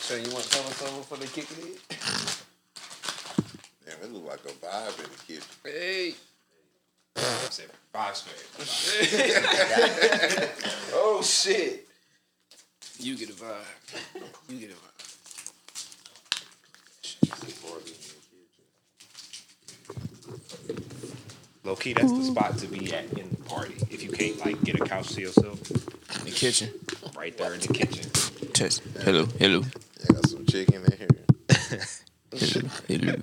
So you want so and so before they kick it? Damn, it look like a vibe in the kitchen. Hey. I said five squares. Oh shit. You get a vibe. You get a vibe. Low key, that's the spot to be at in the party. If you can't like get a couch to yourself, In the kitchen. right there in the kitchen. Test. Hello. Hello. I got some chicken in here. Hello. Hello.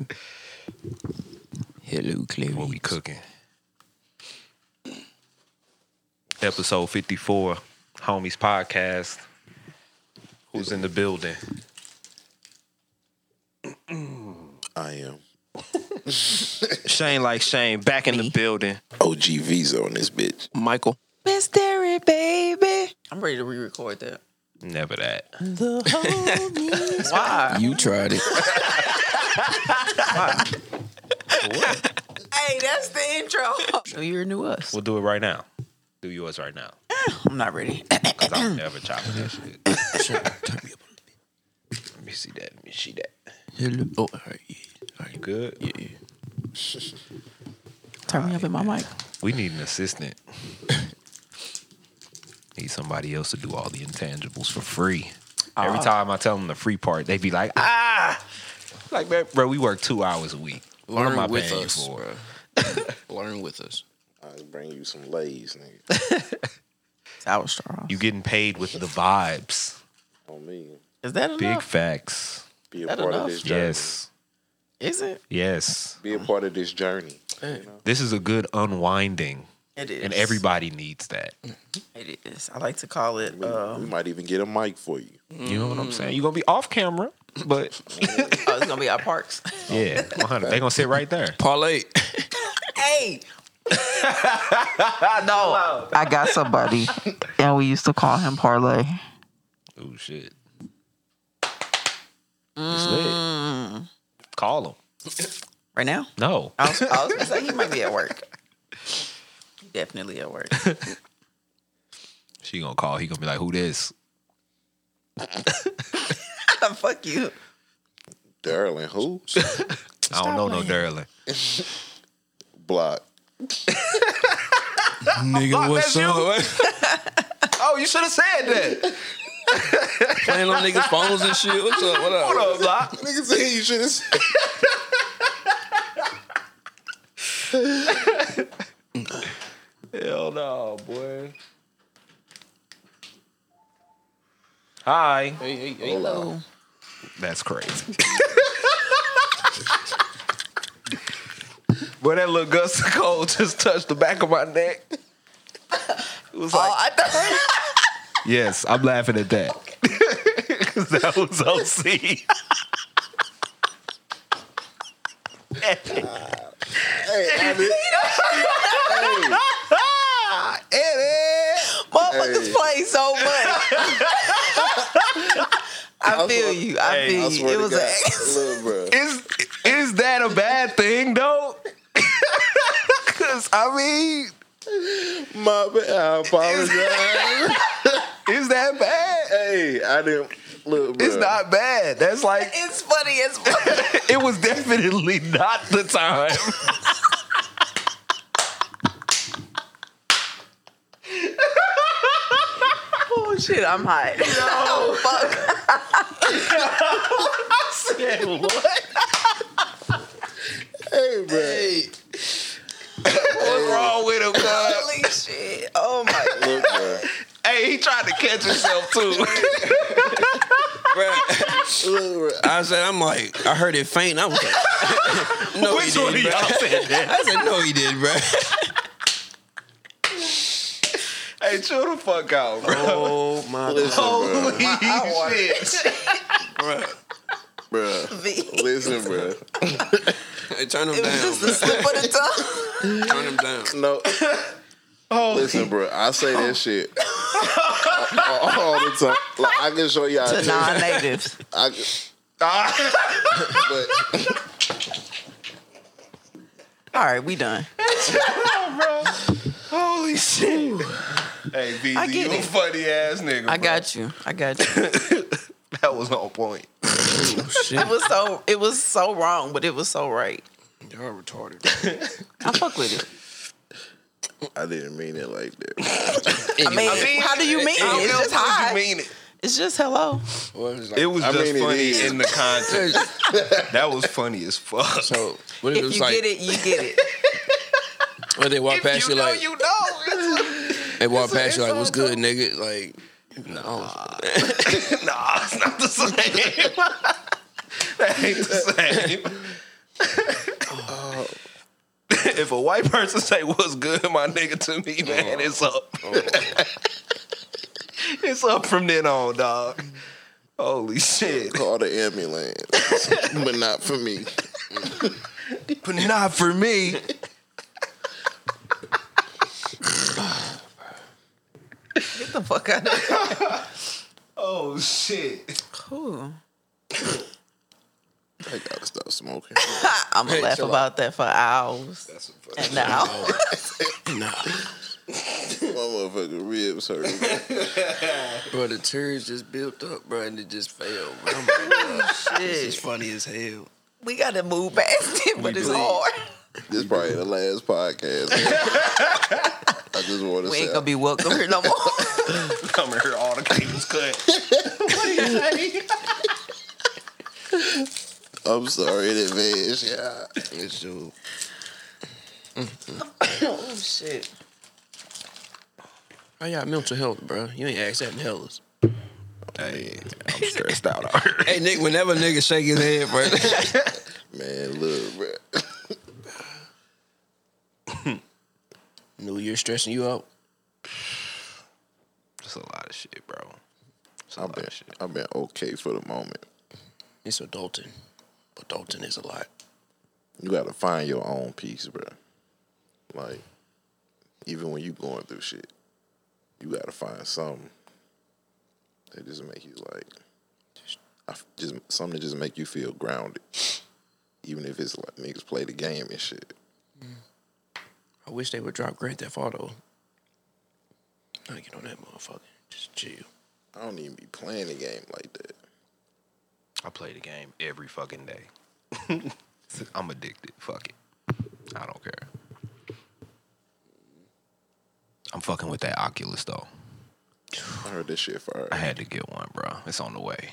Hello, Clarice. What we cooking? Episode fifty four, homies podcast. Who's in the building? I am Shane like Shane back in the building. OG Visa on this bitch. Michael. Mystery baby. I'm ready to re-record that. Never that. Why? You tried it. hey, that's the intro. So you renew us. We'll do it right now. Do yours right now. I'm not ready. Cause I'm never chopping that shit. Let me see that. Let me see that. Hello. Oh, all right. Yeah. All right. You good? Yeah. yeah. Turn me up in my mic. We need an assistant. need somebody else to do all the intangibles for free. Ah. Every time I tell them the free part, they be like, ah, like man, bro, we work two hours a week. What am I Learn with paying you us. for? Bro. Learn with us. I'll bring you some lays, nigga. I was strong. You getting paid with the vibes. on me. Is that enough? Big facts. Be a That part enough? of this journey. Yes. Is it? Yes. Be a part of this journey. This is a good unwinding, It is. and everybody needs that. It is. I like to call it. We, we Um, might even get a mic for you. You know what Mm. I'm saying? You're gonna be off camera, but oh, it's gonna be our parks. yeah, 100. They gonna sit right there. Parlay. hey. no, I got somebody, and we used to call him Parlay. Oh shit. It's lit. Call him. Right now, No. I was, I was gonna say he might be at work. He Definitely at work. She gonna call. He gonna be like, "Who this?" Fuck you. Darling, who? I don't know no Derlin. Block. Nigga, what's up? Oh, you should have said that. Playing on niggas' phones and shit. What's up? What up? Hold up, Block. Nigga said you should have said. Hell Oh, no, boy. Hi. Hey, hey, hey. Oh, Hello. That's crazy. Boy, that little gust of cold just touched the back of my neck. It was like, Oh, I thought. yes, I'm laughing at that. Because that was OC. Hey, I did- hey, Motherfuckers Hey. play so much. I was feel like, you. I hey, I feel you. swear It to was God. a Look, bro. is is that a bad thing though? Cause I mean, My bad. I apologize. is that bad? hey, I didn't. Look, bro. It's not bad. That's like It's funny as fuck. it was definitely not the time. oh shit, I'm hot. Oh fuck. Hey, bro. What's wrong with him? cuz? Holy shit. Oh my Look, bro. Hey, he tried to catch himself too. Look, bro. I said, I'm like, I heard it faint. I was like, no, Which he one of didn't, y'all bro. said that? I said, no, he did, bro. Hey, chill the fuck out, bro. Oh my Listen, bro. Holy shit. bro. V. Listen, bro. Hey, turn him It was down. just a slip of the tongue. bro. Turn him down. No. Oh. Listen, bro. I say that shit all, all the time. Like, I can show y'all. To non-natives. I can, but All right, we done. Holy shit. Hey, I BZ, get you a it. funny ass nigga. I bro. got you. I got you. That was on point. Oh shit, It was so it was so wrong, but it was so right. y'all retarded. I fuck with it. I didn't mean it like that. I mean, how do you mean it? It's just hi. You mean it? It's just hello. Well, it was like, It was I just mean, it funny is. in the context. that was funny as fuck. so oh, what if, it If was you like, get it, you get it. what if they walk past you, like, you know. they walk past it's you like, what's on good, nigga? Like, no, nah, it's not the same. That ain't the same. if a white person say what's good, my nigga, to me, man, it's up. it's up from then on, dog. Holy shit. Call the ambulance, but not for me. But not for me. Get the fuck out of here. Oh shit. Ooh. I gotta stop smoking. I'm gonna laugh chill about that for hours. And now My motherfucking ribs hurt. bro, the tears just built up, bro, and it just fell. Bro. I'm like, "Nah, It's shit. funny as hell. We gotta move past it, but it's do. hard. This probably the last podcast. I just want to We say ain't gonna be welcome here no more. Coming here, all the cables cut. I'm sorry in advance. Yeah, It's just, oh shit. how y'all mental health, bro? You ain't asked that in hellers. hey, I'm stressed out already. Hey, Nick, whenever a nigga shake his head, bro, man, look, bro. New Year stressing you out. Just a lot of shit, bro. Just a I've lot been, of shit. I've been okay for the moment. It's adulting. Adulting is a lot. You gotta find your own peace, bro. Like, even when you going through shit, you gotta find something that just make you like, I f- just something that just make you feel grounded. Even if it's like niggas play the game and shit. I wish they would drop Grand Theft Auto. Now get on that motherfucker. Just chill. I don't even be playing the game like that. I play the game every fucking day. I'm addicted. Fuck it. I don't care. I'm fucking with that Oculus though. I heard this shit fire. I had to get one, bro. It's on the way.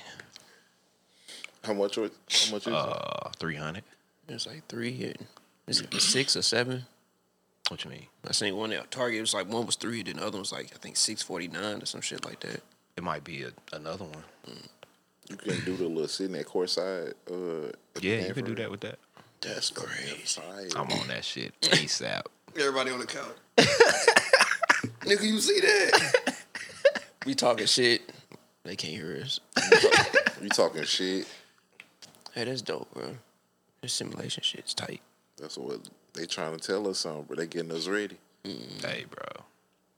How much? was- How much is it? Uh, three hundred. There's like three and it's like six or seven. What you mean? I seen one at Target. It was like one was three, then the other was like I think six forty nine or some shit like that. It might be a, another one. You can do the little sitting at courtside. Uh, Yeah, you ever. can do that with that. That's crazy. Fire. I'm on that shit ASAP. Everybody on the couch. Nigga, you see that? We talking shit. They can't hear us. you talking shit? Hey, that's dope, bro. This simulation shit's tight. That's what they trying to tell us something, but they getting us ready. hey, bro.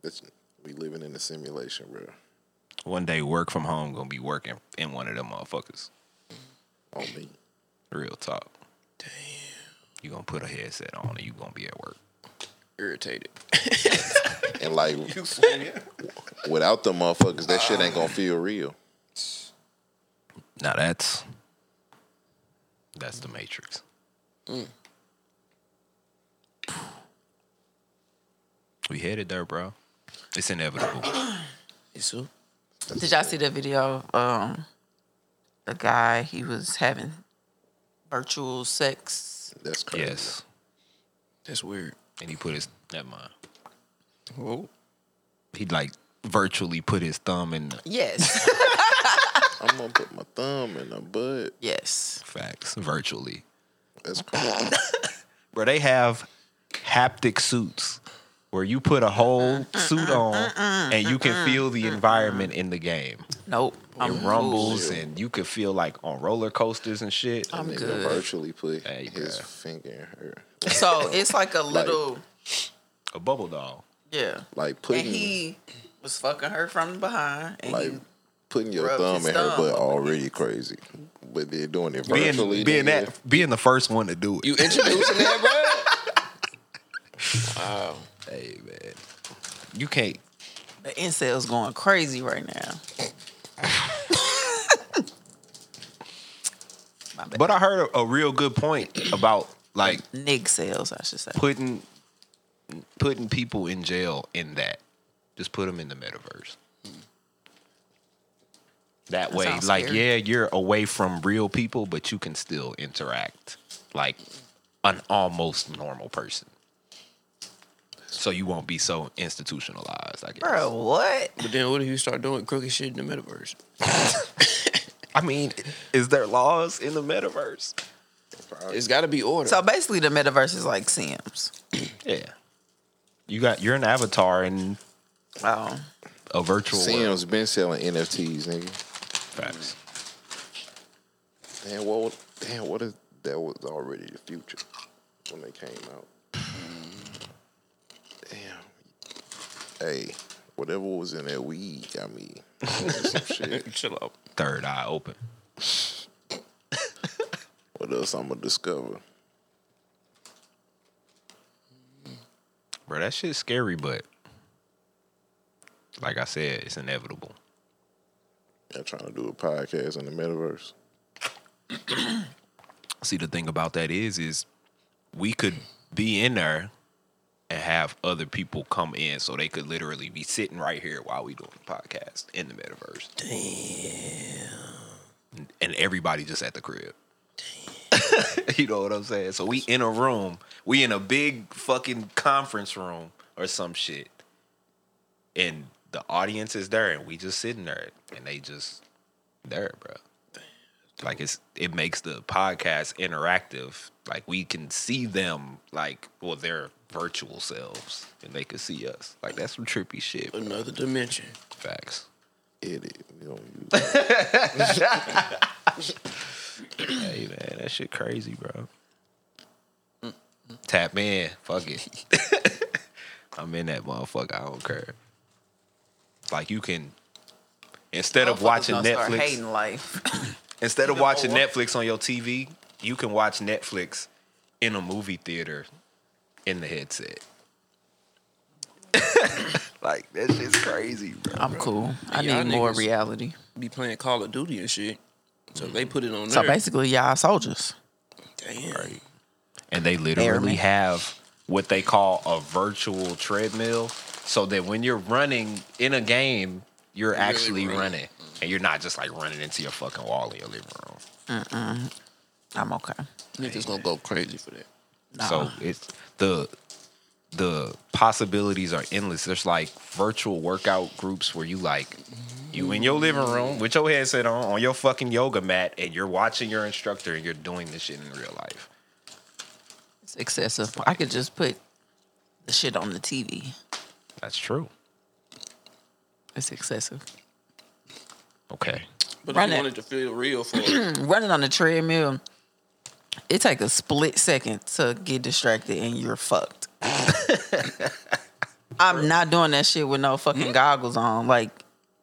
That's we living in a simulation, bro. One day, work from home gonna be working in one of them motherfuckers. On me. Real talk. Damn. You gonna put a headset on and you gonna be at work. Irritated. And like without the motherfuckers, that shit ain't gonna feel real. Now that's that's the Matrix. Mm. We headed there, bro. It's inevitable. It's so Did y'all see that video of um the guy he was having virtual sex? That's crazy. yes. that's weird. And he put his never mind. Whoa. He like virtually put his thumb in the Yes. I'm gonna put my thumb in a butt. yes. facts virtually. That's crazy. Bro, they have haptic suits where you put a whole suit on and you can feel the environment in the game. Nope. It I'm rumbles and you could feel like on roller coasters and shit. I'm Nigga good. virtually put Hey, his bruh. finger in her. So it's like a little A bubble doll. Yeah. Like And putting he was fucking her from behind. And like he, putting your rubbed thumb his in her thumb butt up already crazy. But then doing it virtually. being, being nigga. that being the first one to do it. You introducing that, bro? Wow. hey man, you can't. the incel's going crazy right now. bad. But I heard a, a real good point about like Nig sales, I should say. putting putting people in jail in that. Just put them in the metaverse. That, way, sounds like scary. yeah, you're away from real people, but you can still interact like an almost normal person. So you won't be so institutionalized, I guess. Bro, what? But then what if you start doing crooked shit in the metaverse? I mean, is there laws in the metaverse? It's got to be order. So basically, the metaverse is like Sims. Yeah. You got you're an avatar in Oh, a virtual world. Sam's been selling NFTs, nigga. Facts. Damn, what? would- Damn, what if that was already the future when they came out? Damn. Hey, whatever was in that weed got me. on some shit. Chill out. Third eye open. What else I'm gonna discover? Bro, that shit's scary, but like I said, it's inevitable. They're trying to do a podcast in the metaverse. See, the thing about that is, is we could be in there and have other people come in, so they could literally be sitting right here while we doing the podcast in the metaverse. Damn. And everybody just at the crib. you know what I'm saying? So we in a room, we in a big fucking conference room or some shit, and the audience is there, and we just sitting there, and they just there, bro. Like it's it makes the podcast interactive. Like we can see them, like well, their virtual selves, and they can see us. Like that's some trippy shit. bro. Another dimension. Facts. Idiot. We don't use that. Hey man, that shit crazy, bro. Mm-hmm. Tap in. Fuck it. I'm in that motherfucker. I don't care. Like you can instead of Motherfuckers watching gonna start Netflix, hating life. instead of Even watching more. Netflix on your TV, you can watch Netflix in a movie theater in the headset. like that shit's crazy, bro. I'm cool. I Y'all need more niggas- reality. Be playing Call of Duty and shit. So they put it on So there. basically, y'all soldiers. Damn. and they Airman. literally have what they call a virtual treadmill so that when you're running in a game you're actually running. running, and you're not just like running into your fucking wall in your living room I'm okay. Niggas gonna go crazy for that. so it's the the possibilities are endless there's like virtual workout groups where you like you in your living room with your headset on on your fucking yoga mat and you're watching your instructor and you're doing this shit in real life It's excessive. I could just put the shit on the TV. that's true It's excessive. okay But if Run you it. wanted to feel real for it, Running on the treadmill, it take a split second to get distracted and you're fucked. I'm not doing that shit with no fucking goggles on. Like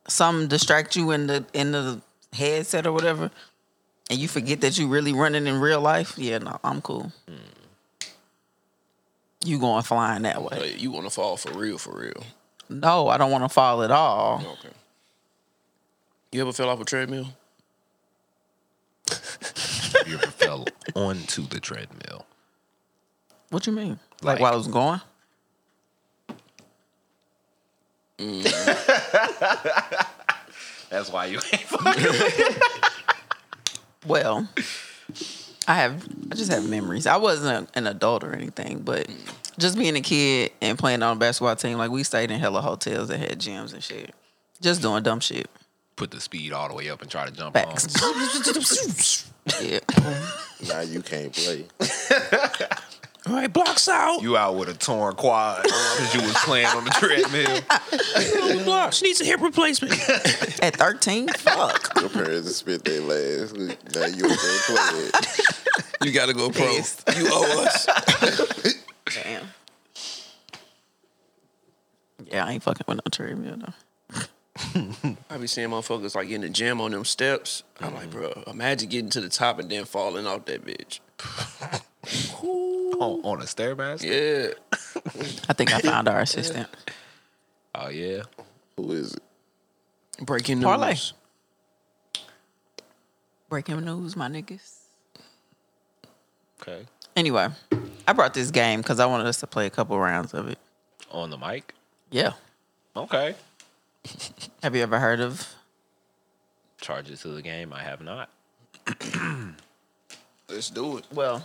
some distract you in the in the headset or whatever, and you forget that you really running in real life. Yeah, no, I'm cool. You going flying that way? like, you want to fall for real, for real. No, I don't want to fall at all. Okay. You ever fell off a treadmill? you ever fell onto the treadmill What you mean? Like- Like, while I was going? That's why you ain't Well, I have I just have memories. I wasn't an adult or anything, but just being a kid and playing on a basketball team, like we stayed in hella hotels that had gyms and shit. Just doing dumb shit. put the speed all the way up and try to jump Facts. on. Oh. yeah. Now you can't play. All right, blocks out. You out with a torn quad because you was playing on the treadmill. blocks. She needs a hip replacement. At thirteen, fuck. Your parents spent their last. Now you can't play it. you gotta go pro. Pissed. You owe us. Damn. Yeah, I ain't fucking with no treadmill though. I be seeing motherfuckers like in the gym on them steps. I'm like, bro, imagine getting to the top and then falling off that bitch. on, on a stairmaster. Yeah. I think I found our assistant. Oh yeah. Who is it? Breaking news. Parlay. Breaking news, my niggas. Okay. Anyway, I brought this game because I wanted us to play a couple rounds of it. On the mic. Yeah. Okay. Have you ever heard of? Charges to the game. I have not. Let's do it. Well,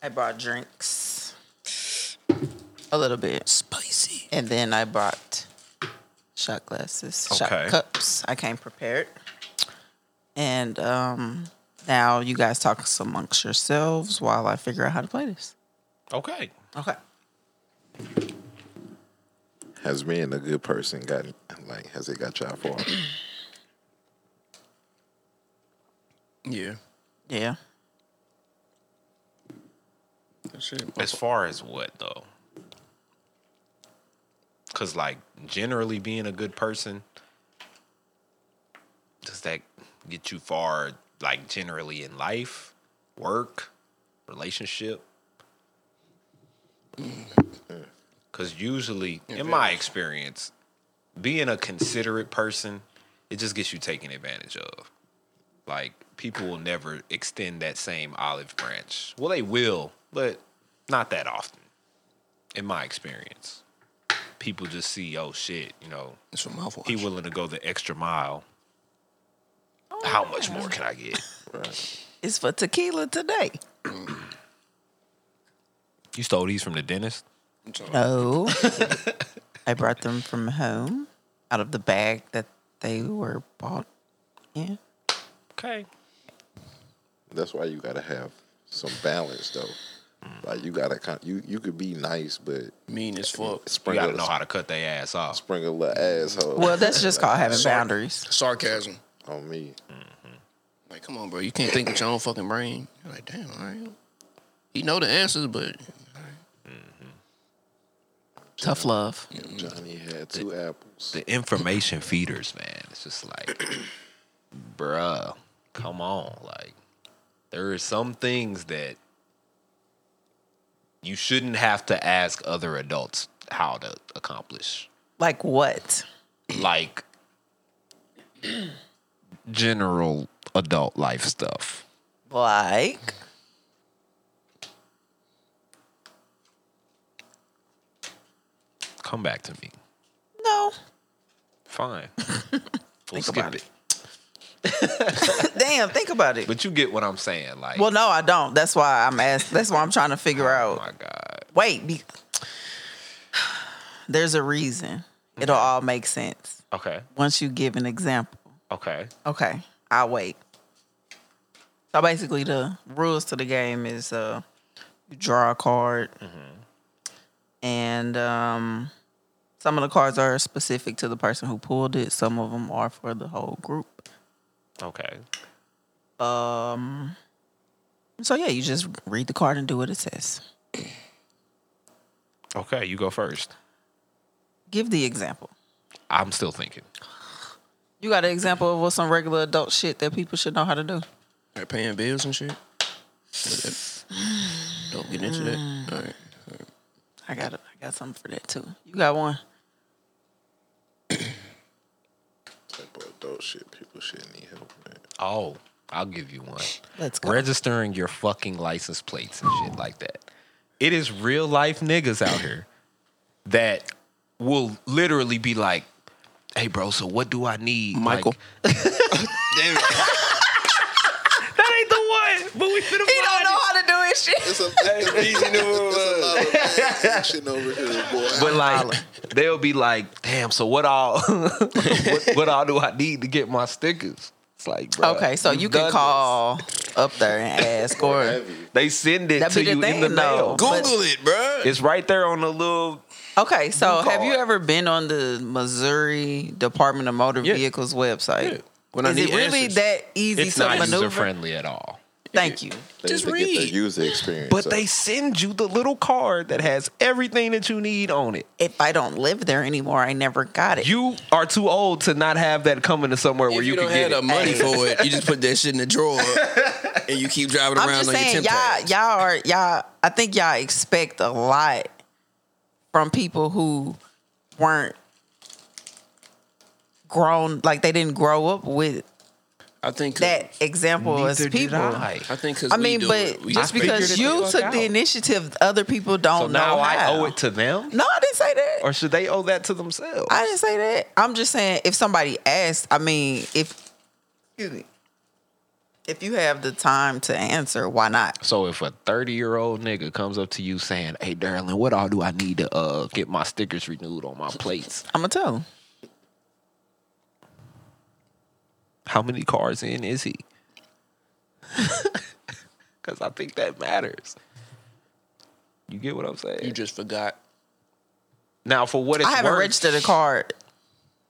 I brought drinks, a little bit spicy, and then I brought shot glasses, Okay. shot cups. I came prepared, and um, now you guys talk amongst yourselves while I figure out how to play this. Okay. Okay. Has me and a good person gotten like has it got y'all far? Yeah. Yeah. That shit. As far as what though? Cause like generally being a good person, does that get you far? Like generally in life, work, relationship. Cause usually, in my experience, being a considerate person, it just gets you taken advantage of. Like people will never extend that same olive branch. Well, they will, but not that often, in my experience. People just see, oh shit, you know, It's from mouthwash. he willing to go the extra mile. How much more can I get? right. It's for tequila today. You stole these from the dentist. I'm talking- No. Oh. I brought them from home out of the bag that they were bought in. Okay. That's why you gotta have some balance though. Like you gotta kind you you could be nice but mean as fuck. You sprinkle gotta know how to cut their ass off. sprinkle a little asshole Well, that's just called having boundaries. Sarcasm. on me. Like, come on, bro. You can't think with your own fucking brain. You're like, damn, all right. He know the answers, but Tough love. Johnny had two apples. The information feeders, man. It's just like, bruh, come on. Like, there are some things that you shouldn't have to ask other adults how to accomplish. Like what? like general adult life stuff. Like Come back to me. no. Fine. we'll skip about it. Damn, think about it. But you get what I'm saying. Like, Well, no, I don't. That's why I'm asking. That's why I'm trying to figure oh out. my God. Wait, be- there's a reason. It'll all make sense Okay. once you give an example. Okay. Okay, I'll wait. So basically, the rules to the game is uh, you draw a card, Mm-hmm. and um, some of the cards are specific to the person who pulled it. Some of them are for the whole group. Okay. Um, so yeah, you just read the card and do what it says. Okay. You go first. Give the example. I'm still thinking. You got an example of what some regular adult shit that people should know how to do. they're paying bills and shit. What that- Don't get into that. All right. I got it. I got something for that too. You got one. Type of adult shit people shouldn't need help man. Oh, I'll give you one. Let's go. Registering your fucking license plates and shit like that. It is real life niggas out here that will literally be like, hey, bro, so what do I need? Michael. Like, That ain't the one. But we finna He don't know how to do his shit. It's a, it's a, it's a lot of action over here, boy. But like they'll be like, damn, so what all what, what all do I need to get my stickers? It's like bruh, Okay, so you've you done can this. call up there and ask, or heavy. They send it That to be the you in thing, the though. mail. Go- Google it, bruh. It's right there on the little okay. So You have you call. ever been on the Missouri Department of Motor Yeah. Vehicles website? Yeah. When I Is need it really answers. that easy it's to not maneuver? user friendly at all. Thank you. They Just need to get the read. user experience. But up. they send you the little card that has everything that you need on it. If I don't live there anymore, I never got it. You are too old to not have that coming to somewhere where If you, you, don't have can get the it. money for it, you just put that shit in the drawer and you keep driving I'm around just on your saying, temp y'all, pad. y'all are y'all. I think y'all expect a lot from people who weren't grown, like they didn't grow up with I think 'cause- that example as people. I. I think 'cause we mean, do but it, we just figure because it you the fuck took out. the initiative, other people don't So now know I how. owe it to them, no, I didn't say that. or should they owe that to themselves? I didn't say that. I'm just saying if somebody asked, I mean, if excuse me, if you have the time to answer, why not? so if a thirty year old nigga comes up to you saying, "Hey, darling, what all do I need to uh get my stickers renewed on my plates? I'm gonna tell them. How many cars in is he?" Because I think that matters. You get what I'm saying? You just forgot. now, for what it's I haven't worth, registered a card.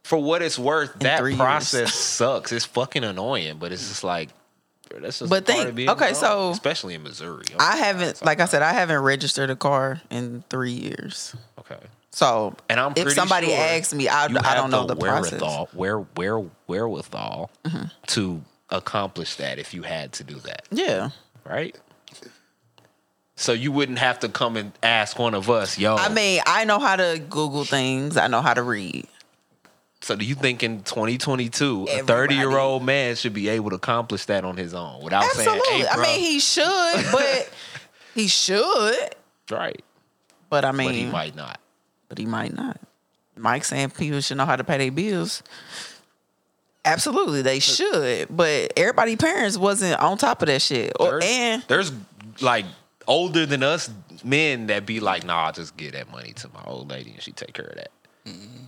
for what it's worth, that three years. process sucks. It's fucking annoying, but it's just like bro, that's just But a part think- of being okay, grown, so- especially in Missouri. I'm- I haven't, like I said, I haven't registered a car in three years. okay, So, and I'm if pretty somebody sure asks me, I, you I don't have know the, process. Mm-hmm. wherewithal, where where wherewithal to accomplish that if you had to do that, Yeah, right? So you wouldn't have to come and ask one of us, yo. I mean, I know how to Google things. I know how to read. so do you think in 2022 a 30 year old man should be able to accomplish that on his own without saying, Absolutely. "Hey, I bro, mean, he should, but he should. right?" But I mean, But he might not. but he might not. Mike saying people should know how to pay their bills. Absolutely, they should. But everybody parents wasn't on top of that shit. Or There's, oh, and there's like older than us men that be like, nah, I'll just give that money to my old lady and she take care of that.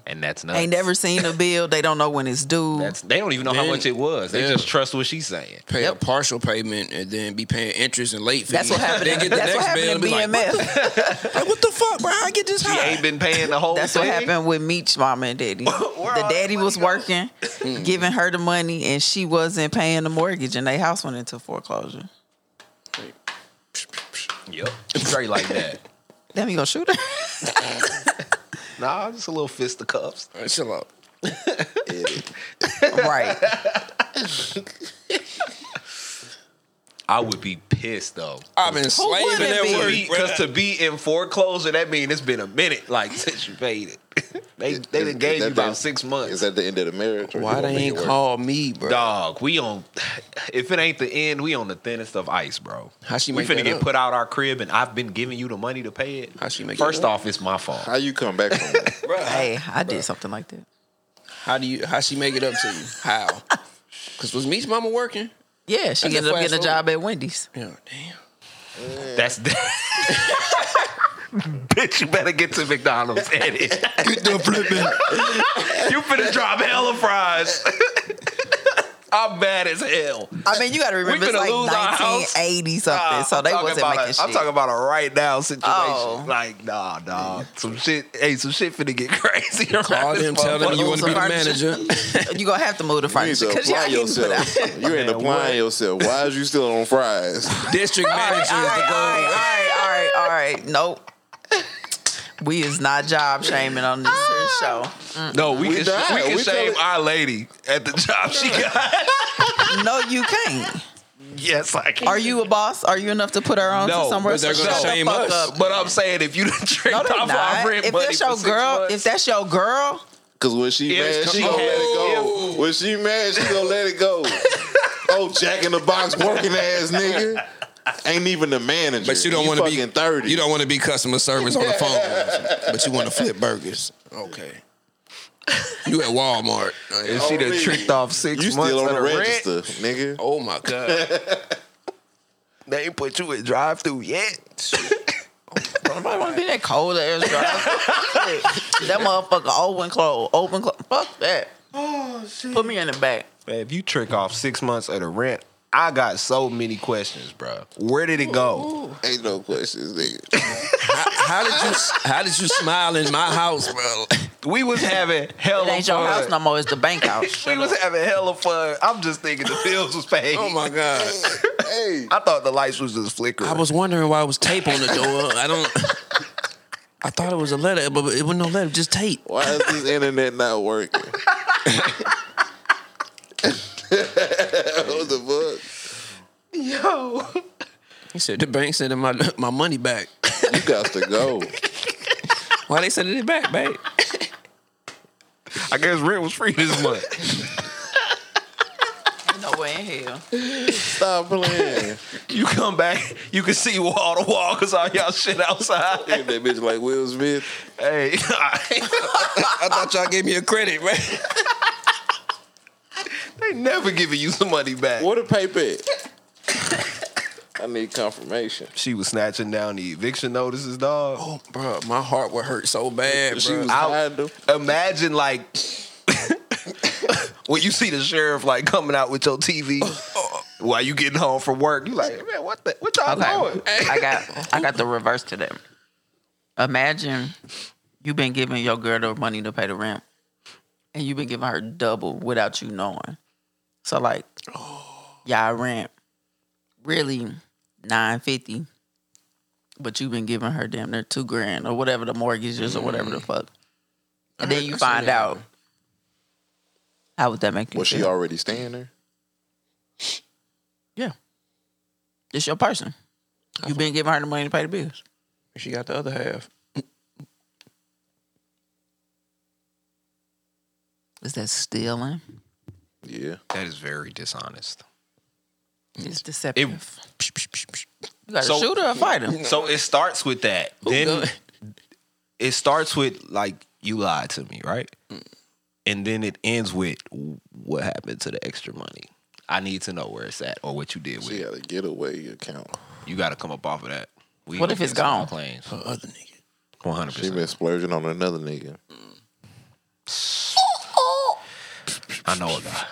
And that's nuts. they never seen a bill. They don't know when it's due. That's they don't even know how Then- much it was. They yeah. just trust what she's saying. Pay a partial payment and then be paying interest and late fees. that's what happened. Then in- get the that's what next happened bill in and be like, BMF. "Hey, what the fuck, bro? I get this She high. ain't been paying the whole. That's what thing. happened with Meech mama and daddy. the daddy was working, giving her the money, and she wasn't paying the mortgage, and their house went into foreclosure. Yep, straight like that. Then you gonna shoot her? Nah, just a little fist of cuffs. All right, chill out. right. I would be pissed though. I've been slaving wouldn't that be? work, bruh. Because to be in foreclosure, that means it's been a minute, like since you paid it. they they done Is- gave is you that about the- six Is months. that the end of the marriage? or you Why gonna they make it ain't work? call me, bro? Dog, we on. If it ain't the end, we on the thinnest of ice, bro. How she we make finna that get up? put out our crib, and I've been giving you the money to pay it. How she make that First up? off, it's my fault. How you come back from that? Hey, I did something like that. How do you? How she make it up to you? How? Because was Meech mama working? Yeah, That's she a ended up fast getting a job at Wendy's. Yeah, damn. That's Bitch, you better get to McDonald's. Eddie. Get the flipping. you finna drop hella fries. I'm mad as hell. I mean, you got to remember it's finna like lose our house. 1980 something, Nah, so I'm they talking wasn't about making a, shit. I'm talking about a right now situation. Oh. Like, nah, nah. Some shit, hey, some shit finna get crazy. around Call this them, tell them motherfucker. you want to be the Furniture. manager. you gonna have to move the You need to furniture because y'all apply getting put yourself. out. You Man, ain't what? applying yourself. Why is you still on fries? District All manager right, is all right, the all goal. right, all right, all right, all right. Nope. We is not job shaming on this here show. No, we, can, not. we can We shame tell it- our lady at the job she got. No, you can't. yes, I can. Are you a boss? Are you enough to put her on No, to somewhere? but they're So gonna shut the shame fuck us. up. But I'm saying if you done No, tricked they're off our not. rent If money that's for your six girl, months- if that's your girl, Cause when she If mad, she she gonna had- let it go. When she mad, she gonna let it go. oh, Jack in the Box working ass nigga. Ain't even the manager. But you don't want to to be thirty. You don't want to be customer service on the phone, but you want to flip burgers. Okay. You at Walmart. If Oh, she done Only- tricked off six You months still on of the rent, register, nigga. Oh my god. they ain't put you in drive through yet. I want to be that cold ass drive. that motherfucker open close, open close. Fuck that. Put me in the back. Man, if you trick off six months of the rent, I got so many questions, bro. Where did it go? Ain't no questions, Oh nigga. How, how did you? How did you smile in my house, bro? We was having hell of It ain't your house no fun. more. It's the bank house. We was having hell of fun. I'm just thinking the bills was paid. Oh my god. hey, I thought the lights was just flickering. I was wondering why it was tape on the door. I don't. I thought it was a letter, but it was no letter, just tape. why is this internet not working? what the fuck? yo. He said the bank sending my my money back. You got to go. Why they sending it back, babe? I guess rent was free this month. No way in hell. Stop playing. You come back, you can see wall to wall because all y'all shit outside. that bitch like Will Smith. Hey, I thought y'all gave me a credit, man. they never giving you some money back. What a paper. at? I need confirmation. She was snatching down the eviction notices, dog. Oh, bro, my heart would hurt so bad, She bro. was I- hiding them. imagine like when you see the sheriff like coming out with your TV while you getting home from work, you like, man, what the what y'all Okay. doing? I got I got the reverse to that. Imagine you've been giving your girl the money to pay the rent and you've been giving her double without you knowing. So like y'all rent really nine fifty, but you've been giving her damn near two grand or whatever the mortgage is or whatever the fuck. And then you find out. How would that make you Was feel? she already staying there? yeah. It's your person. You've been giving her the money to pay the bills. She got the other half. Is that stealing? Yeah. That is very dishonest. It's It deceptive. you got to So- shoot her or fight him. so it starts with that. Then good? it starts with like you lied to me, right? And then it ends with what happened to the extra money. I need to know where it's at or what you did with She it. had a getaway account. You got to come up off of that. We What if it's gone? Claims. The other nigga. One hundred She percent. been splurging on another nigga. I know a guy.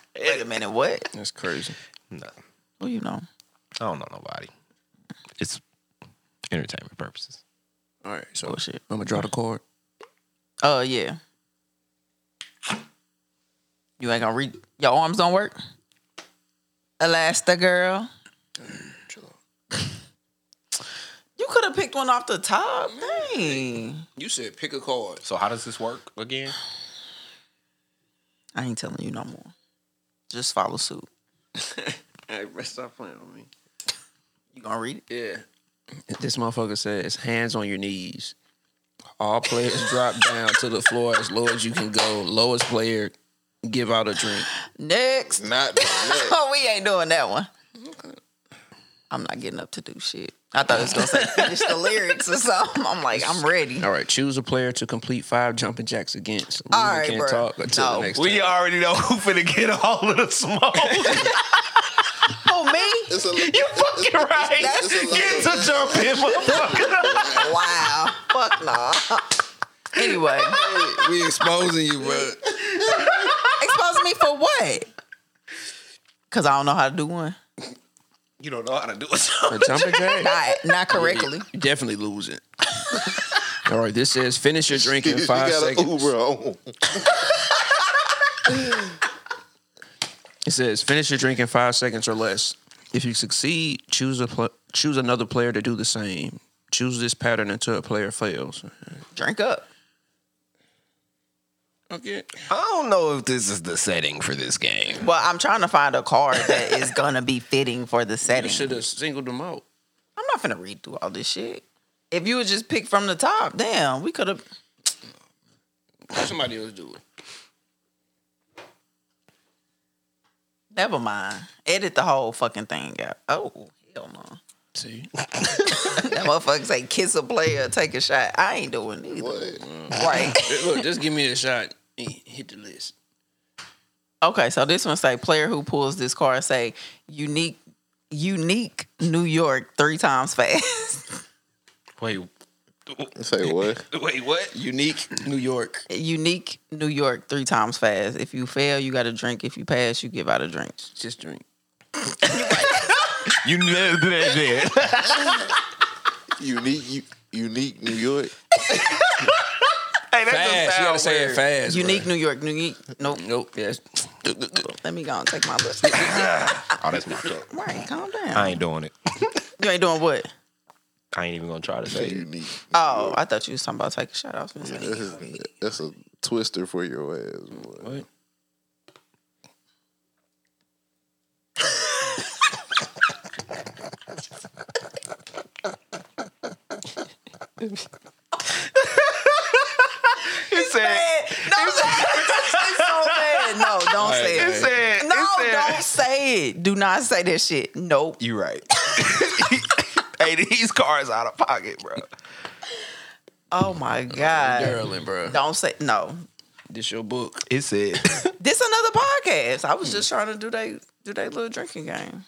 Wait a minute, what? That's crazy. No. Well, you know, I don't know nobody. It's entertainment purposes. All right, so Bullshit. I'm gonna draw the card. Oh yeah. You ain't gonna read. Your arms don't work. Elasta girl. You could have picked one off the top. Dang. You said pick a card. So how does this work again? I ain't telling you no more. Just follow suit. Hey, bro, stop playing with me. You gonna read it? Yeah. This motherfucker says, hands on your knees. All players drop down to the floor as low as you can go. Lowest player, give out a drink. Next. Not that. Oh, we ain't doing that one. I'm not getting up to do shit. I thought it was gonna say finish the lyrics or something. I'm like, I'm ready. All right, choose a player to complete five jumping jacks against. We All right, can't bro. talk until No. the next We time. already know who finna get all of the smoke. Oh me? It's a, you fucking right. That's- Get to jumping, motherfucker. Wow. Fuck no. Anyway, We exposing you, bro. expose me for what? Cause I don't know how to do one. You don't know how to do it. A jumping jack? Not not correctly. You definitely losing. All right, this says finish your drink in you five got an seconds. Uber home. It says finish your drink in five seconds or less. If you succeed, choose a pl- choose another player to do the same. Choose this pattern until a player fails. Drink up. Okay. I don't know if this is the setting for this game. Well, I'm trying to find a card that is gonna be fitting for the You setting. should have singled them out. I'm not finna read through all this shit. If you would just pick from the top, damn, we could have. Somebody else do it. Never mind. Edit the whole fucking thing out. Oh, hell no. See? That motherfucker say kiss a player, take a shot. I ain't doing either. Right. Look, just give me a shot. and Hit the list. okay, so this one say player who pulls this card say unique unique New York three times fast. Wait, Say what? wait, what? Unique New York. unique New York three times fast. If you fail, you got a drink. If you pass, you give out a drink. Just drink. You never did that. unique, u- unique New York. Hey, that's Fast. You gotta say it fast. unique New York, unique nope. Bro. Nope. Yes. Let me go and take my list. Oh, that's my fault. right, calm I down. ain't doing it. You ain't doing what? I ain't even gonna try to say it. Unique. Oh, I thought you was talking about taking a shot. I was gonna say That's a, that's a twister for your ass. Boy. What? He said, No, do not say that shit. Nope. You right. hey, these cars out of pocket, bro. Oh my god. Maryland, bro. Don't say no. This your book. It said This another podcast. I was just trying to do they do they little drinking game.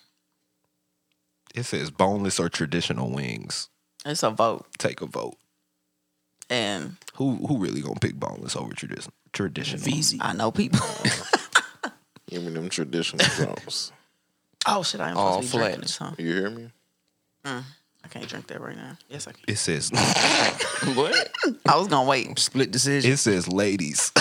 it says boneless or traditional wings. It's a vote, Take a vote. and Who who really gonna pick boneless over tradition traditional? I know people. Give me them traditional drums. oh shit! I am All supposed to be drinking flat. this, huh? You hear me? I can't drink that right now. Yes, I can. It says what? I was gonna wait. Split decision. it says ladies.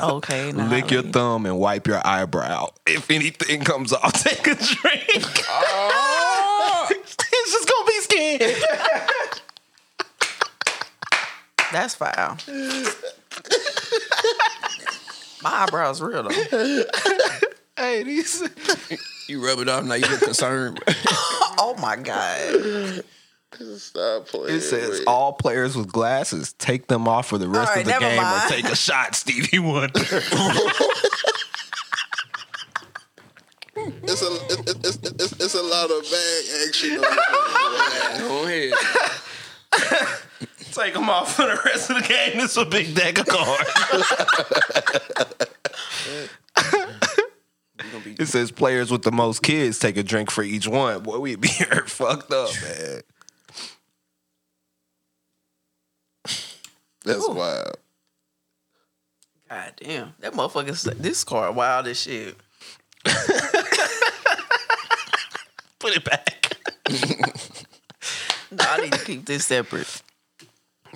Okay, now Lick your let me- thumb and wipe your eyebrow. If anything comes off, take a drink. Ah. it's just gonna be skin. That's foul. My eyebrows real though. Hey, these you rub it off now. You look concerned. bro. Oh my god! Stop playing. It says with all players with glasses take them off for the rest All right, of the never game mind. or take a shot, Stevie Wonder. It's a it's, it's, it's, it's a lot of bag action. over here. Go ahead. take them off for the rest of the game. It's a big deck of cards. it says players with the most kids take a drink for each one. Boy, we'd be here fucked up, man. That's wild. God damn, that motherfucker. This car wild as shit. Put it back. No, I need to keep this separate.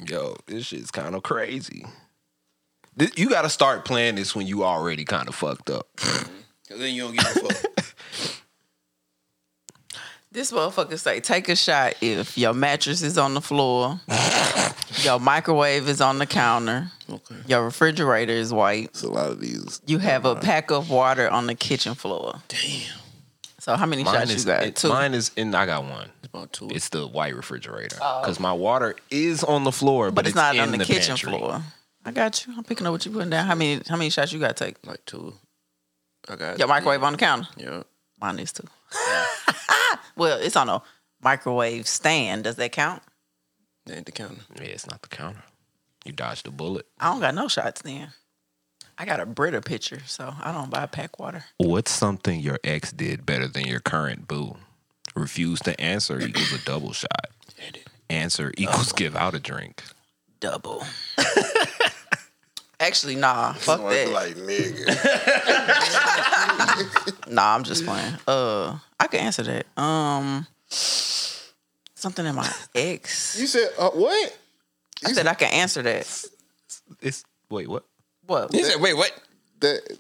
Yo, this shit's kind of crazy. Th- You got to start playing this when you already kind of fucked up. then you don't give a fuck. This motherfucker say, take a shot if your mattress is on the floor, your microwave is on the counter, Okay. your refrigerator is white, It's a lot of these. you have a pack of water on the kitchen floor. Damn. So how many Mine shots is, you got? it- Two. mine is, and I got one. About two. It's the white refrigerator because my water is on the floor, but, Oh. but it's, not in on the, kitchen pantry. floor. I got you. I'm picking up what you putting down. How many how many shots you got to take? like two. I got Your microwave on the counter. Yeah. Mine is two. well, it's on a microwave stand. Does that count? That ain't the counter. Yeah, it's not the counter. You dodged a bullet. I don't got no shots then. I got a Brita pitcher, so I don't buy pack water. What's something your ex did better than your current boo? Refuse to answer equals a double shot. Answer equals Oh. give out a drink. Double. Actually, nah. Fuck Somebody that. be like nigga. Nah, I'm just playing. Uh, I can answer that. Um, something in my ex. you said uh, what? I said I can answer that. It's wait, what? What? He said, wait, what? That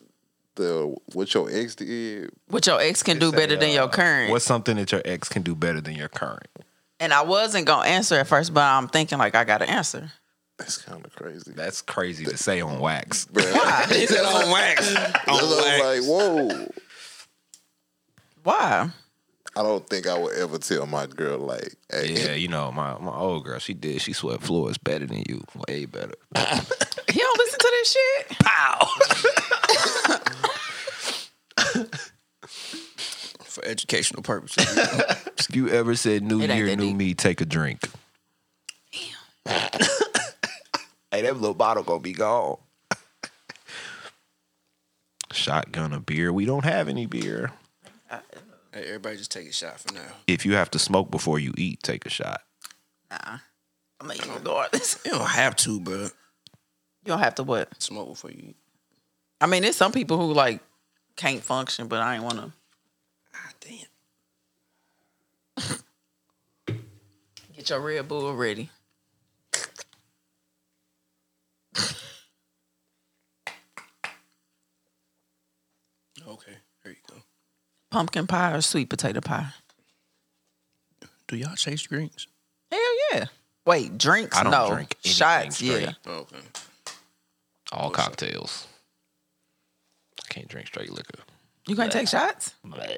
the what your ex did? What your ex can do better than your current? What's something that your ex can do better than your current? and I wasn't gonna answer at first, but I'm thinking like I gotta answer. That's kind of crazy. That's crazy to say on wax. He said, on wax. I was like, whoa. Why? I don't think I would ever tell my girl like, hey, Yeah, you know, my, my old girl, she did. She swept floors better than you. Way better. He don't listen to this shit. For educational purposes. If you ever said new It ain't year, that new deep. me, take a drink. hey, that little bottle gonna be gone. Shotgun a beer. We don't have any beer. hey, everybody just take a shot for now. If you have to smoke before you eat, take a shot. Nah, I'm not even gonna go on this. You don't have to, bro. You don't have to what? Smoke before you eat. I mean, there's some people who like can't function, but I ain't wanna. Ah, damn. Get your Red Bull ready. Okay. There you go. Pumpkin pie or sweet potato pie? Do y'all chase drinks? Hell yeah. Wait, drinks? I don't no. drink anything Shots, straight. yeah. Oh, okay. All cocktails. I can't drink straight liquor. You can't take shots? What's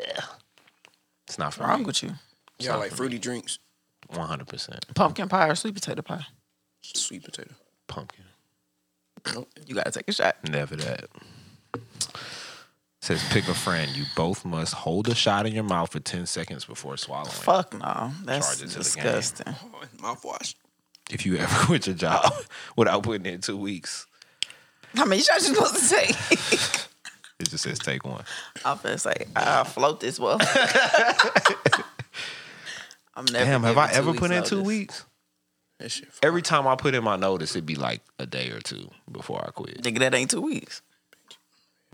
It's not for wrong me. with you? Y'all like fruity drinks? One hundred percent Pumpkin pie or sweet potato pie? Sweet potato. pumpkin. You gotta take a shot. Never that. says pick a friend. You both must hold a shot in your mouth for ten seconds before swallowing. Fuck no. Charges That's to the game. disgusting. Oh, Mouthwash. If you ever quit your job without putting in two weeks, How many shots you supposed to take? it just says take one. I'm gonna say I'll float this well. I'm never. Damn, have I giving two ever put in weeks two notice. weeks? That shit. f- Every time I put in my notice, it'd be like a day or two before I quit. Nigga, that ain't two weeks.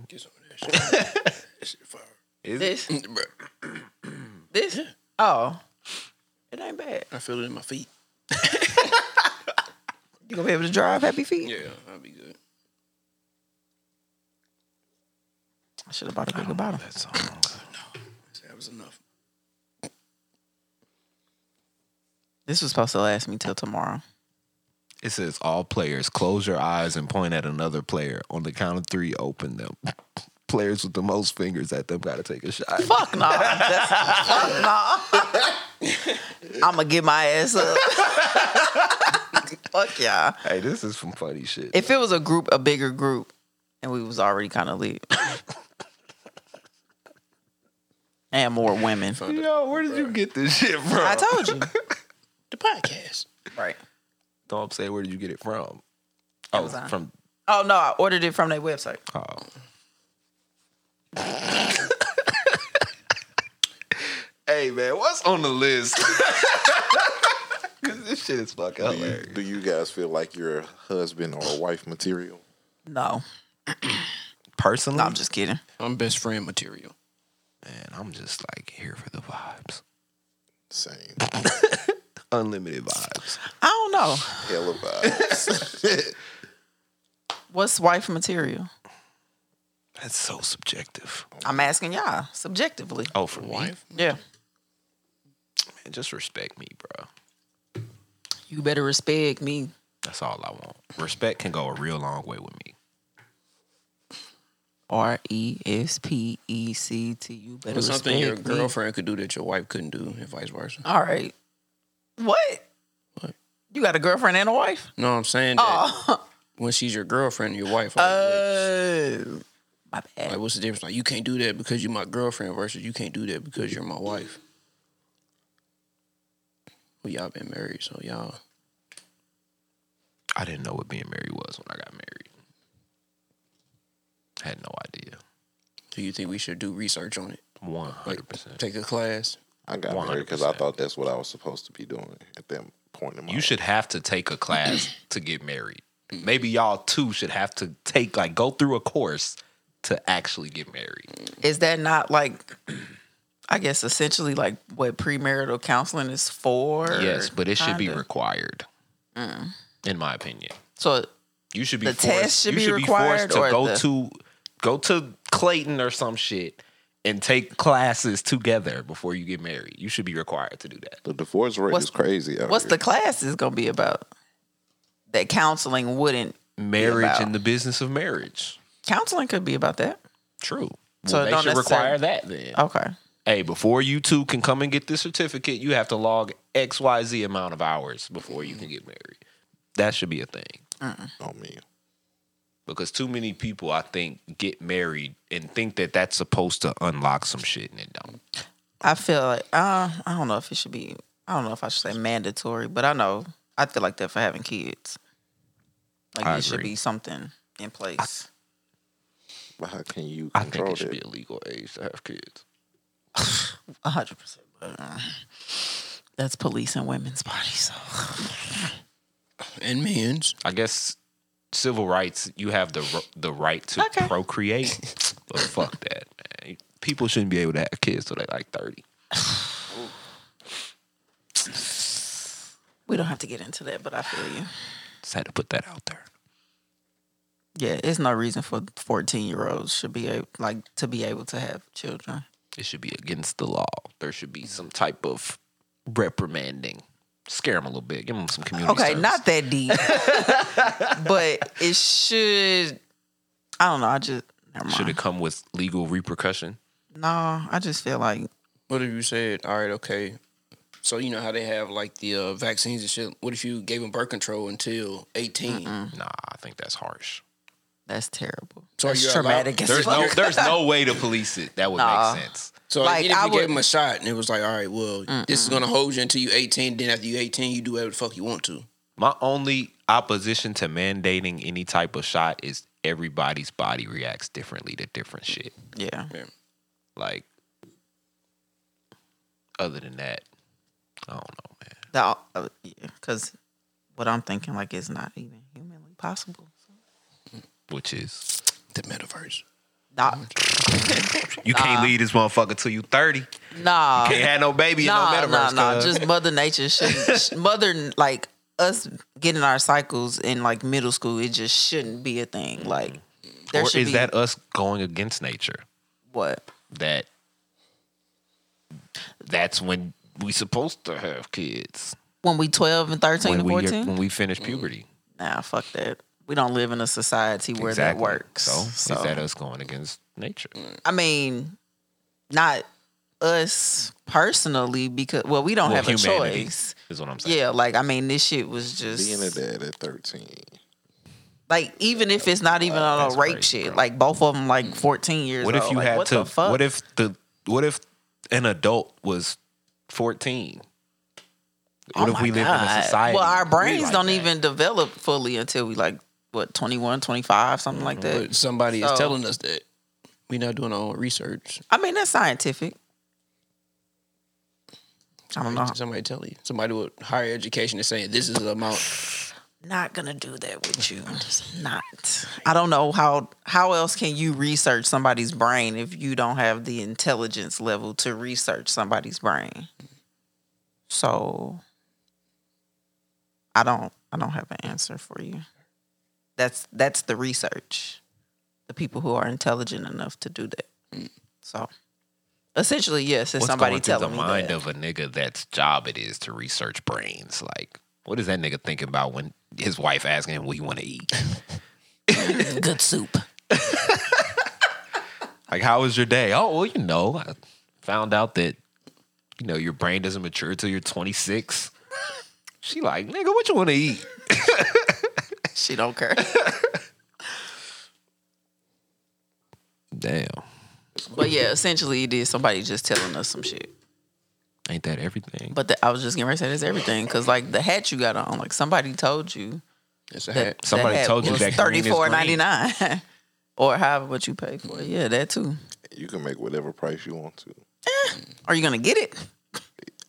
Get some of that shit. that shit fire. This, Bruh, this. Oh, it ain't bad. I feel it in my feet. You gonna be able to drive happy feet? Yeah, I'll be good. I should have bought a bigger bottle. That song. That was enough. This was supposed to last me till tomorrow. It says all players close your eyes and point at another player. On the count of three, open them. Players with the most fingers at them gotta take a shot. Fuck no. That's, fuck no. I'ma get my ass up. fuck y'all. Hey, this is some funny shit. If it was a group, a bigger group, and we was already kind of lit. and more women. Yo, where did you get this shit from? I told you. The podcast. Right. Don't say where did you get it from. Oh, Amazon. from Oh no, I ordered it from their website. oh. hey man, what's on the list? Cause this shit is fucking Do you, hilarious. do you guys feel like your husband or wife material? No. Mm-hmm. Personally, No, I'm just kidding. I'm best friend material. man, I'm just like here for the vibes, Same. unlimited vibes. I don't know. Hella vibes. What's wife material? That's so subjective. I'm asking y'all subjectively. Oh, for me, Wife? Yeah. man, just respect me, bro. You better respect me. That's all I want. Respect can go a real long way with me. R E S P E C T. You better But something your respect me. girlfriend could do that your wife couldn't do, and vice versa. All right. What? What? You got a girlfriend and a wife? No, I'm saying that when she's your girlfriend, your wife. Like, Oh, my like, bad. what's the difference? Like, you can't do that because you're my girlfriend versus you can't do that because you're my wife. Well, y'all been married, so y'all. I didn't know what being married was when I got married. I had no idea. Do you think we should do research on it? One Like, hundred percent. take a class. I got married because I 100%. thought that's what I was supposed to be doing at that point in my You should have to take a class to get married. Maybe y'all too should have to take like go through a course to actually get married. Is that not like, I guess, essentially like what premarital counseling is for? Yes, but it should be Kinda. required. In my opinion, So, you should be The forced, test should you be should required be forced or to go the- to go to Clayton or some shit and take classes together before you get married. You should be required to do that. The divorce rate What's- is crazy. Out what's here. the class is going to be about? That counseling wouldn't. Marriage about- and the business of marriage. Counseling could be about that. True. So Well, it they don't should necessarily- require that then. Okay. Hey, before you two can come and get this certificate, you have to log XYZ amount of hours before you can get married. That should be a thing. on me? Because too many people, I think, get married and think that that's supposed to unlock some shit and it don't. I feel like uh, I don't know if it should be. I don't know if I should say mandatory, but I know I feel like that for having kids. Like I it should agree. be something in place. But how can you I think control it should be that? a legal age to have kids. A hundred percent. but, uh, That's policing women's bodies. So. And men's. I guess civil rights, you have the r- the right to Okay. procreate, but fuck that, man. People shouldn't be able to have kids till they like thirty. We don't have to get into that, but I feel you. Just had to put that out there. Yeah, it's no reason for fourteen year olds should be able, like to be able to have children. it should be against the law. There should be some type of reprimanding. Scare them a little bit. Give them some community. Okay, service. not that deep, but it should. I don't know. I just never mind. should it come with legal repercussion? no, I just feel like What if you said, all right, okay. So you know how they have like the uh, vaccines and shit. What if you gave them birth control until 18? Nah, I think that's harsh. That's terrible. So That's you're allowed- traumatic as There's no fuck. there's no way to police it. That would Nah. make sense. So Like, even if I you would- gave him a shot and it was like, all right, well, this is gonna hold you until you 18. Then after you 18, you do whatever the fuck you want to. My only opposition to mandating any type of shot is everybody's body reacts differently to different shit. Yeah. Like other than that, I don't know, man. The, uh, yeah. Because what I'm thinking, like, is not even humanly possible. Which is The metaverse. Nah. you can't leave this motherfucker till you thirty. Nah. Can't have no baby nah, in no metaverse. Nah, nah, cuz. just Mother Nature. shouldn't- sh- mother, like us getting our cycles in like middle school, it just shouldn't be a thing. Like, there Mm-hmm. or should is be that us going against nature? what? That that's when we supposed to have kids. When we 12 and 13 When and we 14? when we finish puberty. nah, fuck that. We don't live in a society Mm, where that works. So, So, is that us going against nature? I mean, not us personally, because, well, we don't Well, have a humanity choice. Is what I'm saying. Yeah, like, I mean, this shit was just. Being a dad at 13. Like even if it's not even on a That's rape crazy, shit, bro. like both of them like fourteen years. What if old. you Like, had what to? The fuck? What if the? What if an adult was 14? What Oh if we my live in God. a society? Well, our really brains like don't that? even develop fully until we like what 21, 25, something like But Mm-hmm. that. somebody So- is telling us that we're not doing our own research. I mean that's scientific. I don't know. Somebody tell you. Somebody with higher education is saying this is the amount. Not gonna do that with you. Just Not. I don't know how how else can you research somebody's brain if you don't have the intelligence level to research somebody's brain. So I don't I don't have an answer for you. That's that's the research. The people who are intelligent enough to do that. So essentially, yes, it's What's somebody going through telling the me mind that. of a nigga that's job it is to research brains? Like, what is that nigga thinking about when his wife asking him what he want to eat? good soup. Like, how was your day? Oh, well, you know, I found out that, you know, your brain doesn't mature till you're 26. She like, nigga, what you want to eat? She don't care. Damn. But yeah, essentially it is somebody just telling us some shit. Ain't that everything? But the, I was just getting ready to say this everything because like the hat you got on, like somebody told you It's a that hat. Somebody the hat told you was that green thirty is four ninety nine or however what you paid for. it. Yeah, that too. You can make whatever price you want to. Are you gonna get it?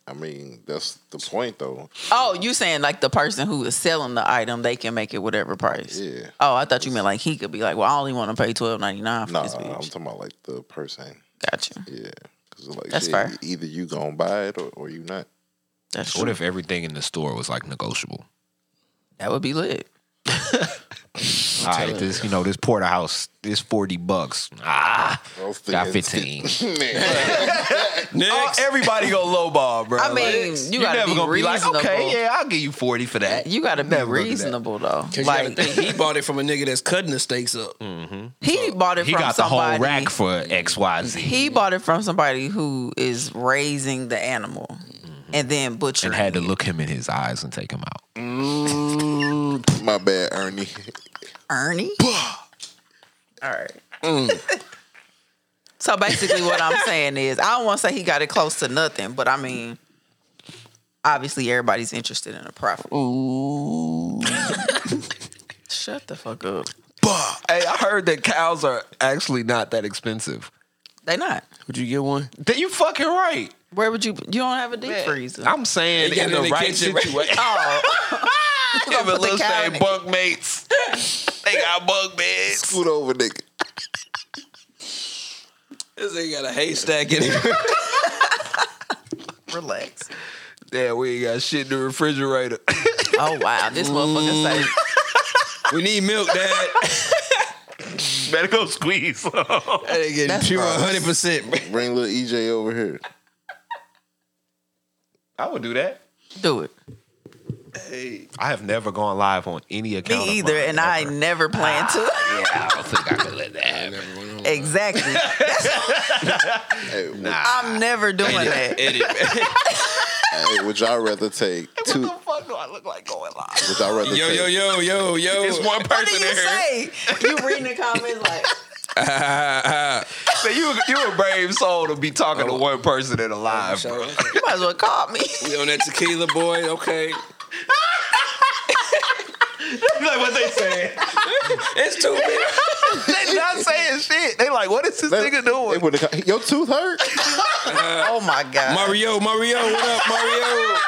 I mean, that's the point, though. Oh, you saying like the person who is selling the item, they can make it whatever price. Yeah. Oh, I thought you meant like he could be like, well, I only want to pay twelve ninety nine for Nah, I'm this bitch. talking about like the person. Gotcha. Yeah, because like That's shit, e-, fair. either you gonna buy it or, or you not. That's What true. if everything in the store was like negotiable? that would be lit. All right, this you know this porterhouse is forty bucks. Ah, Those got things- fifteen. Man, Oh, everybody go lowball, bro. I mean, you gotta be reasonable. okay, yeah, I'll give you forty for that. You got to be Never gonna do that. reasonable though. Cause you Like gotta think he bought it from a nigga that's cutting the steaks up. he bought it He from got the somebody. whole rack for X, Y, Z, He bought it from somebody who is raising the animal Mm-hmm. and then butchering. and had to it. look him in his eyes and take him out. my bad, Ernie. Ernie. All right. Mm. so basically, what I'm saying is, I don't want to say he got it close to nothing, but I mean, obviously, everybody's interested in a profit. Ooh. Shut the fuck up. Hey, I heard that cows are actually not that expensive. They not. Would you get one? That you fucking right. Where would you? You don't have a deep freezer. I'm saying They got in it the, in the right kitchen, situation. oh, Him and Put the Lil cow Shane in it. bunk mates. They got bunk beds. Scoot over, nigga. This ain't got a haystack in it. relax. Yeah, we ain't got shit in the refrigerator. Oh wow, this motherfucker say. we need milk, dad. Better go squeeze. That ain't getting pure 100%. bro. Bring little EJ over here. I would do that. Do it. I have never gone live on any account. Me of either, mine, and I ever. ain't never plan to. I don't think I could let that happen. exactly. Hey, would, Nah. I'm never doing that. hey, would y'all rather take two? do I look like going live? Which I rather Yo, take. yo, yo, yo, yo. It's one What do you say? You reading the comments like, So you you a brave soul to be talking Oh. to one person in a live. bro. you might as well call me. we on that tequila, boy. Okay. like what they saying? It's too big. they not saying shit. They like, what is this They- nigga they doing? would've co- Your tooth hurt? oh my god. Mario, Mario, what up, Mario?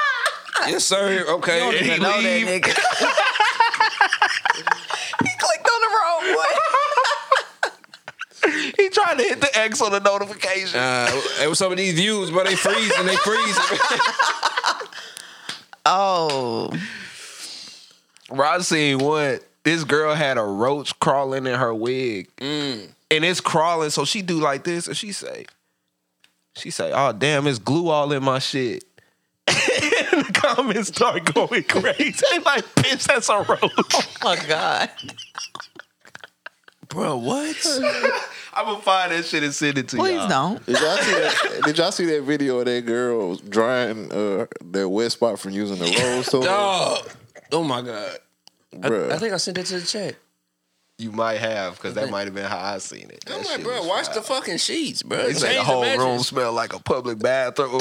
Yes, sir. Okay. He I know leave. that nigga. he clicked on the wrong one. He trying to hit the X on the notification. Uh, hey, what's up with these views, bro? They freezing. They freezing. Oh, Rod seen what this girl had a roach crawling in her wig, Mm. and it's crawling. So she do like this, and she say, she say, "Oh damn, it's glue all in my shit." and the comments start going crazy. They like, bitch, that's a roach. my god. bro, what? I'm gonna find that shit and send it to Please y'all. don't. Did y'all see that? did y'all see that video of that girl drying uh, their wet spot from using the rose toy? Dog. Oh my god. Bruh. I think I sent it to the chat. You might have, because that might have been how I seen it. That I'm shit like, bro, was watch fire. the fucking sheets, bro. They Change say the whole mattress. room smelled like a public bathroom.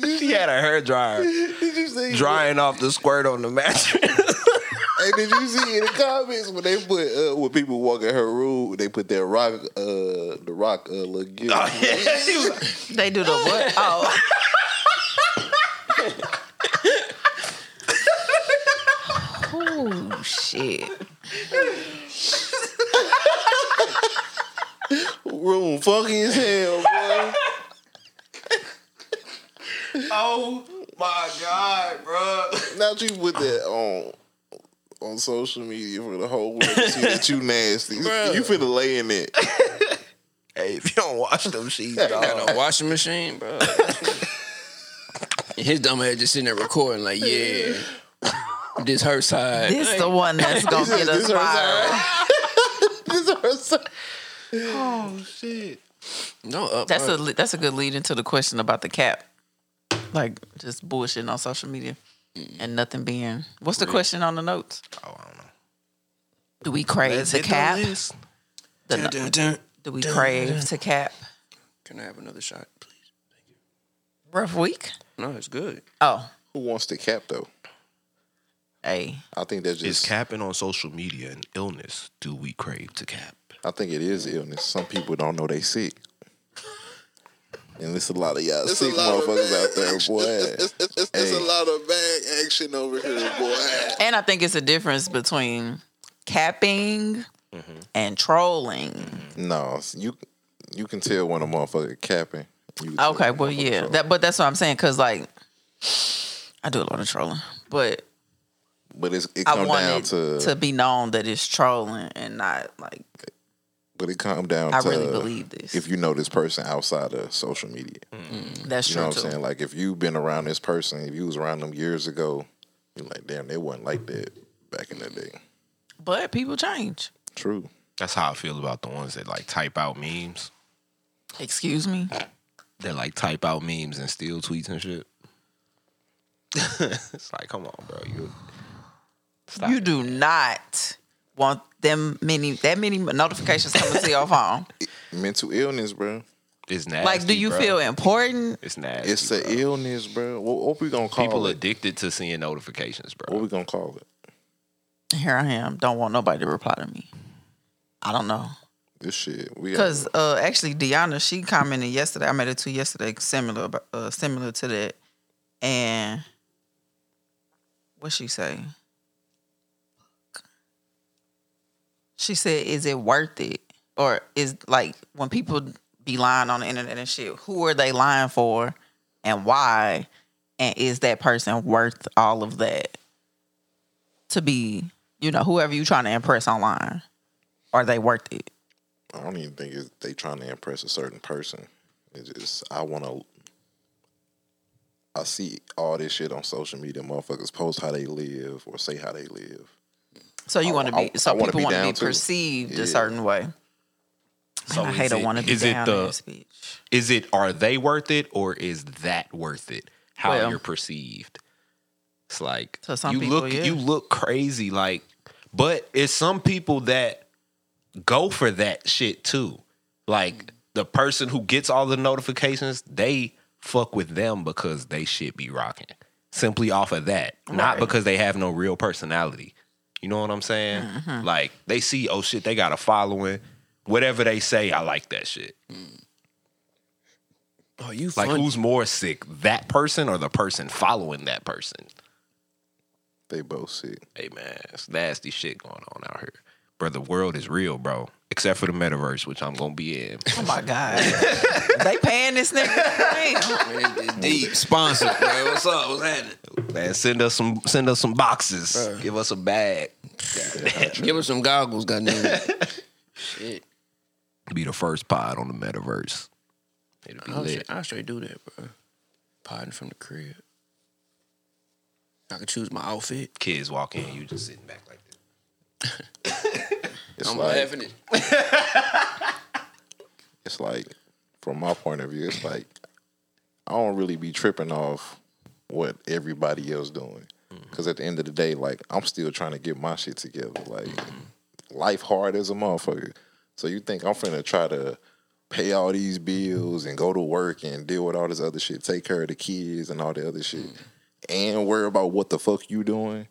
she had a hair dryer did you see? drying off the squirt on the mattress. Hey, did you see in the comments when they put uh, when people walking her room, they put their rock, uh, the rock, uh, little gift. Oh, They do the what? Oh. oh shit. room funky as hell, boy. oh my god, bro! Now that you put that on on social media for the whole world to see that you nasty, you finna lay in it. Hey, if you don't wash them sheets, dog. Got a washing machine, bro. and his dumb head just sitting there recording, like, yeah, this her side. This the one that's gonna This get is- us this hurts fired. This hurts. no, up, That's bro. a that's a good lead into the question about the cap. Like just bullshitting on social media and nothing being. What's the question on the notes? Oh, I don't know. Do we crave to cap? The no- Dun, dun. do we crave to cap? Can I have another shot, please? Rough week. No, it's good. Oh, Who wants to cap though? hey, I think that's Is just. capping on social media an illness? Do we crave to cap? I think it is illness. Some people don't know they sick. And there's a lot of y'all sick motherfuckers out there, boy. Hey. lot of bag action over here, boy. and I think it's a difference between capping and trolling. No, you you can tell when a motherfucker capping. You can tell Okay, when a well, yeah, motherfucker- that but that's what I'm saying because like I do a lot of trolling, but but it's, it I come want down it to, to, be known that it's trolling and not like but it come down I to really believe this. if you know this person outside of social media. that's You Mm-hmm. true know what too. I'm saying? Like if you've been around this person, if you was around them years ago, you're like, damn, they wasn't like that back in the day. But people change. True. That's how I feel about the ones that like type out memes. Excuse me. that like type out memes and steal tweets and shit. it's like, come on, bro. You You do not want them many that many notifications coming to your phone. Mental illness, bro. it's nasty. Like, do you bro. feel important? it's nasty? It's an illness, bro. What, what we gonna call people it? addicted to seeing notifications, What bro. we gonna call it? Here I am. Don't want nobody to reply to me. I don't know. This shit. We got Because uh, actually, Deanna, she commented yesterday. I made a tweet yesterday similar, ab- uh, similar to that. And what she say? She said, "Is it worth it?" Or is like when people be lying on the internet and shit. Who are they lying for, and why? And is that person worth all of that? To be, you know, whoever you trying to impress online, are they worth it? I don't even think it's, they trying to impress a certain person. It's just I want to. I see all this shit on social media. Motherfuckers post how they live or say how they live. So you want to I- be so I wanna people be want to be down, too. perceived Yeah. a certain way. Man, So I is hate a it- want to be is it down the- ass bitch. Is it are they worth it or is that worth it? How Well- you're perceived. It's like To some you people, look yeah. you look crazy like but it's some people that go for that shit too. Like the person who gets all the notifications, they fuck with them because they shit be rocking. Simply off of that. Not because they have no real personality. You know what I'm saying? Mm-hmm. Like they see, oh shit, they got a following. Whatever they say, I like that shit. Oh, you Like funny. who's more sick, that person or the person following that person? They both sick. Hey man, it's nasty shit going on out here. Bro, the world is real, bro. Except for the metaverse, which I'm gonna be in. Oh my god, they paying this nigga. Man, it's deep sponsor, bro. What's up? What's happening? Man, send us some send us some boxes. Bruh. Give us a bag. Give us some goggles, goddamn. it. Be the first pod on the metaverse. It'll be Oh, I'll lit. straight, I'll straight do that, bro. Potting from the crib. I can choose my outfit. Kids walk in, you just sitting back like this. It's I'm like laughing at it's like from my point of view, it's like I don't really be tripping off what everybody else doing. Cause at the end of the day, like I'm still trying to get my shit together. Like life hard as a motherfucker. So you think I'm finna try to pay all these bills and go to work and deal with all this other shit, take care of the kids and all the other shit, and worry about what the fuck you doing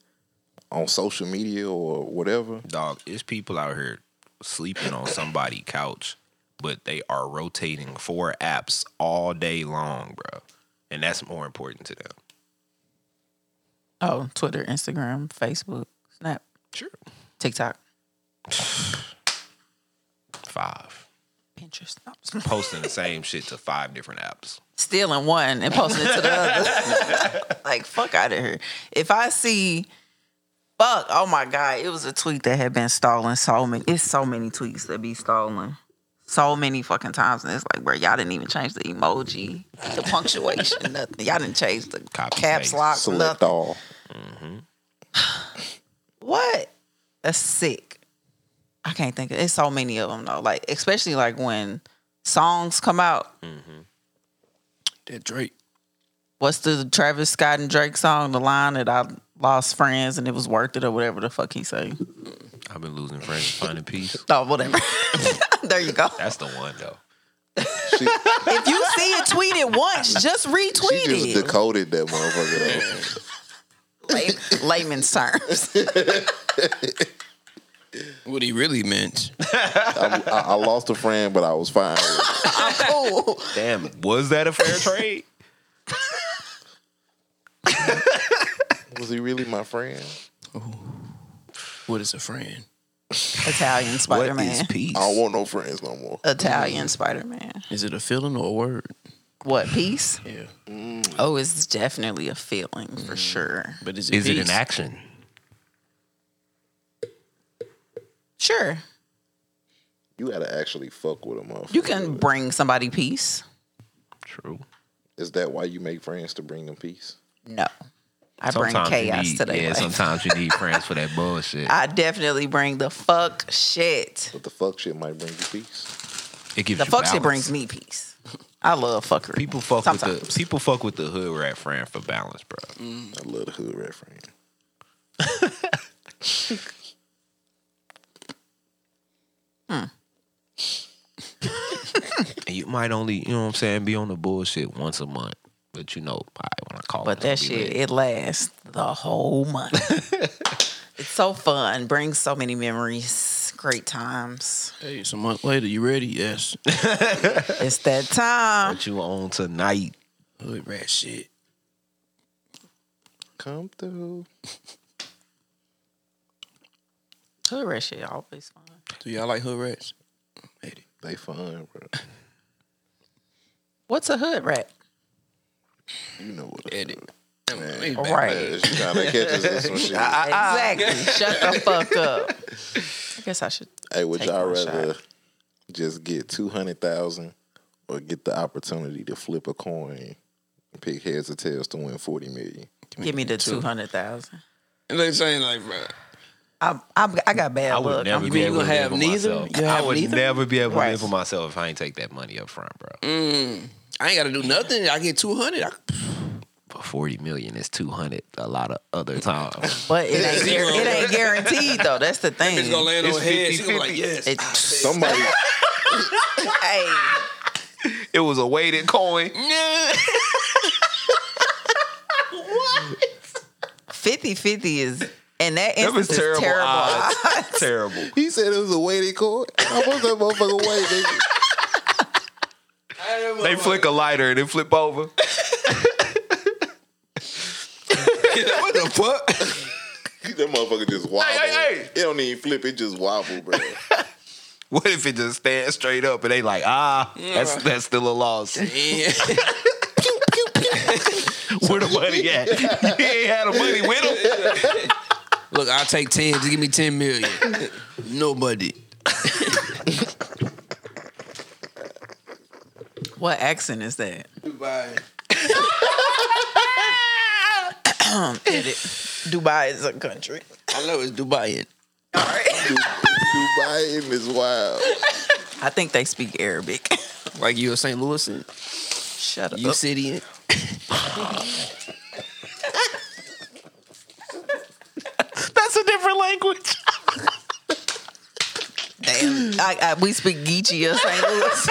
on social media or whatever. Dog, it's people out here sleeping on somebody couch, but they are rotating four apps all day long, bro. And that's more important to them. oh, Twitter, Instagram, Facebook, Snap, Sure. TikTok, Five. Pinterest. No, I'm just- Posting the same shit to five different apps. stealing one and posting it to the other. like, fuck out of here. If I see, fuck, oh my God, it was a tweet that had been stalling so many. It's so many tweets that be stalling so many fucking times. And it's like, bro, y'all didn't even change the emoji, the punctuation, nothing. Y'all didn't change the Copy caps paste. lock, Select nothing. all. What? That's sick. I can't think of It's so many of them though. Like, especially like when songs come out that Drake. what's the Travis Scott and Drake song? The line that I lost friends and it was worth it or whatever the fuck he say. I've been losing friends, finding peace. No, whatever. there you go. That's the one though. She, If you see it tweeted once, just she retweet just it. decoded that motherfucker. though. Lay- layman's terms. What he really meant. I, I, I lost a friend, but I was fine. with it. I'm cool. Damn, was that a fair trade? Was he really my friend? What is a friend? Italian Spider Man. peace? I don't want no friends no more. Italian Spider Man. Is it a feeling or a word? What peace? Yeah. Oh, it's definitely a feeling Mm. for sure. But is it Is it an peace? action? Sure, You gotta actually fuck with a motherfucker. you can bring somebody peace. True. Is that why you make friends to bring them peace? No, I bring chaos need, to their Yeah, life. sometimes you need friends for that bullshit. I definitely bring the fuck shit. But the fuck shit might bring you peace. it gives The you fuck shit balance. brings me peace. I love fuckery. People fuck with Sometimes. the people fuck with the hood rat friend for balance, bro. I love the hood rat friend. And you might only, you know what I'm saying, be on the bullshit once a month. But you know, I when I call But it, that it'll be shit, lit. it lasts the whole month. it's so fun. Brings so many memories. Great times. Hey, it's a month later. You ready? Yes. It's that time. What you on tonight? Hood rat shit. Come through. Hood rat shit always fun. Do y'all like hood rats? They fun, bro. What's a hood rat? You know what? Edit. Right. She trying to catch us in some shit. Exactly. Shut the fuck up. I guess I should. Hey, would Take y'all my rather just get two hundred thousand or get the opportunity to flip a coin and pick heads or tails to win forty million? Give me the 200,000. And they saying like, bro, I, I, I got bad I luck. would never I'm- be you able gonna to live have for neither? myself. You I have would neither? never be able to Right. live for myself Mm. if I ain't take that money up front, bro. I ain't got to do nothing. I get two hundred. I but forty million is two hundred a lot of other times. But it ain't, Zero. it ain't guaranteed though. That's the thing. It's gonna land on her head. She gonna be like, yes. It- Somebody, hey, it was a weighted coin. 50-50 is and that That was instance is terrible. terrible. odds. terrible. he said it was a weighted cord. How was that motherfucker weight, nigga? They flick a lighter and then flip over. what the fuck? That motherfucker just wobble. Hey, hey, hey. It don't even flip. It just wobble, bro. What if it just stands straight up and they like, ah, that's that's still a loss. Yeah. Where the money at? he ain't had the money with him. Look, I'll take 10. Just give me 10 million. Nobody. What accent is that? Dubai. Edit. Dubai is a country. I know it's Dubai. Dubai is wild. I think they speak Arabic. Like you a St. Louis and Shut up. you city. in. That's a different language. Damn. I, I, we speak Geechee or St. Louis.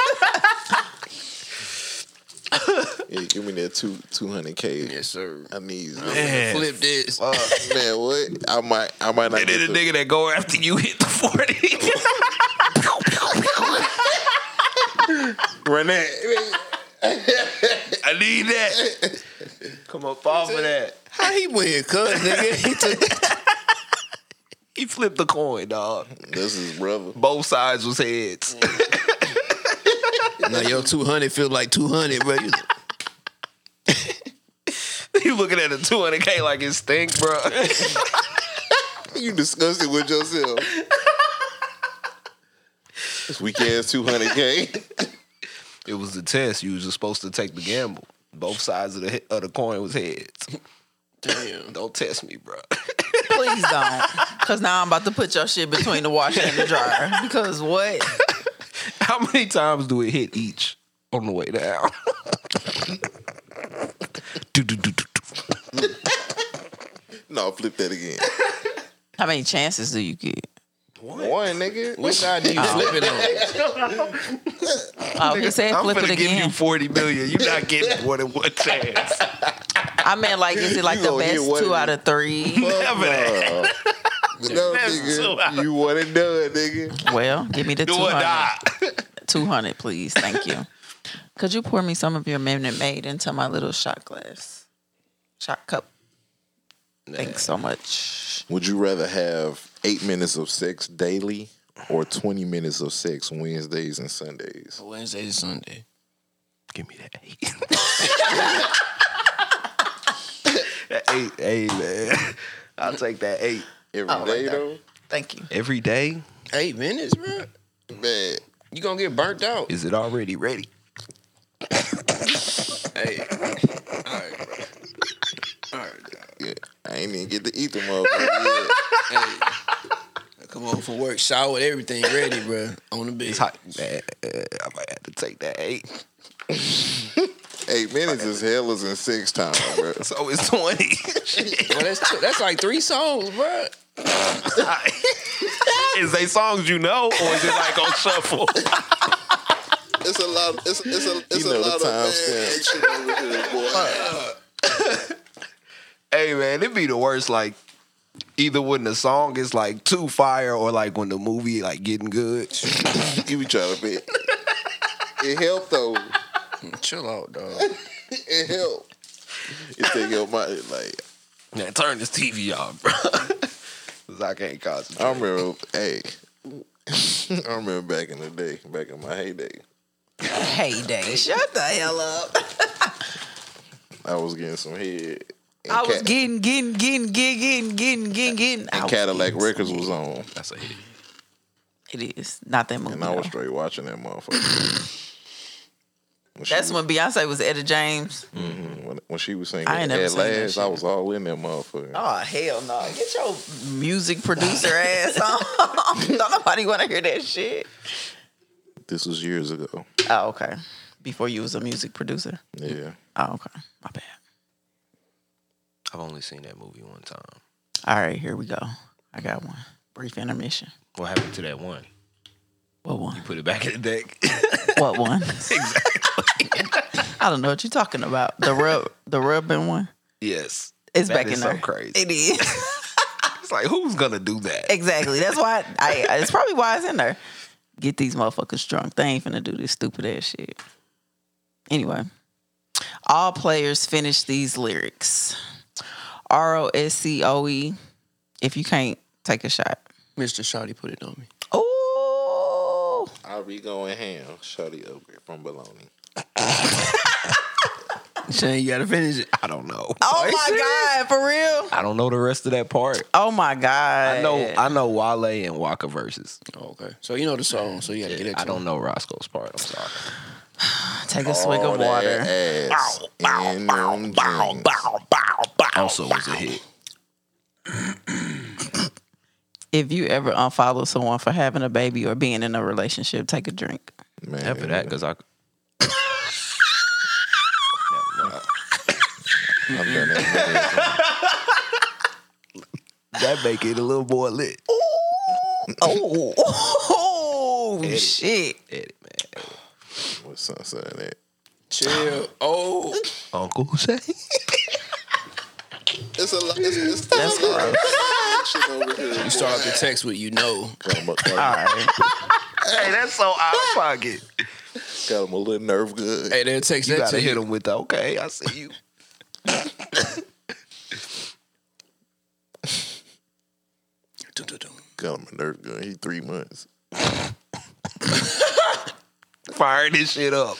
Hey, give me that two two hundred k. Yes, sir. I need you. Uh, Yeah. Flip this. man. What? I might. I might not. And then Get the the, nigga that go after you hit the 40. Renee. I need that. Come up off of that. How he went here, cuz, nigga? He took He flipped the coin, dog. This is brother. Both sides was heads. Now your 200 feel like 200, bro. You- you looking at a 200K like it stink, bro. You discussed it with yourself. this weak ass two hundred k. it was the test. You was just supposed to take the gamble. Both sides of the, he- of the coin was heads. Damn. Don't test me, bro. Please don't. Because now I'm about to put your shit between the washer and the dryer. Because what? How many times do it hit each on the way down? do, do, do, do, do. No, flip that again. How many chances do you get? One nigga. Which side do you Flip it on. Oh, he said I'm flip it gonna give you again. 40 million. You're not getting more than one chance. I meant like, is it like You the gonna get best one two of out of three? Fuck Never that. No, No, nigga. You want it done, nigga. Well, give me the Do or 200. die. 200, please. Thank you. Could you pour me some of your Minute Maid into my little shot glass? Shot cup. Thanks so much. Would you rather have eight minutes of sex daily or twenty minutes of sex Wednesdays and Sundays? Wednesday to Sunday. Give me that eight. that eight, hey man. I'll take that eight. Every day though. Thank you. Every day, Eight minutes, bro. Man, You gonna get burnt out. is it already ready? Hey. yeah, I ain't even get to eat the motherfucker. yet. Hey. Come on from work, shower, everything ready, bro. On the bed. It's hot. Man, uh, I might have to take that eight. Eight minutes is hell is in six time, bro. So it's 20. Well, that's two, that's like three songs, bro. is they songs you know, or is it like on shuffle? It's a lot. It's it's a it's You a know the lot of time bad stamp. action over here, boy. hey man, it'd be the worst. Like either when the song is like too fire, or like when the movie like getting good. You be trying to be. It helped though. Chill out, dog. It helped. It take your mind like Man, turn this TV off, bro. Cause I can't concentrate. I remember. hey, I remember back in the day, back in my heyday, Heyday. Shut the hell up. I was getting some head. And I was Cat- getting, getting, getting, getting, getting, getting, getting. I and was Cadillac getting- Records was on, That's a hit. It is. Not that movie. and I was though. straight watching that motherfucker. When she That's was, when Beyonce was Etta James. Mm. when, when she was singing I ain't never at seen that last. I shit. was all in that motherfucker. Oh hell no! Get your music producer ass on. Don't nobody want to hear that shit. This was years ago. Oh okay. Before you was a music producer. Yeah, Oh okay. My bad. I've only seen that movie one time. All right, here we go. I got one. Brief intermission. What happened to that one? What one? Put it back in the deck. What one? exactly. I don't know what you're talking about. The rub, the rubbing one. yes. It's That back is in so there. crazy. It is It's like who's gonna do that? exactly. That's why. I, I. It's probably why it's in there. Get these motherfuckers drunk. They ain't finna do this stupid ass shit. Anyway, all players finish these lyrics. R O S C O E. If you can't take a shot. Mr. Shotty put it on me. Oh, I'll be going ham. Shotty upgrade from baloney. Shane, you gotta finish it. I don't know. oh my god, for real? I don't know the rest of that part. Oh my god. I know I know Wale and Waka verses. okay. So you know the song, so you gotta get it. I don't know Roscoe's part. I'm sorry. Take a swig of water. Ass in them jeans. Also was a hit. If you ever unfollow someone for having a baby or being in a relationship, take a drink. Man, After that, because I I've done that. that make it a little more lit. Oh, shit. Edit, man. many- With sunset in it. Chill. Oh, Uncle Hussein. It's a lot. It's, it's, That's a lot of shit over here. you start the text with you know. Got him, a, got, him, hey, that's so out of pocket. got him a little nerve good. Hey, they'll text You that gotta to hit you. him with the okay. I see you. Got him a nerve gun. He three months. Fire this shit up.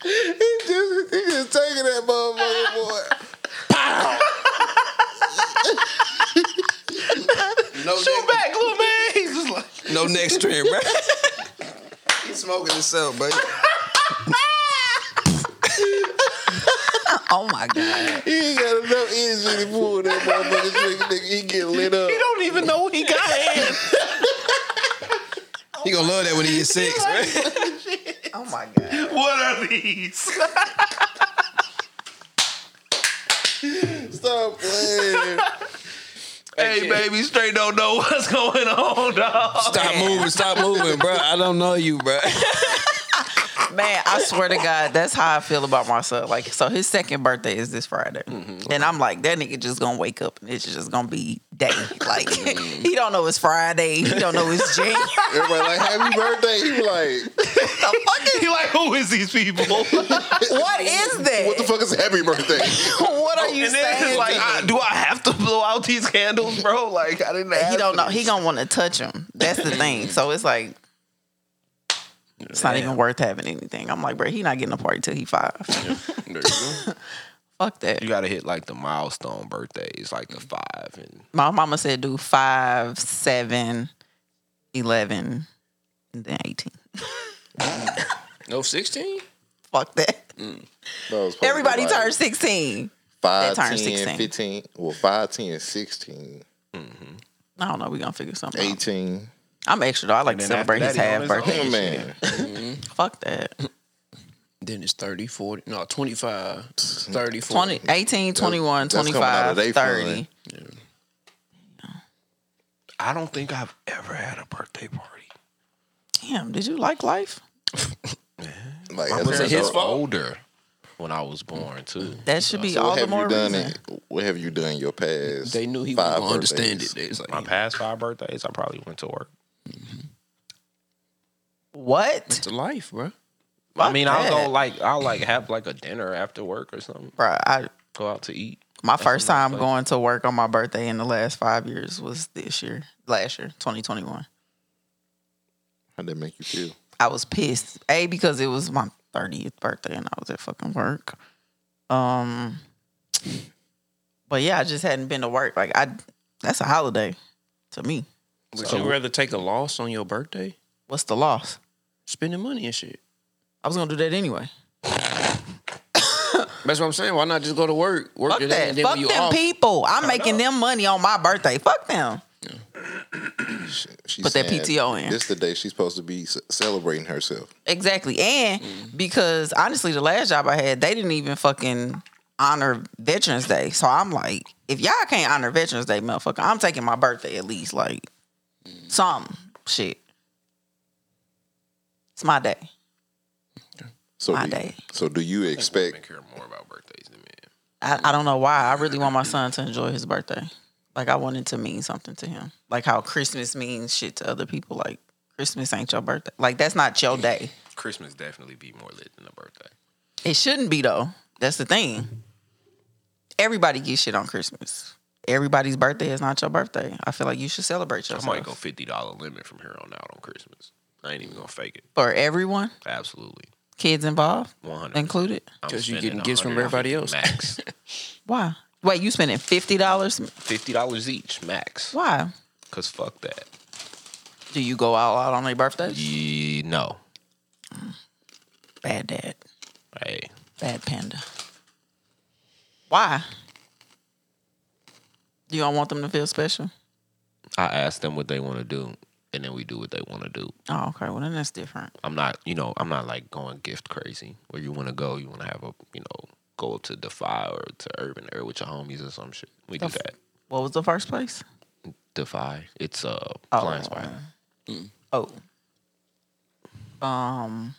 He just taking that motherfucker, boy. No, next, Back, little man. He's just like no next trend, bro. He's smoking himself, baby. Oh my God. He ain't got enough energy to pull that motherfucker trigger. Nigga, he get lit up. don't even know he got hands. He gonna love that when he gets six, right? Oh my God. What are these? Stop playing. hey, baby, straight don't know what's going on, dog. Stop moving, stop moving, bro. I don't know you, bro. Man, I swear to God, that's how I feel about my son. Like, so his second birthday is this Friday. And I'm like, that nigga just gonna wake up and it's just gonna be day. Like, he don't know it's Friday. He don't know it's January. what Everybody like, happy birthday. He like, the fuck is, He like, who is these people? what is that? what the fuck is happy birthday? What are you Oh, and then saying? it's like, I, do I have to blow out these candles, bro? Like, I didn't. Ask he don't know. He gonna want to touch him. That's the thing. So it's like, it's not even worth having anything. I'm like, bro, he not getting a party till he five. Fuck that. You gotta hit like the milestone birthdays, like the five, and My mama said do five, seven, eleven, and then eighteen. No sixteen? Fuck that. No, it's probably Everybody like turns sixteen. 5, they turn 10, 16. 15. Well, 5, 10, 16, I don't know. We gonna figure something. out. 18. I'm extra though. I like to And then after celebrate his that, he on half his birthday. Oh, own. man. Fuck that. Then it's 30, 40, no, 25, 30, 40. 20, 18, 21, that's coming out 25, of they 30. fund. I don't think I've ever had a birthday party. Damn, did you like life? Like, Was as a it his result, fault? Older when I was born too. That should be all What the have more you done? reason. In, what have you done your past? They knew he was five gonna understand birthdays? it. They was like, My past five birthdays, I probably went to work. What? it's a life, bro. I mean, I'll that. go like I'll like have like a dinner after work or something. Bro, I Go out to eat. my first time going to work on my birthday in the last five years was this year, last year, 2021. How'd that make you feel? I was pissed. A because it was my 30th birthday and I was at fucking work. Um but yeah, I just hadn't been to work. Like I that's a holiday to me. Would you rather take a loss on your birthday? What's the loss? Spending money and shit. I was gonna do that anyway. That's what I'm saying. Why not just go to work? Work Fuck today, that. and then Fuck when you them off, people. I'm making them money on my birthday. Fuck them. She, she Put that saying PTO in. This the day she's supposed to be ce- celebrating herself. Exactly. And because honestly, the last job I had, they didn't even fucking honor Veterans Day. So I'm like, if y'all can't honor Veterans Day, motherfucker, I'm taking my birthday at least. Like, some shit. It's my day. So My do, day. So do you I expect? care more about birthdays than men. I, I don't know why. I really want my son to enjoy his birthday. Like, I want it to mean something to him. Like, how Christmas means shit to other people. Like, Christmas ain't your birthday. Like, that's not your day. Christmas definitely be more lit than a birthday. It shouldn't be though. That's the thing. Everybody gets shit on Christmas. Everybody's birthday is not your birthday. I feel like you should celebrate I yourself. might go fifty dollar limit from here on out on Christmas. I ain't even gonna fake it. For everyone, Absolutely, kids involved, one hundred included. Because you getting gifts from everybody else. Max Why? Wait, you spending fifty dollars? fifty dollars each, max. Why? Cause fuck that. Do you go all out on their birthday? Yeah, no. Bad dad, Hey, bad panda. Why? You don't want them to feel special? I ask them what they want to do, and then we do what they want to do. Oh, okay. Well, then that's different. I'm not, you know, I'm not like going gift crazy. Where you want to go, you want to have a, you know, go up to Defy or to Urban Air with your homies or some shit. We do Def- that. What was the first place? Defy. It's a uh, Oh. blind spot. Oh. Um.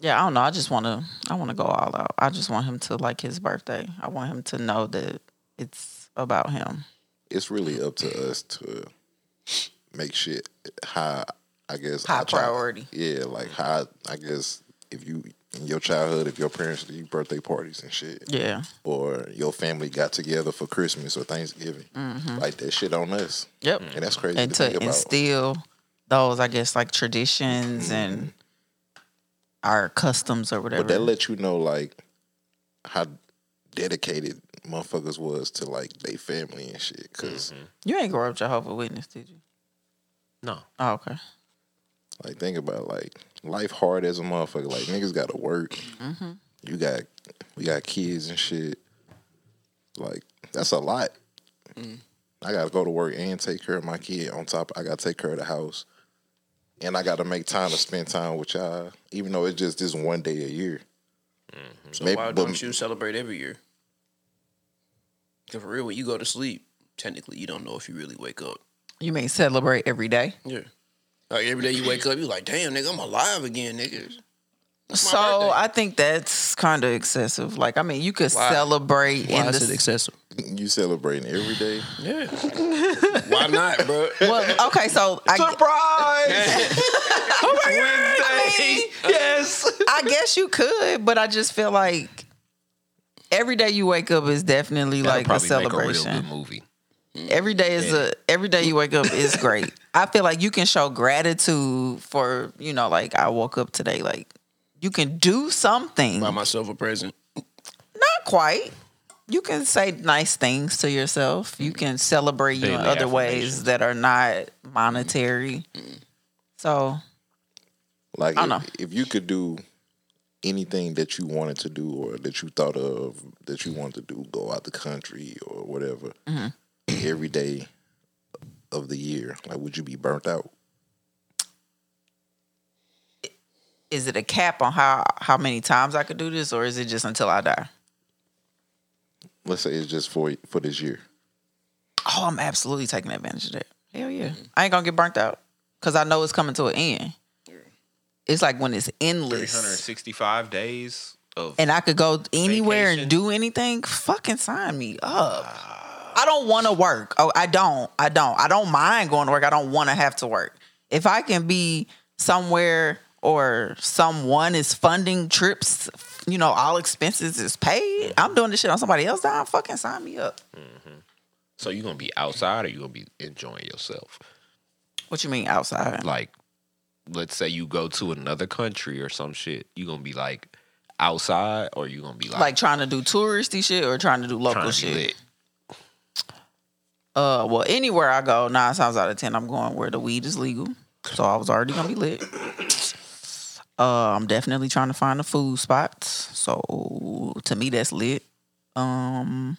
Yeah, I don't know. I just want to. I want to go all out. I just want him to like his birthday. I want him to know that it's about him. It's really up to us to make shit high. I guess High our child- priority. yeah, like high. I guess if you in your childhood, if your parents do birthday parties and shit, Yeah. or your family got together for Christmas or Thanksgiving, like that shit on us, Yep. and that's crazy Mm-hmm. And to to think about. instill those, I guess, like traditions and our customs or whatever. But that let you know like how dedicated motherfuckers was to like they family and shit. because you ain't grow up Jehovah Witness, did you? No. Oh, okay. like think about like life hard as a motherfucker. Like niggas got to work. Mm-hmm. You got we got kids and shit. Like that's a lot. Mm. I gotta go to work and take care of my kid. On top, I gotta take care of the house, and I gotta make time to spend time with y'all. Even though it's just this one day a year. So Maybe- why but- don't you celebrate every year? 'Cause for real, when you go to sleep, technically you don't know if you really wake up. You mean celebrate every day? Yeah. Like every day you wake up, you like, damn, nigga, I'm alive again, nigga. my So birthday. I think that's kind of excessive. Like, I mean, you could celebrate in Why the is it excessive? You celebrating every day. Yeah. Why not, bro? Well, okay, so I, Oh yes. I guess you could, but I just feel like every day you wake up is definitely That'll like a probably make a real celebration. good movie. every day is a every day you wake up is great. I feel like you can show gratitude for you know, like I woke up today. Like you can do something. Buy myself a present. Not quite. You can say nice things to yourself. You can celebrate you in Daily other ways that are not monetary. So Like I if, know. if you could do anything that you wanted to do or that you thought of that you wanted to do, go out the country or whatever Mm-hmm. every day of the year, like would you be burnt out? is it a cap on how how many times I could do this, or is it just until I die? Let's say it's just for for this year. Oh, I'm absolutely taking advantage of that. Hell yeah, I ain't gonna get burnt out because I know it's coming to an end. It's like when it's endless, 365 days of and I could go anywhere Vacation. and do anything. Fucking sign me up. Ah. I don't want to work. Oh, I don't. I don't. I don't mind going to work. I don't want to have to work. If I can be somewhere or someone is funding trips, you know, all expenses is Mm-hmm. paid. I'm doing this shit on somebody else. dime. fucking sign me up. so you gonna be outside or you gonna be enjoying yourself. What you mean outside? Like, let's say you go to another country or some shit. You gonna be like outside or you gonna be like, Like trying to do touristy shit or trying to do trying local to be shit. lit. Uh, well, anywhere I go, nine times out of ten, I'm going where the weed is legal. So I was already gonna be lit. Uh, I'm definitely trying to find the food spots. So to me, that's lit. Um,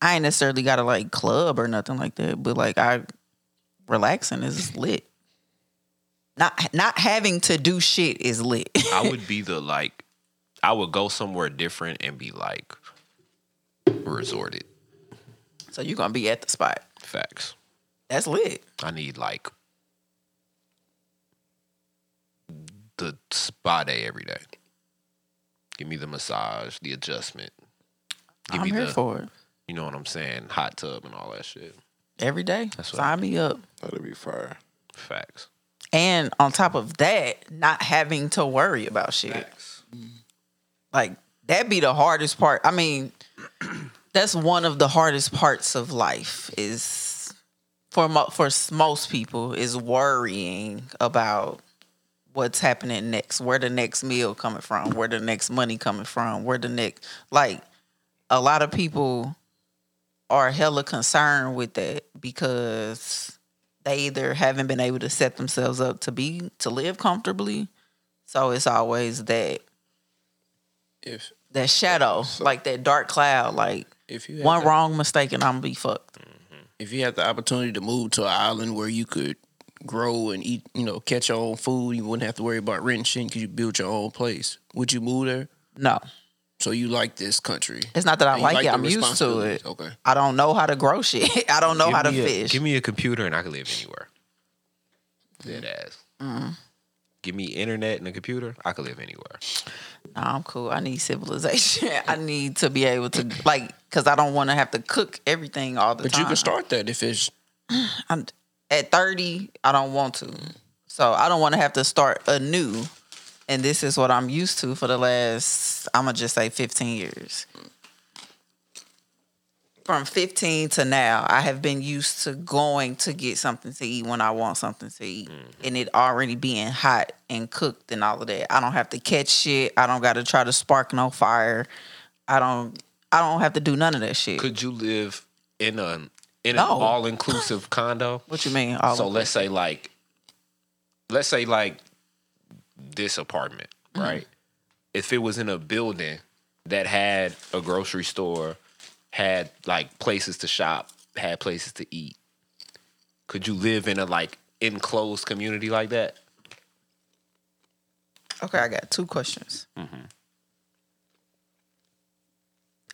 I ain't necessarily got to like club or nothing like that, but like I relaxing is lit. Not not having to do shit is lit. I would be the like, I would go somewhere different and be like, resorted. so you're gonna be at the spot. Facts. That's lit. I need like the spa day every day. Give me the massage, the adjustment. Give I'm me here the, for it you know what I'm saying, hot tub and all that shit. every day. That's what- Sign me up. That'd be fire. Facts. And on top of that, not having to worry about shit. Like that be the hardest part. I mean, that's one of the hardest parts of life is for mo- for s- most people is worrying about what's happening next, where the next meal coming from, where the next money coming from, where the next like a lot of people are hella concerned with that because they either haven't been able to set themselves up to be to live comfortably. So it's always that If that shadow, like that dark cloud, like if you had one the- wrong mistake and I'm gonna be fucked. if you had the opportunity to move to an island where you could grow and eat, you know, catch your own food, you wouldn't have to worry about rent and shit because you built your own place. Would you move there? No. So you like this country? It's not that I And you like, it, the I'm used to responsibilities. it. Okay. I don't know how to grow shit. I don't know how to me a- fish. give me a computer and I can live anywhere. Dead ass. Give me internet and a computer, I could live anywhere. Nah, I'm cool. I need civilization. I need to be able to like cause I don't wanna have to cook everything all the But time. you can start that if it's I'm at 30, I don't want to. So I don't want to have to start anew. And this is what I'm used to for the last, I'm going to just say 15 years. From 15 to now, I have been used to going to get something to eat when I want something to eat Mm-hmm. and it already being hot and cooked and all of that. I don't have to catch shit. I don't got to try to spark no fire. I don't I don't have to do none of that shit. Could you live in a in an No. all inclusive condo? what you mean? All so of- let's say like let's say like this apartment right if it was in a building that had a grocery store had like places to shop had places to eat could you live in a like enclosed community like that Okay, I got two questions. Mm-hmm.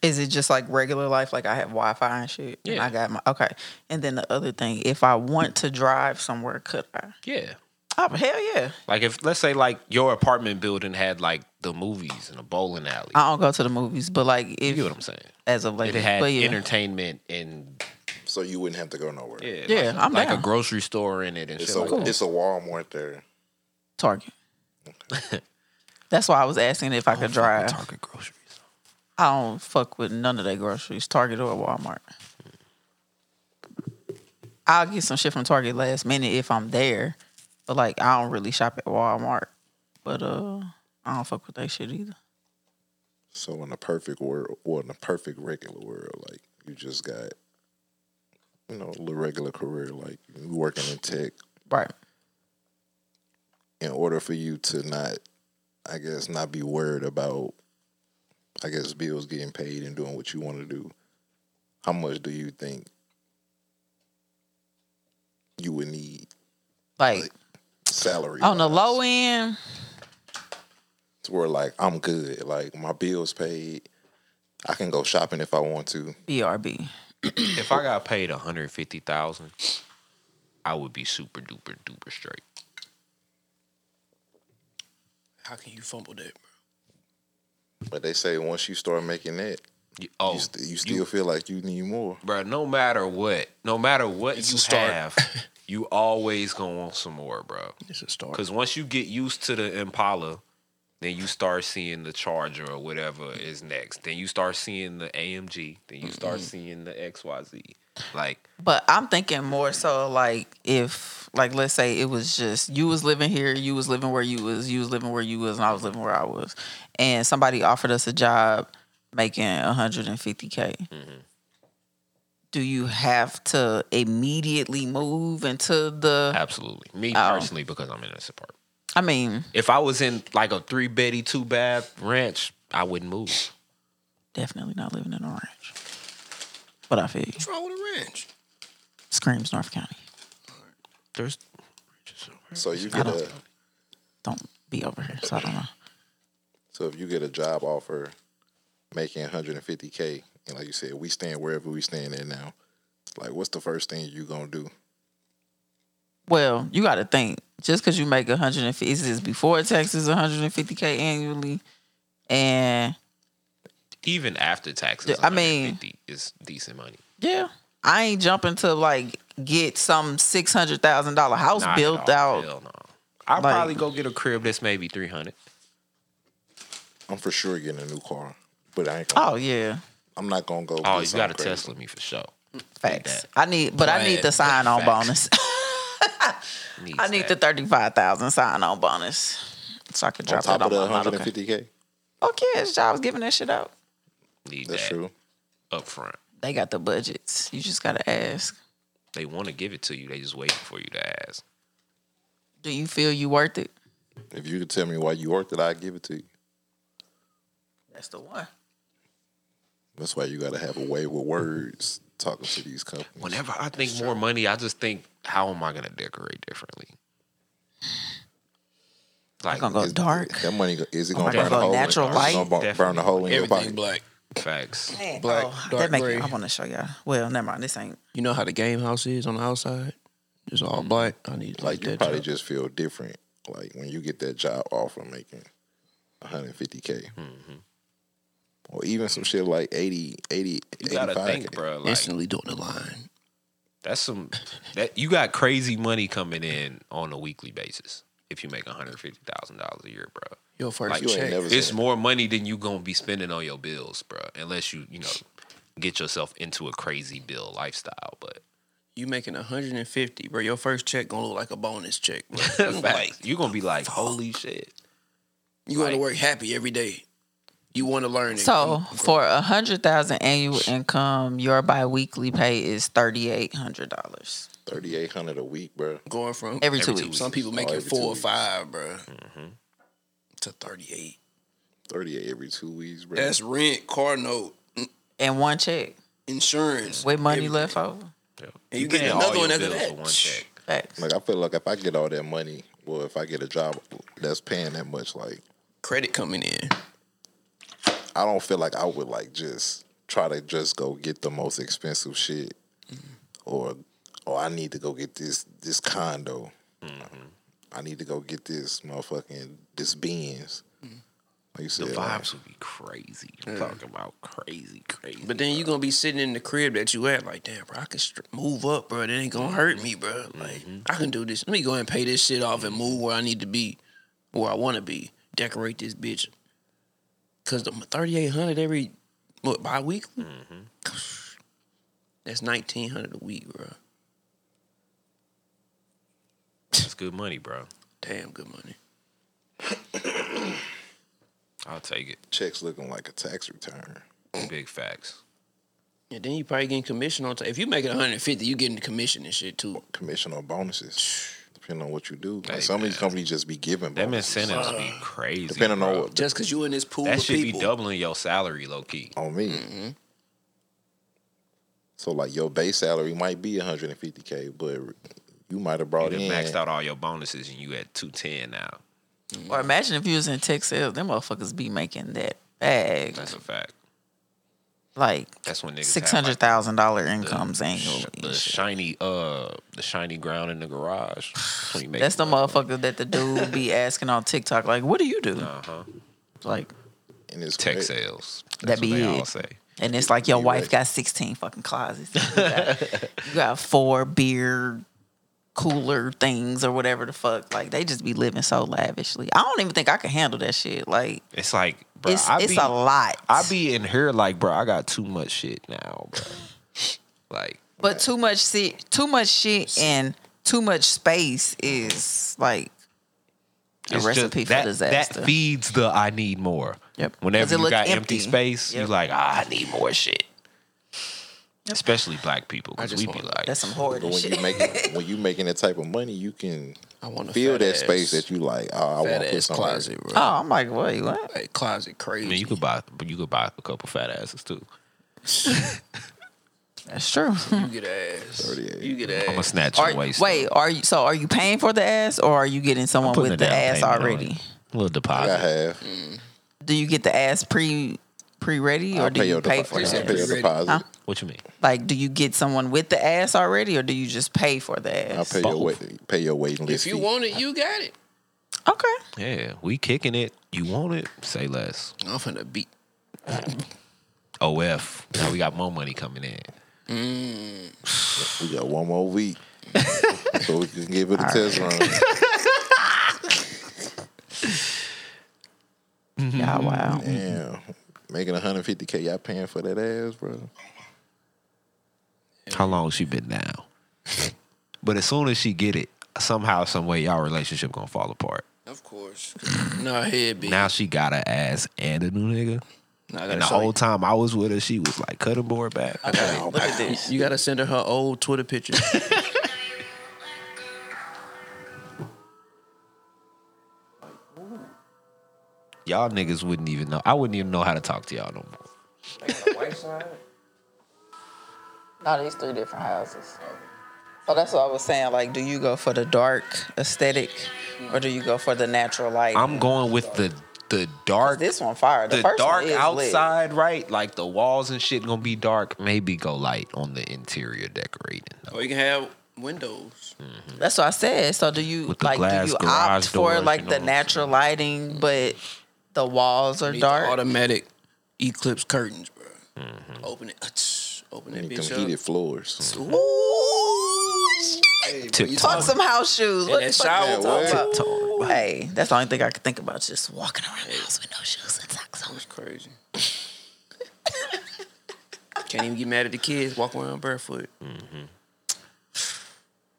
Is it just like regular life? Like I have Wi Fi and shit. and Yeah. I got my okay. And then the other thing, if I want to drive somewhere, could I? yeah Oh hell yeah! like if let's say like your apartment building had like the movies and a bowling alley I don't go to the movies, but like you if get what i'm saying as of if lately, it had but yeah, entertainment and So you wouldn't have to go nowhere. yeah, Yeah, like, a- I'm like down. a grocery store in it and It's shit a like that. it's a Walmart there. Target. That's why I was asking if I could drive. Target groceries I don't fuck with none of their groceries, Target or Walmart. I'll get some shit from Target last minute if I'm there, but like I don't really shop at Walmart. But uh, I don't fuck with that shit either. So in a perfect world, or in a perfect regular world, like you just got, you know, a regular career, like you working in tech. Right. In order for you to not, I guess, not be worried about, I guess, bills getting paid and doing what you want to do, how much do you think you would need Like salary? on the low end, to where like I'm good, like my bills paid, I can go shopping if I want to. BRB. If I got paid one hundred fifty thousand, I would be super duper duper straight. how can you fumble that? Bro? But they say once you start making that. You- oh, you, st- you still feel like you need more. bro! No matter what, no matter what It's you a start. have, you always gonna want some more, bro. It's a start. Because once you get used to the Impala, then you start seeing the Charger or whatever is next. Then you start seeing the AMG. Then you start Mm-hmm. seeing the XYZ. Like But I'm thinking more so like if like let's say it was just you was living here, you was living where you was, you was living where you was, and I was living where I was, and somebody offered us a job making 150k. Do you have to immediately move into the? absolutely, me Oh. personally, because I'm in this apartment. I mean, If I was in like a three beddy, two bath ranch, I wouldn't move. definitely not living in a ranch. But I feel you. What's wrong with a ranch? screams North County. There's So you get a Don't be over here. So I don't know. so if you get a job offer making 150k, and like you said, we stand wherever we stand at now. It's like, what's the first thing you gonna do? Well, you got to think. Just because you make 150, is this before taxes 150k annually? And Even after taxes, I mean- 150 is decent money. yeah, I ain't jumping to like get some six hundred thousand dollar house Nah, built no, out. hell no. I'll Like- probably go get a crib that's maybe 300. I'm for sure getting a new car, but I ain't. Gonna, Oh yeah, I'm not gonna go. Oh, get you got to something crazy. Tesla me for sure. facts. that. I need, but I Glad. need the sign on Facts. bonus. Needs I need the that. thirty five thousand sign on bonus, so I can On drop top that of on the my model car. 150k, Oh yeah, it's jobs giving that shit out. Need that's that true. up front. They got the budgets. You just gotta ask. They want to give it to you. They just waiting for you to ask. Do you feel you worth it? If you could tell me why you worked it, I'd give it to you. That's the one. That's why you got to have a way with words talking to these companies. Whenever I think more money, I just think, how am I going to decorate differently? Like, Gonna go Is- dark. That money go- is it gonna I burn go a hole? natural in, light? Is it gonna bu- burn a hole in your Everything pocket? black. facts. Black, oh, that dark make me, gray. I want to show y'all. Well, never mind. This ain't. You know how the game house is on the outside? It's all black. I need like, Like you that. probably job. just feel different. Like when you get that job offer making 150k, or even some shit like 80, 80, You got to 85K. think, bro. Like, instantly doing the line. that's some, that you got crazy money coming in on a weekly basis if you make $150,000 a year, bro. Your first You ain't check. never It's seen more money than you gonna be spending on your bills, bro. Unless you, you know, get yourself into a crazy bill lifestyle. But you making 150, bro. Your first check gonna look like a bonus check, bro. You like Facts. you gonna be like, holy shit. you want to work happy every day. You want to learn it. So for a hundred thousand annual income, your biweekly pay is thirty eight hundred dollars. 3800 a week, bro. going from Every two weeks. weeks. Some people making every two four or weeks. five, Mm-hmm. bro. To 38. 38 every two weeks, bro. That's rent, car note, And one check insurance. with money everything. left over. And you getting another one after that. with one check. Facts. like I feel like if I get all that money, well, if I get a job that's paying that much, like Credit coming in. I don't feel like I would like just try to just go get the most expensive shit, Mm-hmm. or or I need to go get this this condo. Mm-hmm. I need to go get this motherfucking this Benz. Like you Mm-hmm. The said, like, vibes would be crazy. I'm talking about crazy, crazy. But then you gonna be sitting in the crib that you at, like, damn, bro, I can str- move up, bro. It ain't gonna hurt me, bro. Like, I can do this. Let me go and pay this shit off and move where I need to be, where I want to be. Decorate this bitch. Cause the thirty eight hundred every what biweekly, Mm-hmm. that's nineteen hundred a week, bro. That's good money, bro. Damn good money. I'll take it. checks looking like a tax return. Big facts. And then you probably getting commission on. T- if you make it one hundred fifty, you getting the commission and shit too. Commission or bonuses, depending on what you do. Like Hey, some of these man. companies just be giving Them bonuses. incentives be crazy. depending on bro. what Just cause you in this pool that of should people, be doubling your salary, low key. on me. Mm-hmm. So like your base salary might be 150k, but you might have You brought done in maxed out all your bonuses and you at two ten now. Or imagine if you was in tech sales, them motherfuckers be making that bag That's a fact. like That's when niggas six have, like, hundred thousand dollar incomes annually. the shiny uh the shiny ground in the garage. That's, when you make That's the it. motherfucker that the dude be asking on TikTok, like, "What do you do?" uh-huh. Like, in this tech commi- sales. That That's be what they all it. say. And it's like your You're wife right. got 16 fucking closets. You got, you got four beer cooler things or whatever the fuck. Like they just be living so lavishly. I don't even think I could handle that shit. Like It's like, bro, it's I it's be, a lot. I be in here like, bro, I got too much shit now, bro. like, but too much shit, too much shit and too much space is like a it's just- recipe for that, disaster. That feeds the I need more. Yep. 'Cause Whenever it you look got empty, empty. space, you Yep. like, ah, I need more shit. Especially black people, because we just be want- like, That's some horrid But when shit. you making when you making that type of money, you can I want to feel that space that you like. Oh, I fat want to put ass somewhere. closet, bro. oh, I'm like, wait, what? Like closet crazy. I mean, you could buy, you could buy a couple fat asses too. That's true. You get ass. 38. You get ass. I'm gonna snatch Are- your waist. wait, are you so are you paying for the ass or are you getting someone putting with a the down ass payment on already? it. little I got deposit. half. Mm. Do you get the ass pre pre ready or I'll do pay you your pay deposit. for I'll it? pay your Ready? deposit. Huh? What you mean? Like, do you get someone with the ass already or do you just pay for the I'll ass? pay your Both. wait. Pay your waiting list. If you fee. want it, you got it. Okay. Oh, Yeah, we kicking it. You want it? Say less. I'm finna beat. OF. Now we got more money coming in. we got one more week, so we can give it a test run. Yeah, Mm-hmm. wow. Damn, making 150k, y'all paying for that ass, bro? How long she been down? but as soon as she get it, somehow, some way, y'all relationship gonna fall apart. Of course. no head bitch. Now she got her ass and a new nigga. Nah, I gotta And the show whole time I was with her, she was like cutting board back. you. Look at this. You gotta send her her old Twitter pictures. Y'all niggas wouldn't even know. I wouldn't even know how to talk to y'all no more. No, these three different houses. So that's what I was saying. Like, do you go for the dark aesthetic or do you go for the natural light? I'm going with the the dark this one fire. The, the first dark one is lit. outside, right? Like the walls and shit gonna be dark. Maybe go light on the interior decorating. though. or you can have windows. That's what I said. So do you With the like glass do you garage opt for doors, you like know the what I'm natural lighting, but the walls are Need the dark? Automatic eclipse curtains, bro. Open it. Atch, Open that Need them bitch up. heated floors. Talk some house shoes. What that the fuck shower you talking wall. about? Hey, that's the only thing I could think about. Just walking around the house with no shoes and socks on. It's crazy. Can't even get mad at the kids walking around barefoot.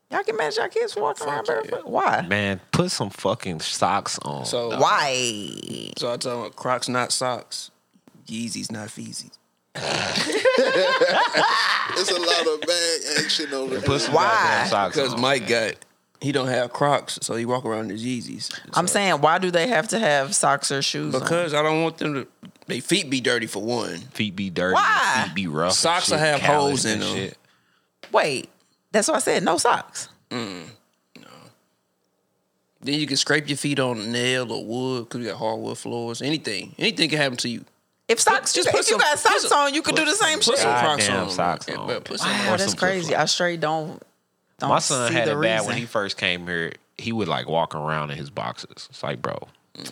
Y'all can imagine y'all kids walking around Fuck yeah. barefoot. Why? Man, put some fucking socks on. So Why? So I tell them Crocs not socks, Yeezys not Feezys. It's a lot of bad action over there. put some Why? goddamn socks Because on. Mike got he don't have Crocs, so he walk around in his Yeezys. I'm saying, why do they have to have socks or shoes? on? because I don't want them to they feet be dirty for one. feet be dirty, Why? feet be rough. and Socks shit, will have callous holes in and them. shit. wait, that's why I said no socks. Then you can scrape your feet on nail or wood because we got hardwood floors. Anything, anything can happen to you. If socks, just just put if some- you got put socks some- on, you could do the same Put shit. some Crocs Goddamn on. socks Yeah, on. but put some- Wow, Or that's some crazy. flip-flops. I straight don't. don't My son see had the it bad when he reason. first came here. He would like walk around in his boxes. It's like, bro,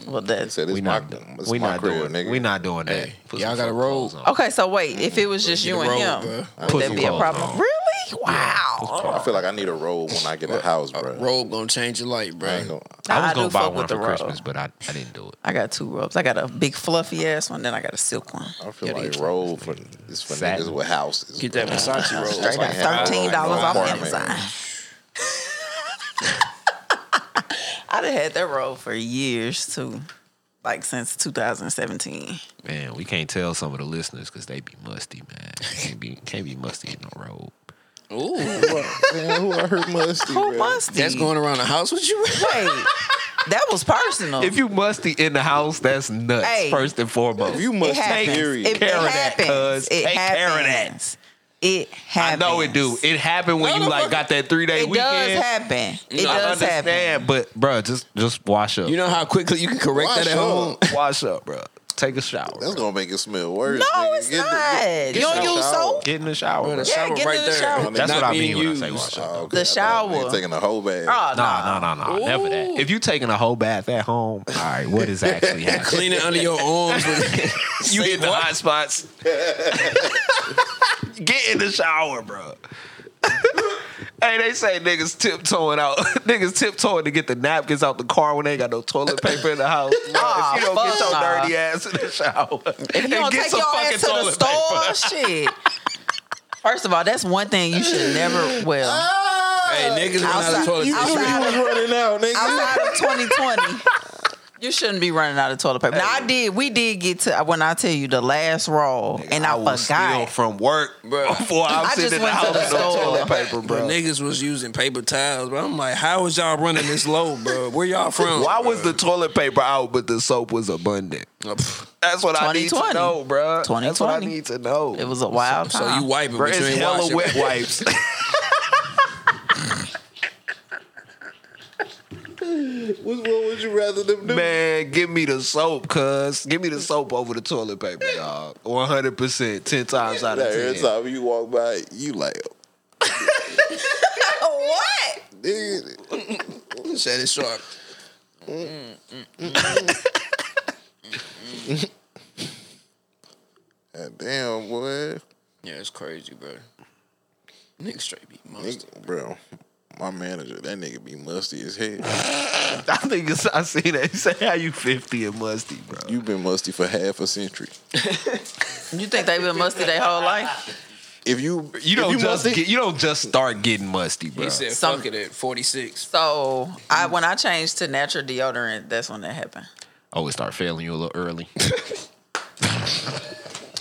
Well, that's Said it's we my, not, it's we my not crib, doing, nigga. we not doing that. Put y'all some got a fucking roll. clothes on. okay. So wait, if it was just you and roll, him, bruh. Put would that some be a clothes problem? on. Really? Wow. I feel like I need a robe when I get a house, A bro. robe gonna change your life, I ain't bro. gonna, Nah, I was gonna I do buy fuck one with for the robe. Christmas, but I, I didn't do it. I got two robes. I got a big fluffy ass one, then I got a silk one. I feel Yeah, like they- robe for is for Satin. niggas with houses. Get bro. that Versace robe. Straight Got Like, how- thirteen dollars off Apartment. Amazon. I done had that robe for years too, like since 2017. Man, we can't tell some of the listeners because they be musty, man. Can't be, can't be musty in no robe. Ooh, Man, who I heard musty, Who bro? musty? that's going around the house with you. Wait, that was personal. If you musty in the house, that's nuts. Hey. first and foremost, If you it musty, happens. period. It, it Carry that, happens. cuz. It Take care of that. happens. It I happens. know it do. It happened when you like got that three day It does weekend. happen. It I does happen. understand, but bro, just just wash up. You know how quickly you can correct Wash that at up. home. wash up, bro. Take a shower. That's bro. gonna make it smell worse. No, nigga. it's Get the- not. get you don't the use shower. soap. Get in the shower. Bro, Bro. the Yeah, shower get right in the there. shower. mean, That's Not what I being mean when I say used. wash Oh, up. okay. The I thought you shower. Taking a whole bath. Oh, no. Nah, nah, nah, nah. Never that. If you taking a whole bath at home, all right, what is actually happening? Clean it under your arms. with- you hit the hot spots. Get in the shower, bro. hey, they say niggas tiptoeing out. niggas tiptoeing to get the napkins out the car when they ain't got no toilet paper in the house. Bro, Nah, if you don't get fuck your nah. dirty ass in the shower, If you don't take your ass to the store, shit. First of all, that's one thing you should never. Well, Uh, hey, niggas run out of Outside- toilet outside- paper. running out, nigga. outside of 2020, You shouldn't be running out of toilet paper. Now I did. We did get to when I tell you the last roll, and I, was still forgot. from work before I'm I just sitting in the went to house the with no toilet store. paper, bro. Bro, niggas was using paper towels, bro. I'm like, how is y'all running this low, bro? Where y'all from? Why was the toilet paper out, but the soap was abundant? Oh, pff. That's what I need to 2020. know, bro. That's what I 2020. need to know. It was a wild So time. you wipe it, Bro, but you it's ain't wash hella it. wet wipes. Which one would you rather them do? Man, give me the soap, cuz. Give me the soap over the toilet paper, dog. 100%, 10 times out Like, every of 10. time you walk by, you like, what? nigga, Set it sharp. God damn boy, Yeah, it's crazy, bro. Niggas straight be monster. nigga, bro. My manager, that nigga be musty as hell. I think it's, I see that. He said, How you 50 and musty, bro? you been musty for half a century. You think they've been musty their whole life? If you, You don't if just musty, get, you don't just start getting musty, bro. He said, Some- "Fuck it at 46." So I when I changed to natural deodorant, that's when that happened. oh, it start failing you a little early.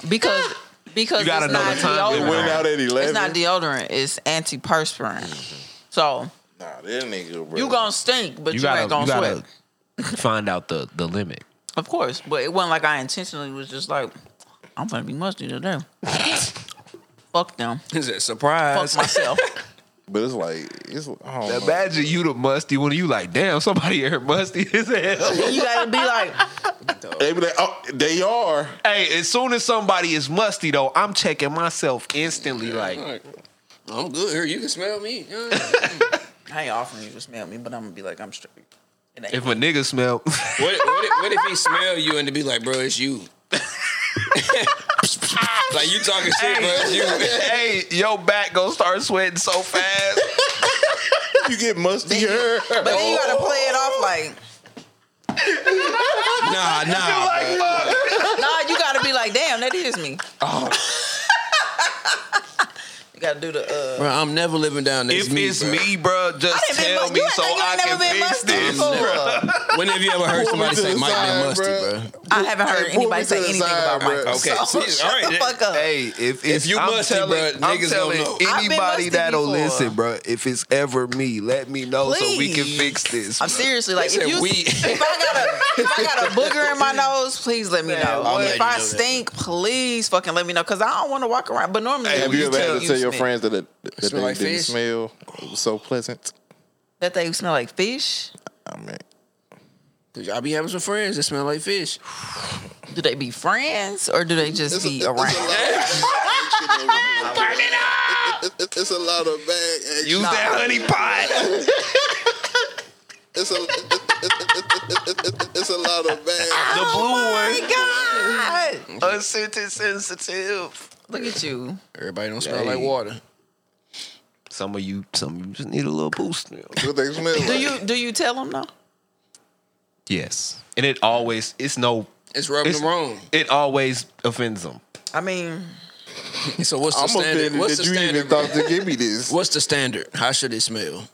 Because because You gotta it's know not the time it deodorant. went out at It's eleven. not deodorant. It's antiperspirant. So nah, that nigga, bro. you gonna stink, but you, You gotta, ain't gonna you gotta sweat. find out the, the limit. Of course, but it wasn't like I intentionally was just like, I'm gonna be musty today. Fuck them. Is that Fuck surprise? myself. But it's like it's. oh I don't know. Imagine you the musty one. You like, damn, somebody here musty as hell. you gotta be like, They be like, oh, they are. hey, as soon as somebody is musty though, I'm checking myself instantly. Like, I'm good here. You can smell me. I ain't offering you to smell me, but I'm gonna be like, I'm straight. It ain't. if a nigga smell, What, what, if, what if he smell you and to be like, bro, it's you? like you talking shit, bro. It's you. hey, your back gonna start sweating so fast. You get musty here. but then you gotta play it off like, Nah, nah. nah, you gotta be like, damn, that is me. Oh. you gotta do the. Uh, Bro, I'm never living down this. if it's bro. me, bro, just I done been tell mu- me you act so like you I ain't can never been fix musty this. before. When have you ever heard somebody to say the Mike been side, musty, bro. bro? I haven't heard Hey, pull anybody me say to the anything side, about bro. Michael. Okay, so see, shut all right, the that- fuck up. Hey, if it's, If you I'm musty, telling, bruh, I'm niggas telling gonna know. I've been anybody musty that'll before. listen, bro. If it's ever me, let me know so we can Please. fix this. I'm bruh. seriously like, said if you, we. if I got a, if I got a booger in my nose, please let me know. what? if I stink, please fucking let me know, because I don't want to walk around. But normally, Have when you ever had to tell your smell- friends that, it, that they Smell like didn't fish? smell? It was so pleasant. that they smell like fish? I mean, Cause y'all be having some friends that smell like fish. Do they be friends or do they just be around? Turn it up. It's a lot of bad action. Use that honey pot. It's a it's a lot of bad. The blue Oh God, one. Unscented sensitive. look at you. Everybody don't smell Hey. like water. Some of you, some of you just need a little boost. What they smell like? Do you do you tell them though? Yes, and it always it's no. It's rubbing It's- them wrong. It always offends them. I mean, So what's the I'm standard? offended What's the that you standard? even bro? thought to give me this. What's the standard? How should it smell?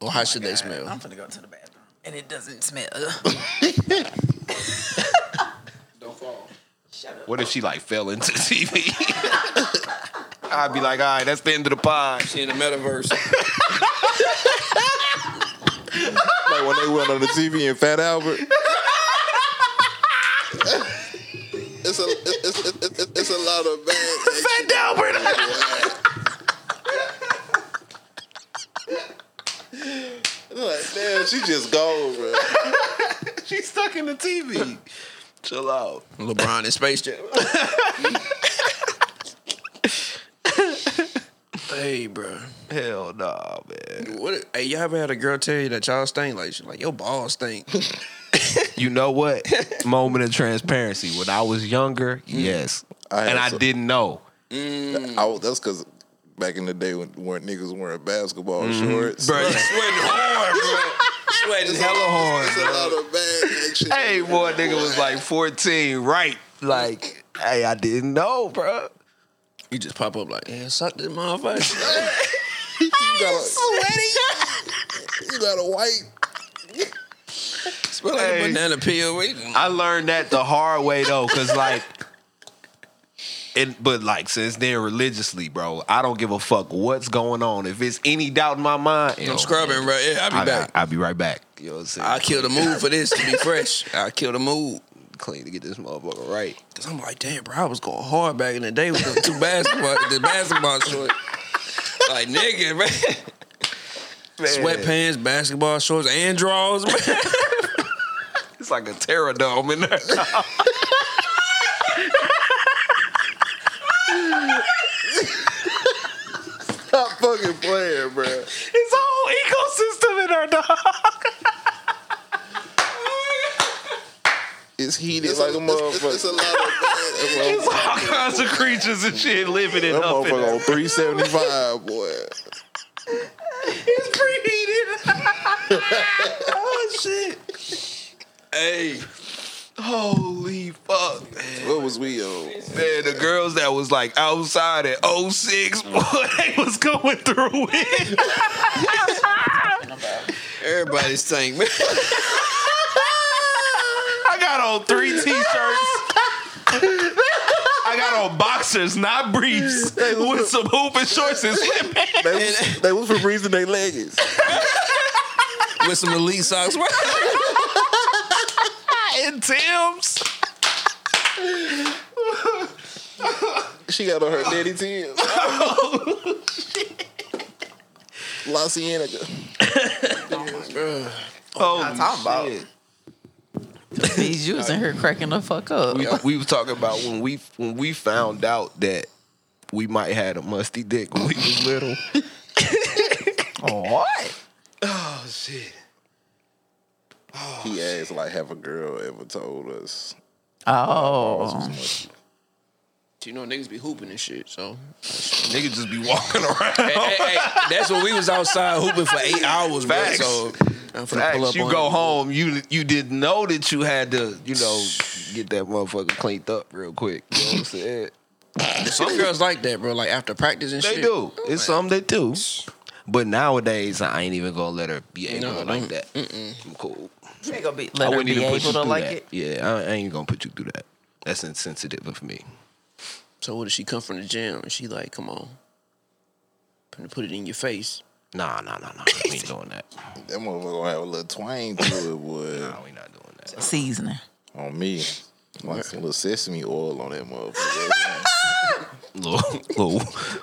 Or how should they I'm smell? gonna go to the bathroom and it doesn't smell. What if she like fell into the TV? I'd be like, all right, that's the end of the pod. She in the metaverse. Like when they went on the TV in Fat Albert. It's a it's, it's, it's, it's a lot of bad. Fat Albert. like damn, she just gone, bro. She's stuck in the TV. Chill out. LeBron in Space Jam. hey, bro. Hell nah, man. What? Hey, y'all ever had a girl tell you that y'all stink? Like, she like your balls stink. You know what? Moment of transparency. When I was younger, yes, I had and Mm. I some- didn't know. I was- that's because back in the day when, when niggas wearing basketball Bruh. shorts, sweating hard, bro. Sweating hella hard. It's a lot of bad action. Hey, boy, nigga was like 14, right? Like, hey, I didn't know, bro. You just pop up like, yeah, suck this motherfucker. you got a, you got a white. Smell like a Hey. banana peel. We- I learned that the hard way though, cause like, and but like since then religiously, bro, I don't give a fuck what's going on. If it's any doubt in my mind, yo, I'm scrubbing, bro. Yeah, I'll be I, back. will be right back. You know what I'm saying? I'll kill the mood for this to be fresh. I'll kill the mood. clean to get this motherfucker right. Cause I'm like, damn, bro, I was going hard back in the day with the two basketball, the basketball shorts. Like, nigga, man. Sweatpants, basketball shorts, and drawers, man. It's like a terror dome in there. Stop fucking playing, bro. It's a whole ecosystem in there, dog. It's heated like a motherfucker. It's a lot of That motherfucker- All kinds of creatures and shit living in that up in motherfucker there. on 375, boy. It's preheated. oh shit. Hey. Holy fuck. What was we on? Man, the girls that was like outside at 06, boy, they was going through it. Everybody's saying, man. I got on three t-shirts. I got on boxers, not briefs, with some hoop and shorts and sweatpants. They was, they was for breathing their leggings. With some elite socks. and Tim's. She got on her daddy Tim. La Cienega. Oh, talking about. These using her cracking the fuck up. we, we was talking about when we when we found out that we might had a musty dick when we was little. What? Oh shit. He asked, like, have a girl ever told us? Oh, You know, niggas be hooping and shit, so. Niggas just be walking around. Hey, hey, hey, that's when we was outside hooping for eight hours, bro. Facts. So, I'm finna pull up Facts, you on go it. home, you you didn't know that you had to, you know, get that motherfucker cleaned up real quick. You know what I'm saying? Some girls like that, bro. Like after practice and They shit. do. Oh, It's something they do. But nowadays, I ain't even gonna let her be able No, to like that. I'm cool. she ain't gonna be I let her wouldn't be even able put you to through like that. it. Yeah, I, I ain't gonna put you through that. That's insensitive of me. So what if she come from the gym and she like, come on, I'm gonna put it in your face. Nah, nah, nah, nah. We ain't doing that. That motherfucker gonna have a little twang to it, boy. Nah, we not doing that. Seasoning. On me. Like some little sesame oil on that motherfucker. Little,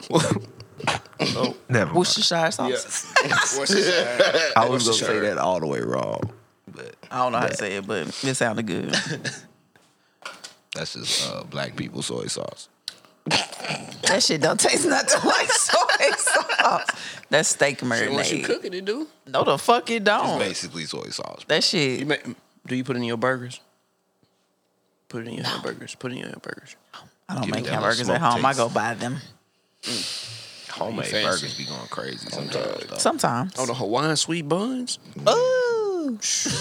little. Never. mind. Worcestershire sauce. I was gonna say that all the way wrong, but I don't know how to say it, but it sounded good. that's just uh, black people soy sauce. that shit don't taste nothing like soy sauce. That's steak Once you marinade. cook it, it do. No, the fuck it don't. Basically, soy sauce. That You shit. make, do you put it in your burgers? Put it in your hamburgers. Put it in your hamburgers. I don't Give me make that little hamburgers at smoke home. I taste. go buy them Homemade fancy. burgers be going crazy sometimes. though. sometimes. Oh, the Hawaiian sweet buns. Ooh,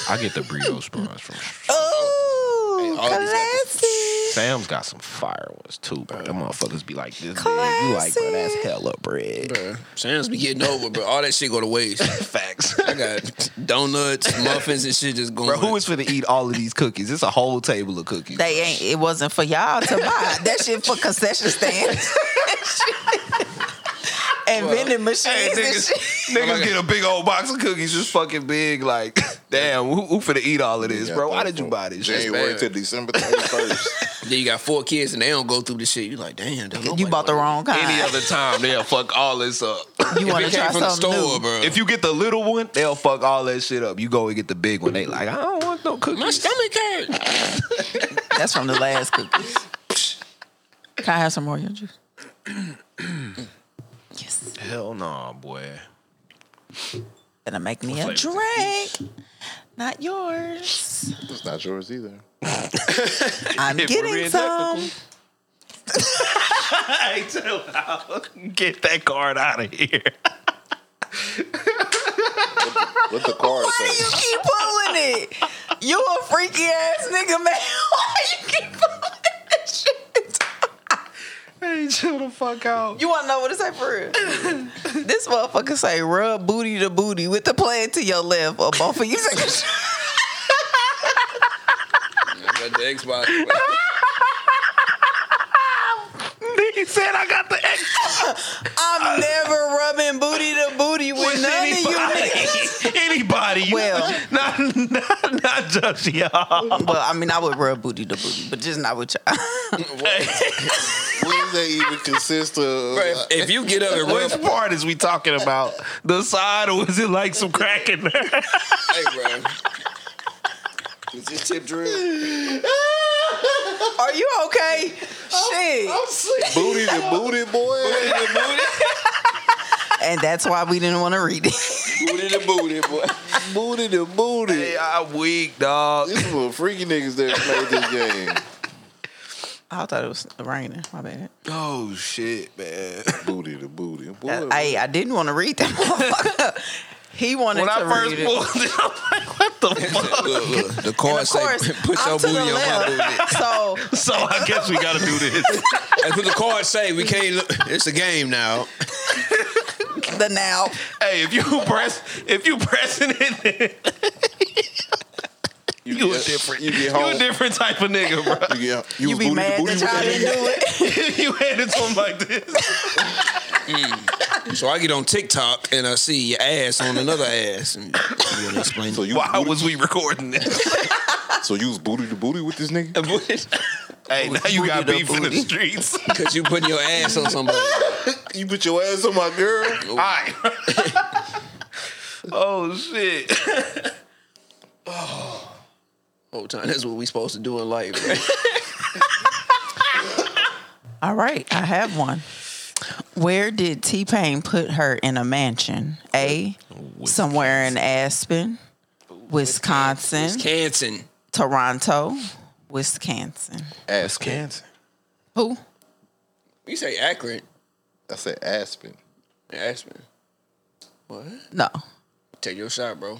I get the brioche buns from ooh, all these classy. Sam's. Got some fire ones too, bro. Them motherfuckers be like this. Big. You like, bro? That's hella bread. Sam's be getting over, but all that shit go to waste. Facts. I got donuts, muffins, and shit just going. Bro, who is for to eat all of these cookies? It's a whole table of cookies. They ain't. It wasn't for y'all to buy. that shit for concession stands. And vending machines and niggas, shit. niggas get a big old box of cookies, just fucking big. Like, damn, who, who finna eat all of this, bro? Why did you buy this? shit? January to December 31st. Then you got four kids and they don't go through this shit. You like, damn, don't nobody You bought the want wrong kind. Any other time, they'll fuck all this up. you it. want If to it came try from the something store, new? bro. If you get the little one, they'll fuck all that shit up. You go and get the big one. They like, I don't want no my cookies. stomach hurt. That's from the last cookies. Can I have some more orange juice? yes. Hell no, boy. Gonna make me a drink. Not yours. It's not yours either. If I'm we're getting being some. Hey, chill out. Get that card out of here. What the car Why do say? you keep pulling it? You a freaky ass nigga, man. Why you keep pulling that shit? Hey, chill the fuck out. You wanna know what it say for real? this motherfucker say rub booty to booty with the plan to your left or both of you take a shot. got the Xbox. He said I got the X. I'm never rubbing booty to booty with, with none of you niggas. anybody. Anybody. You- Well. not, not, not just y'all. Well, I mean, I would rub booty to booty, but just not with y'all. What does that even consist of? if you get up and rub, Which part is we talking about? The side, or is it like some crack in there? hey, bro. Is this tip drill? Are you okay? Shit. booty to booty, boy. And that's why we didn't want to read it. Booty to booty, boy. booty to booty. Hey, I'm weak, dog. These little freaky niggas that played this game. I thought it was raining. My bad. Oh shit, man. Booty to booty. Boy, Hey, Uh, I didn't want to read that motherfucker. He wanted When I to first read it. pulled it, I'm like, what the fuck? Look, look, the And card of say, course, put I'm your to the booty on my booty. left. So So I guess we gotta do this. That's what the card say. We can't. Look. It's a game now. the now. hey, if you press, if you pressing it, you, you a get- different, You you, get home. a different type of nigga, bro. You, get, You was be booty mad to booty that y'all with didn't do it. you hand it to him like this. So I get on TikTok and I see your ass on another ass, and you gonna explain So you, Why was was we recording this? booty, so you was booty to booty with this nigga? hey, now you got beef in the streets. because you putting your ass on somebody. You put your ass on my girl. All right. oh shit. Whole time. That's what we supposed to do in life. bro. All right, I have one. Where did T Pain put her in a mansion? A. Somewhere in Aspen, Wisconsin, Canton. Toronto, Wisconsin. Ass cancer. Who? You say Akron, I said Aspen. Aspen. What? No. Take your shot, bro.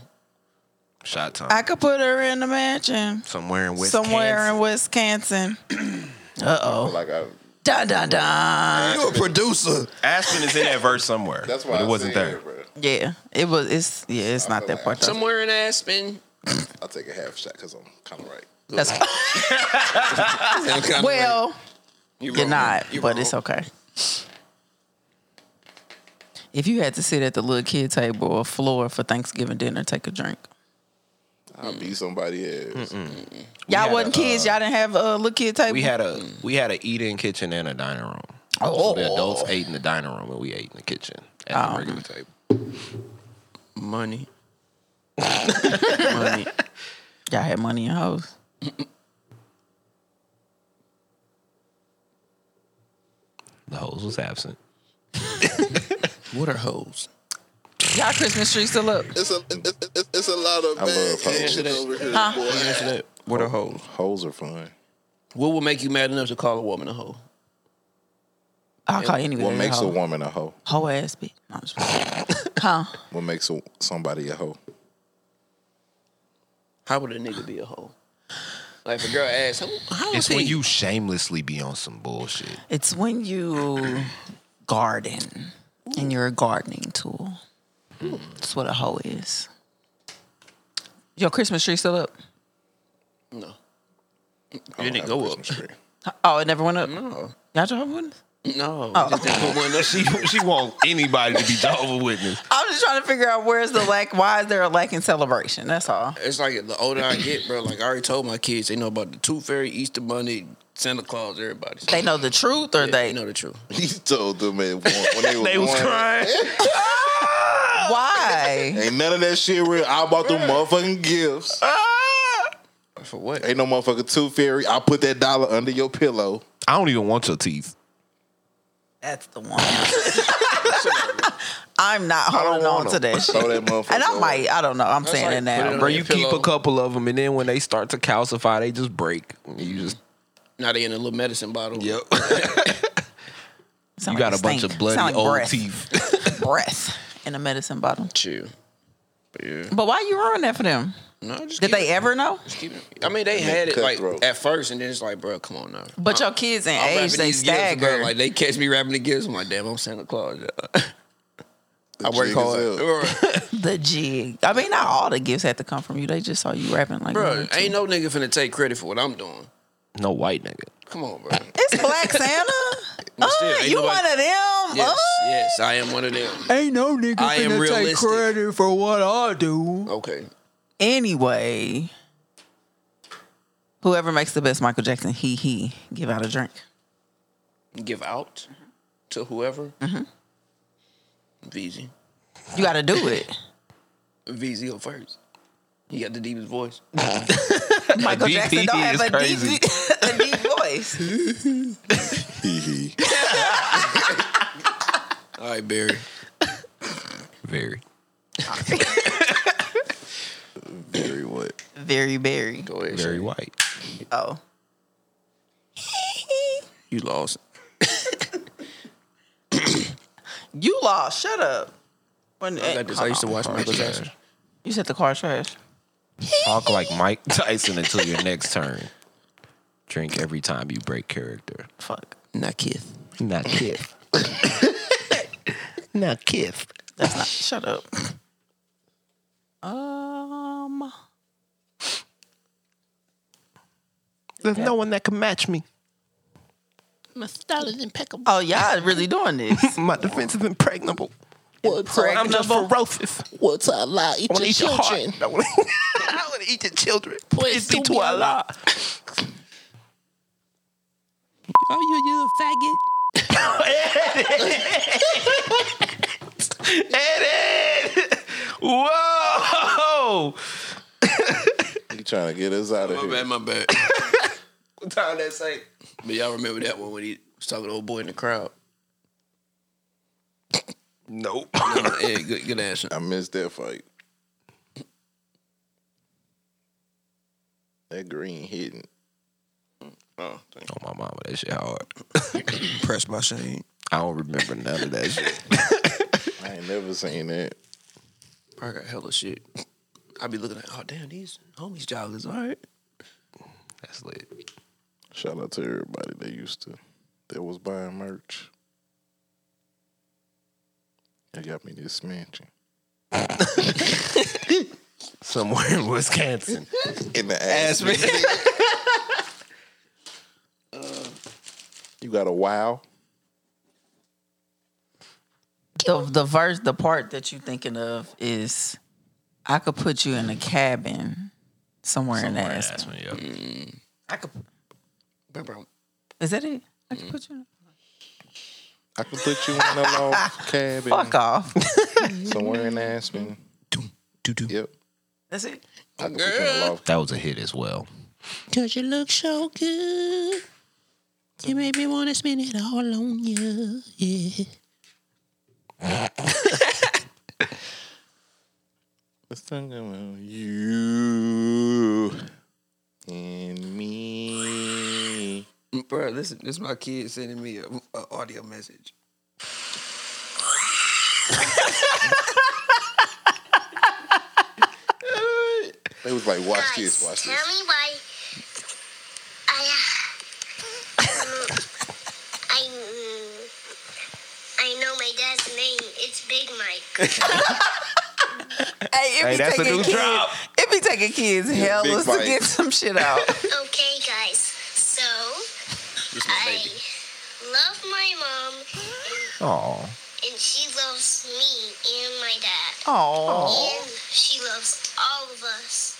Shot time. I could put her in a mansion Somewhere in somewhere in Wisconsin. uh oh. Like I. Dun dun dun. You a producer. Aspen is in that verse somewhere. That's why but I it wasn't said, there. Bro. Yeah, it was. It's yeah. It's not that part. Though. Somewhere in Aspen. I'll take a half shot because I'm kind of right. That's I'm kinda well. like, You're wrong. not, You but wrong. it's okay. If you had to sit at the little kid table or floor for Thanksgiving dinner, take a drink. I'll beat somebody else. Y'all had wasn't a, kids. y'all didn't have a little kid table. We had a we had a eat-in kitchen and a dining room. So the adults ate in the dining room and we ate in the kitchen at the regular table. Money. money. y'all had money in hoes. The hose was absent. What are hoes? Y'all Christmas tree still up? It's a it's, it's, it's a lot of I love bad hoes. action over here, boy. Answer that. What are hoes? Holes are fun. What would make you mad enough to call a woman a hoe? I'll call anybody. What makes hoe. a woman a hoe? Hoe ass bitch. No, I'm just playing. huh? What makes a, somebody a hoe? How would a nigga be a hoe? Like if a girl asks, how, how It's was when he? you shamelessly be on some bullshit. It's when you garden and you're a gardening tool. Hmm. That's what a hoe is. Your Christmas tree still up? No. I It don't didn't have go Christmas up. tree. Oh, it never went up. No. Y'all drove one? No. Oh. Just didn't put one up. She she want anybody to be Jehovah's Witness. I'm just trying to figure out where's the lack. Why is there a lack in celebration? That's all. It's like the older I get, bro. Like I already told my kids, they know about the Tooth Fairy, Easter Bunny, Santa Claus, everybody. They know the truth, or They they know the truth. He told them at one, when they was, They was one, crying. why? Ain't none of that shit real. I bought them motherfucking gifts. For what? Ain't no motherfucking tooth fairy. I put that dollar under your pillow. I don't even want your teeth. That's the one. I'm not holding on to that shit. Throw that motherfucker. And I away. might, I don't know. I'm saying like putting it now. it Bro, on you your pillow. keep a couple of them, and then when they start to calcify, they just break. You just Now they in a little medicine bottle. yep. Sound you like got a bunch stink. of bloody Sound like old breath. teeth. Breath in a medicine bottle. Chill. But yeah. But why you ruin that for them? No, just keep Did they it- ever know? just keep it. I mean, they had it like cutthroat. at first, and then it's like, bro, come on now. But your kids in Uh, I'm age, rapping they these gifts, bro. stagger. Like they catch me rapping the gifts. I'm like, damn, I'm Santa Claus. I work jig is hard. up. Bro, the jig. I mean, not all the gifts had to come from you. They just saw you rapping like Bro, one or two. ain't no nigga finna take credit for what I'm doing. No white nigga. Come on, bro. It's Black Santa. But still, Uh, ain't you nobody- one of them. Yes, Uh, yes, I am one of them. Ain't no nigga I am finna take realistic. credit for what I do. Okay. Anyway, whoever makes the best Michael Jackson, he he, give out a drink. Give out to whoever. VZ. You got to do it. VZ go first. He got the deepest voice. Michael BP Jackson don't have is a crazy. deep, a deep voice. Hee hee. All right, Barry. Very. Very what? Very berry. Go ahead. Very Shay. white. Oh, You lost. you lost. Shut up. When- I got this. I used to watch Michael Jackson. You said the car trash. Talk like Mike Tyson until your next turn. Drink every time you break character. Fuck. Not Keith. Not Kiff. Not Kiff. That's not. shut up. Um. There's no one that can match me. Oh, y'all really doing this? My defense is impregnable. I'm just Pregnable. ferocious. What's I lie? Eat I want to your eat your children. heart. I want to eat your children. Please be to Allah. Oh, you, you a faggot. Edit. Edit. Whoa. You trying to get us out of My here? bad, my bad. What time that say? but y'all remember that one when he was talking to old boy in the crowd. Nope. yeah, good, good answer. I missed that fight. That green hitting. Oh, Oh, my mama, that shit hard. Pressed by Shane. I don't remember none of that shit. I ain't never seen that. I got hella shit. I be looking at, oh damn, these homies joggers, all right. That's lit. Shout out to everybody that used to that was buying merch. They got me this mansion Somewhere in Wisconsin. in the ass. You got a wow. the the verse, the part that you thinking of is, I could put you in a cabin somewhere, in Aspen. I could. Remember, Is that it? I could put you. in I can put you in a log cabin Fuck off. somewhere in Aspen. Yep. That's it. I can put you in a loft. That was a hit as well. Cause you look so good. You made me wanna spend it all on you. Yeah. Let's talk about you and me. bro, listen, this is my kid sending me an audio message. They was like, watch this, watch this. Tell me why I uh, I mm, I know my dad's name. It's Big Mike. Hey, it be that's a taking new kids. drop. It be taking kids hella big to bite. get some shit out. Okay, guys. So I love my mom, and, Oh, and she loves me and my dad, Oh, and she loves all of us.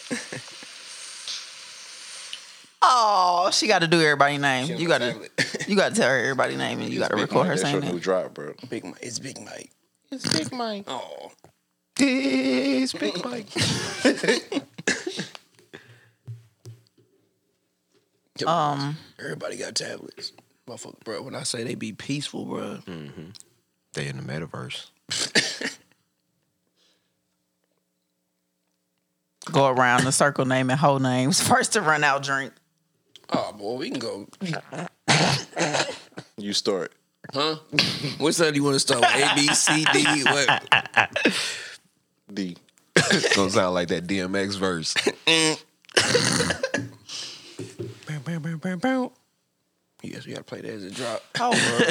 oh, she got to do everybody's name. You got to, Family. you got to tell her everybody's name, and you got to record her That's your saying new it. drop, bro. Big Mike, it's Big Mike. Big Mike. Oh, this big Mike. Um, everybody got tablets, motherfucker, bro. When I say they be peaceful, bro, They in the metaverse. go around the circle naming whole names. First to run out drink. oh boy, we can go. You start. Which side do you want to start? with? A, B, C, D, what? D. Don't sound like that DMX verse. Yes, we gotta play that as a drop. Oh,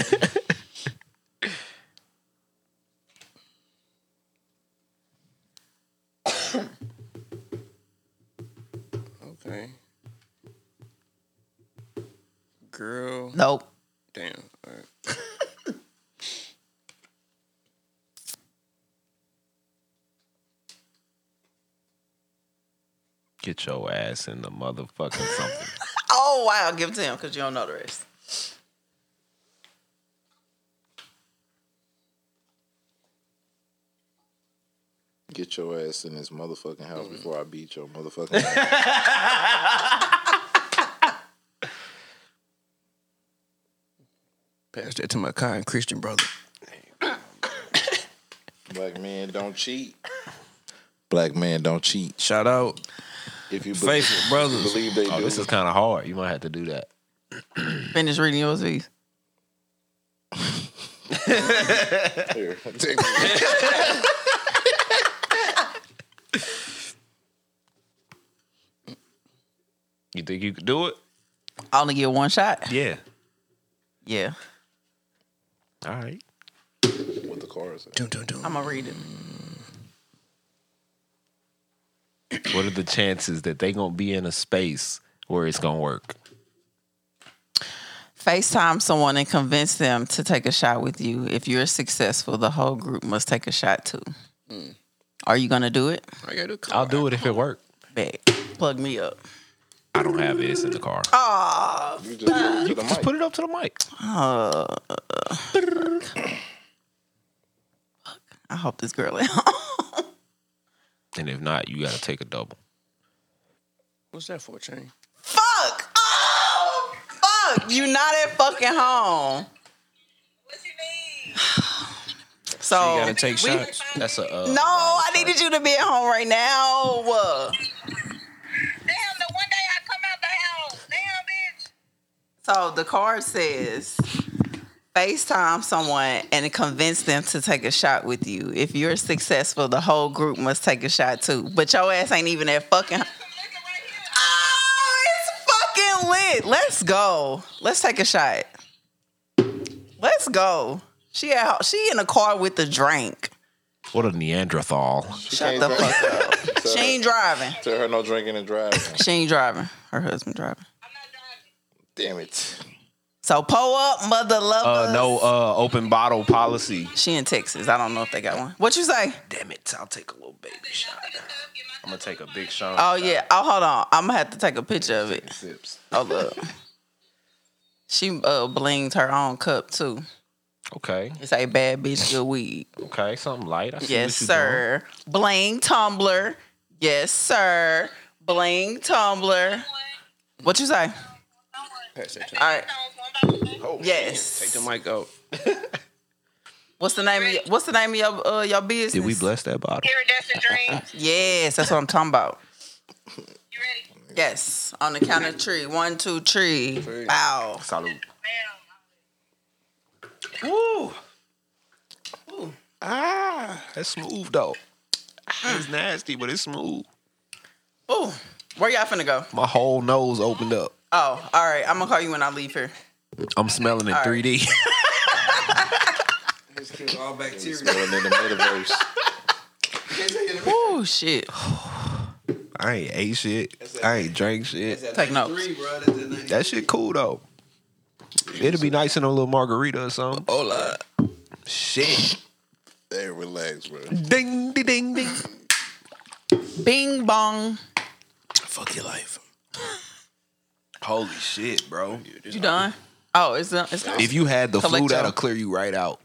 bro. Damn. All right. Get your ass in the motherfucking something. Oh wow, give it to him because you don't know the rest. Get your ass in this motherfucking house before I beat your motherfucking ass. Pass that to my kind Christian brother. Black man don't cheat. Black man don't cheat. Shout out If you be- faithful brothers. believe they Oh, do, this is kind of hard. You might have to do that. Finish reading yours, please. here. Take it. You think you could do it? I only get one shot. Yeah. Yeah, All right. What the car is. Dun, dun, dun. I'm gonna read it. What are the chances that they gonna be in a space where it's gonna work? FaceTime someone and convince them to take a shot with you. If you're successful, the whole group must take a shot too. Hmm. Are you gonna do it? I got a car. I'll do it if it worked. Bet. Plug me up. I don't have this in the car. You just put it to the Just mic. put it up to the mic. I hope this girl at home. And if not, you gotta take a double. What's that for, Chain? Fuck! Oh! Fuck! You not at fucking home. You So gotta take we- shots. That's a uh, No, I needed you to be at home right now. Uh, Damn, the one day I come out the house. Damn, bitch. So the card says FaceTime someone and convince them to take a shot with you. If you're successful, the whole group must take a shot too. But your ass ain't even at fucking Some liquor right here. Oh, it's fucking lit. Let's go. Let's take a shot. Let's go. She out, she in a car with the drink. What a Neanderthal. She Shut can't the drive. fuck up. Tell She her- ain't driving. Tell her no drinking and driving. She ain't driving. Her husband driving. Damn it. So pull up, mother lover. Uh no uh open bottle policy. She in Texas. I don't know if they got one. What you say? Damn it, I'll take a little baby shot. I'm gonna take a big shot. Oh yeah. Oh hold on. I'm gonna have to take a picture of it. Sips. Oh look. She uh blinged her own cup too. Okay, It's a bad bitch good weed. okay, something light. I see Yes, what you sir. Bling Tumblr. Yes, sir. Bling Tumblr. What you say? pass that to All right. Oh, Take Yes. the mic out. What's the name of your, What's the name of your uh, your business? doing. Did we bless that bottle? Iridescent dreams. Yes, that's what I'm talking about. You ready? Yes, on the count of three. One, two, three. Bow. Salute. Damn. Ah, That's smooth though. Ah. It's nasty, but it's smooth. Ooh, where y'all finna go? My whole nose opened up. Oh, all right. I'm gonna call you when I leave here. I'm smelling in right. 3D. All bacteria. Going in the metaverse. Ooh, shit. I ain't ate shit. I ain't drank shit. Take notes. That shit cool though. It'll be nice in a little margarita or something. Hola. Shit. Hey, relax, bro. Ding, ding, ding, ding. Bing bong. Fuck your life. Holy shit, bro. You done? Oh, it's not. It's not. If you had the flu, Collect that'll y'all. clear you right out.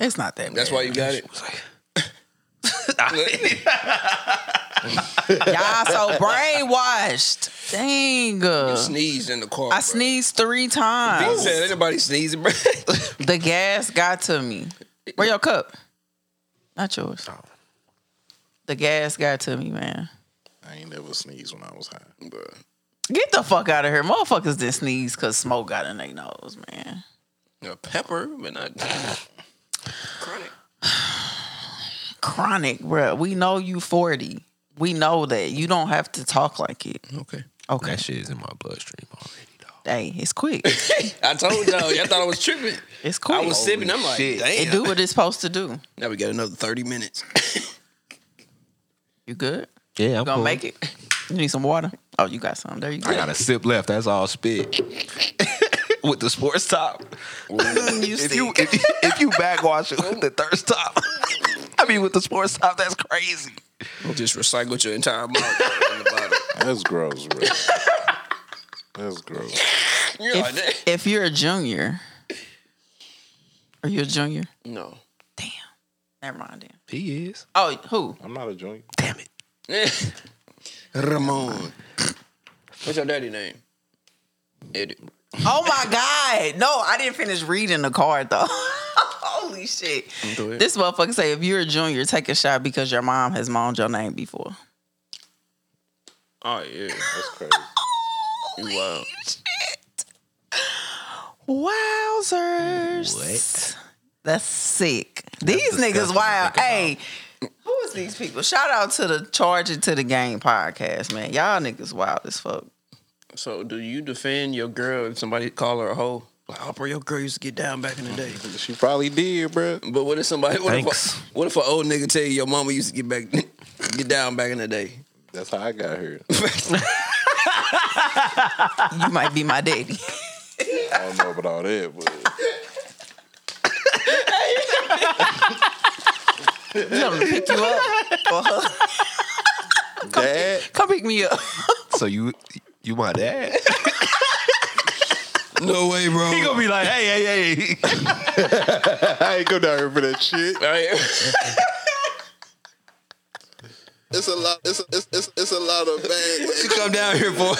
It's not that. Bad. That's why you got it. Y'all so brainwashed. Dang. Sneezed in the car. I bro. sneezed three He times. said anybody sneezing, bro. The gas got to me. Where your cup? Not yours. Oh. The gas got to me, man. I ain't never sneezed when I was high. Bruh. Get the fuck out of here. Motherfuckers didn't sneeze because smoke got in their nose, man. A pepper, but not chronic. Chronic, bruh. We know you 40. We know that. You don't have to talk like it. Okay. Okay. That shit is in my bloodstream already, dog. Hey, it's quick. I told y'all, y'all thought I was tripping. It's quick. I was sipping. I'm like, shit. damn. it do what it's supposed to do. Now we got another 30 minutes. You good? Yeah, I'm Gonna make it? You need some water? Oh, you got some. There you go. I got a sip left. That's all spit. with the sports top. Mm, You If you if, if you back wash it with the thirst top, I mean with the sports top, that's crazy. Just recycle your entire mouth on the bottom. That's gross, bro. That's gross. if, if you're a junior, are you a junior? No. Damn. Never mind. Then. He is. Oh, who? I'm not a joint. Damn it. Ramon. What's your daddy name? Eddie. Oh my God. No, I didn't finish reading the card though. Holy shit. Go ahead. This motherfucker say if you're a junior, take a shot because your mom has moaned your name before. Oh yeah. That's crazy. You wild. Wowzers. What? That's sick. these disgusting niggas to wild. think about. Hey, who is these people? Shout out to the Charge It to the Game podcast, man. Y'all niggas wild as fuck. So do you defend your girl if somebody call her a hoe? Like, oh, bro, your girl used to get down back in the day. She probably did, bro. But what if somebody? What Thanks. if? A, what if an old nigga tell you your mama used to get back, get down back in the day? That's how I got here. You might be my daddy. I don't know about all that, but Come pick you up. Or her. dad, Come pick me up. So you you my dad? No way, bro. He gonna be like, hey, hey, hey. I ain't go down here for that shit. It's a lot. It's it's it's, it's a lot of bad. come down here, boy.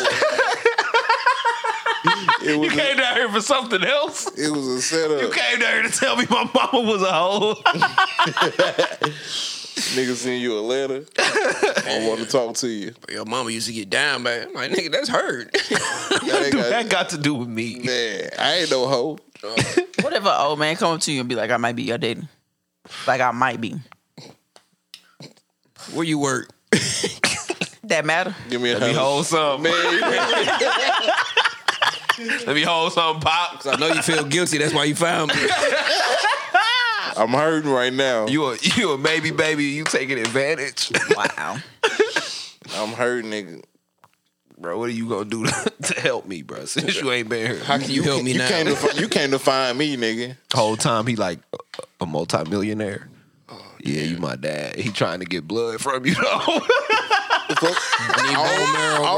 It was a, Came down here for something else. it was a setup. Came down here to tell me my mama was a hoe. Nigga send you a letter. I want to talk to you. Your mama used to get down back. I'm like, nigga, that's hurt. That Dude, that got to do with me. man, I ain't no hoe. What if an old man come up to you and be like, I might be your daddy? Like I might be. Where you work? That matter? Give me a Let me hoe. hold some. Man, Let me hold some, pop. I know you feel guilty. That's why you found me. I'm hurting right now. You a you a baby baby. You taking advantage, Wow. I'm hurting, nigga. bro. What are you gonna do to, to help me, bro? Since you ain't been here How can you, help me You now? came to fi- you came to find me, nigga. the whole time, he like a, a multimillionaire. Oh, yeah, you my dad. He trying to get blood from you though. I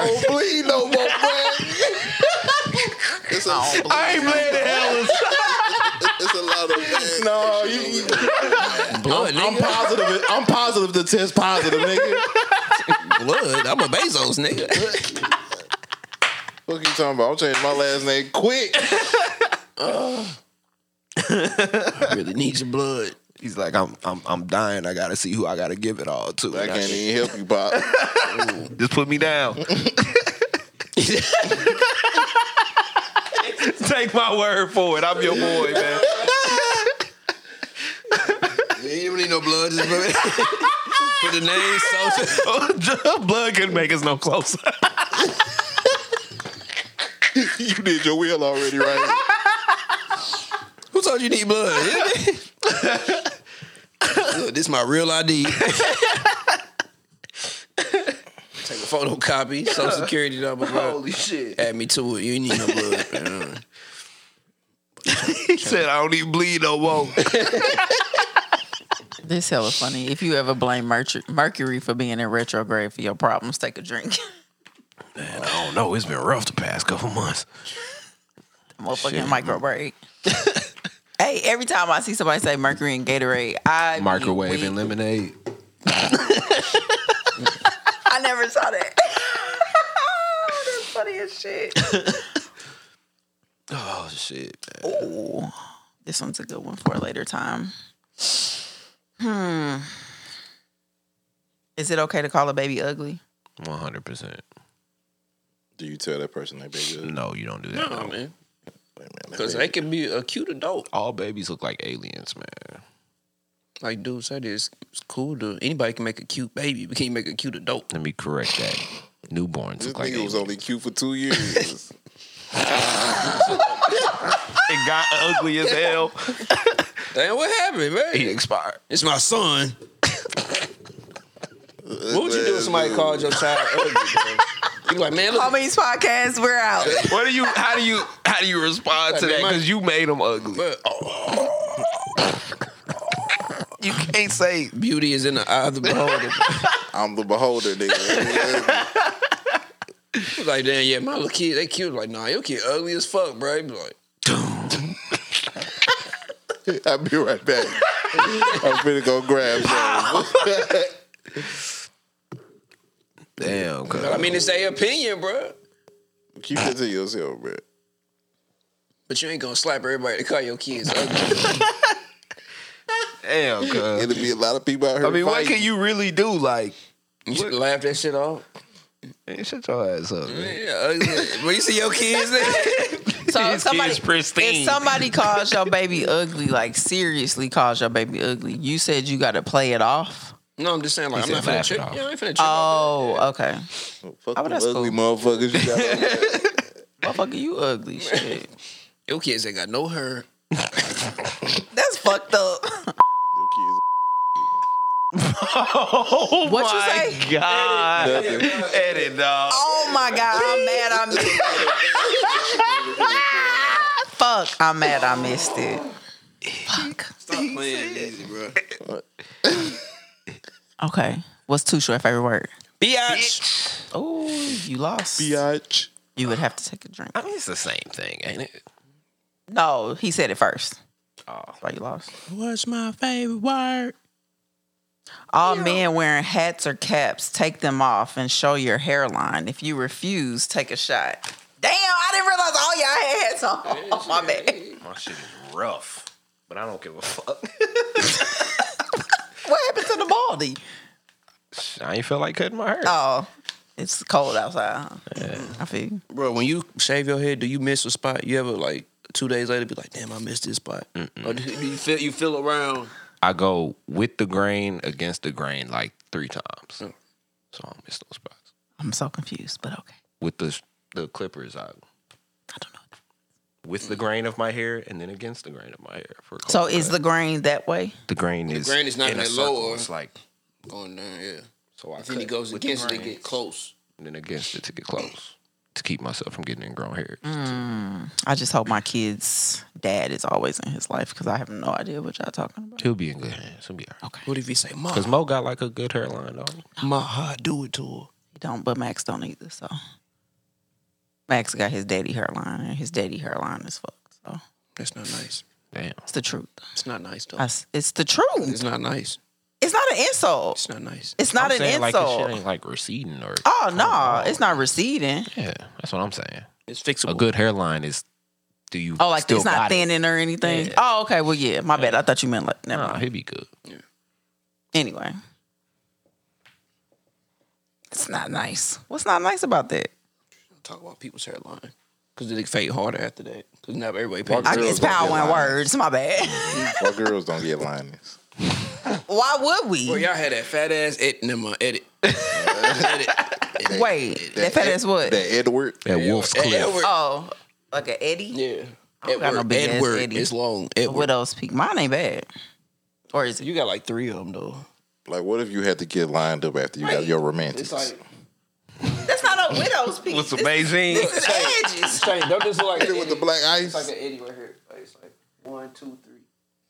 don't bleed no more, man. It's a, I ain't playing the hell. it's a lot of no. You, blood. I'm, I'm positive. I'm positive the test positive, nigga. blood. I'm a Bezos nigga. What you talking about? I'm changing my last name quick. I really need your blood. He's like, I'm I'm I'm dying. I gotta see who I gotta give it all to. I can't even help you, Pop. Just put me down. Take my word for it. I'm your boy, man. You don't need no blood. Just put, put the name social. blood couldn't make us no closer. you did your will already, right? Who told you need blood? Look, this my real ID. Take a photocopy, social security number. Holy shit! Add me to it. You ain't need no blood. man. he said, I don't even bleed no more. This hella funny. If you ever blame Mercury, Mercury for being in retrograde for your problems, take a drink. I don't know. Oh, It's been rough the past couple months. Motherfucking micro break. hey, every time I see somebody say Mercury and Gatorade, I be Microwave weak. and lemonade. I never saw that. That's funny as shit. Oh shit. Ooh, this one's a good one for a later time. Hmm. Is it okay to call a baby ugly? One hundred percent. Do you tell that person they baby? ugly? No, you don't do that. Oh, man, Like, man, because that they baby- can be a cute adult. All babies look like aliens, man. Like, dude, said it's, it's cool to anybody can make a cute baby, but can you make a cute adult? Let me correct that. Newborns This look like nigga aliens. was only cute for two years. It got ugly as hell. Damn, what happened, man? He expired. It's my son. what would you do if somebody called your child ugly? bro? You like, man, look, Homies podcast, we're out. What do you? How do you? How do you respond to that? Because you made them ugly. bruh, oh, You can't say beauty is in the eye of the beholder. I'm the beholder, nigga. He was like, damn, yeah, my little kid, they cute. Like, nah, your kid ugly as fuck, bro. He be like, I'll be right back. I'm finna go grab something. damn. I mean, it's their opinion, bro. Keep it to yourself, bro. But you ain't gonna slap everybody to call your kids ugly. Damn. Cause. It'll be a lot of people out here. I mean, what fighting. can you really do? Like, You should laugh that shit off. man, shut your ass up. Man. Yeah, ugly. When you see your kids, So if His somebody, kid's pristine. if somebody calls your baby ugly, like seriously calls your baby ugly, you said you got to play it off. no, I'm just saying, like, He I'm not said finna laugh it trip. off. Yeah, I ain't finna trip. Oh, okay. Fuck Oh, them that's ugly motherfuckers you got over there. Motherfucker, you ugly shit. Your kids ain't got no hair. That's fucked Your up. kids Oh What you my say? god. Nothing. Edit, dog. Oh my god, I'm mad. I missed it. Fuck, I'm mad. I missed it. Fuck. Stop playing easy, bro. Okay, what's too short favorite word? Biatch. Oh, you lost. Biatch. You would have to take a drink. I mean, it's the same thing, ain't it? Uh, No, he said it first. Oh, that's why you lost. What's my favorite word? All men wearing hats or caps, take them off and show your hairline. If you refuse, take a shot. Damn, I didn't realize all y'all had hats on. My bad. My shit is rough, but I don't give a fuck. What happened to the baldy? I ain't feel like cutting my hair. Oh, it's cold outside. Huh? I feel you. Bro, when you shave your head, do you miss a spot? You ever, like, two days later be like, damn, I missed this spot? Or do do you feel, you feel around? I go with the grain against the grain like three times, so I don't miss those spots. I'm so confused, but okay. With the the clippers, I I don't know. with the grain of my hair and then against the grain of my hair. For a So close is cut. the grain that way? the grain is grain is not in a that low, circle. or- It's like Going down, yeah. so I Then he cut goes with the against it to grain get close. and then against it to get close to keep myself from getting ingrown hair. Hmm. I just hope my kid's dad is always in his life because I have no idea what y'all talking about. He'll be in good hands. He'll be all right. What if he say, Ma, Cause Mo got like a good hairline though. Ma, how I do it to her? He don't, but Max don't either. So Max got his daddy hairline, and his daddy hairline is fucked. So That's not nice. Damn. it's the truth. It's not nice, though. I s it's the truth. It's not nice. It's not an insult. It's not nice. It's not I'm an saying, Like his insult. shit ain't like receding or. oh no, it's not receding. Yeah, that's what I'm saying. It's A fixable. good hairline is. Do you? Oh, like still it's not got it? thinning or anything. Yeah. Oh, okay. Well, yeah. My bad. I thought you meant like never Nah, mind. he'd be good. Anyway, it's not nice. What's not nice about that? Talk about people's hairline. Because they fade harder after that. Because now everybody Why pays I girls guess don't get power in linings? words. My bad. Why girls don't get linings? Why would we? Bro, y'all had that fat ass edit. Never mind, edit. edit. Wait, that fat ass what? That Edward. That wolf's clip. Edward. Oh, like an Eddie? Yeah. don't got no Edward. big ass Edward. edit. It's long. The Edward. Widow's Peak. Mine ain't bad. Or is it? You got like three of them, though. Like, what if you had to get lined up after you got your romantics? It's like, That's not a Widow's Peak. With some This- Beijing. This is edges. Shane, don't just look like Hit it with the black ice. It's like an eddy right here. Like, it's like one, two, three.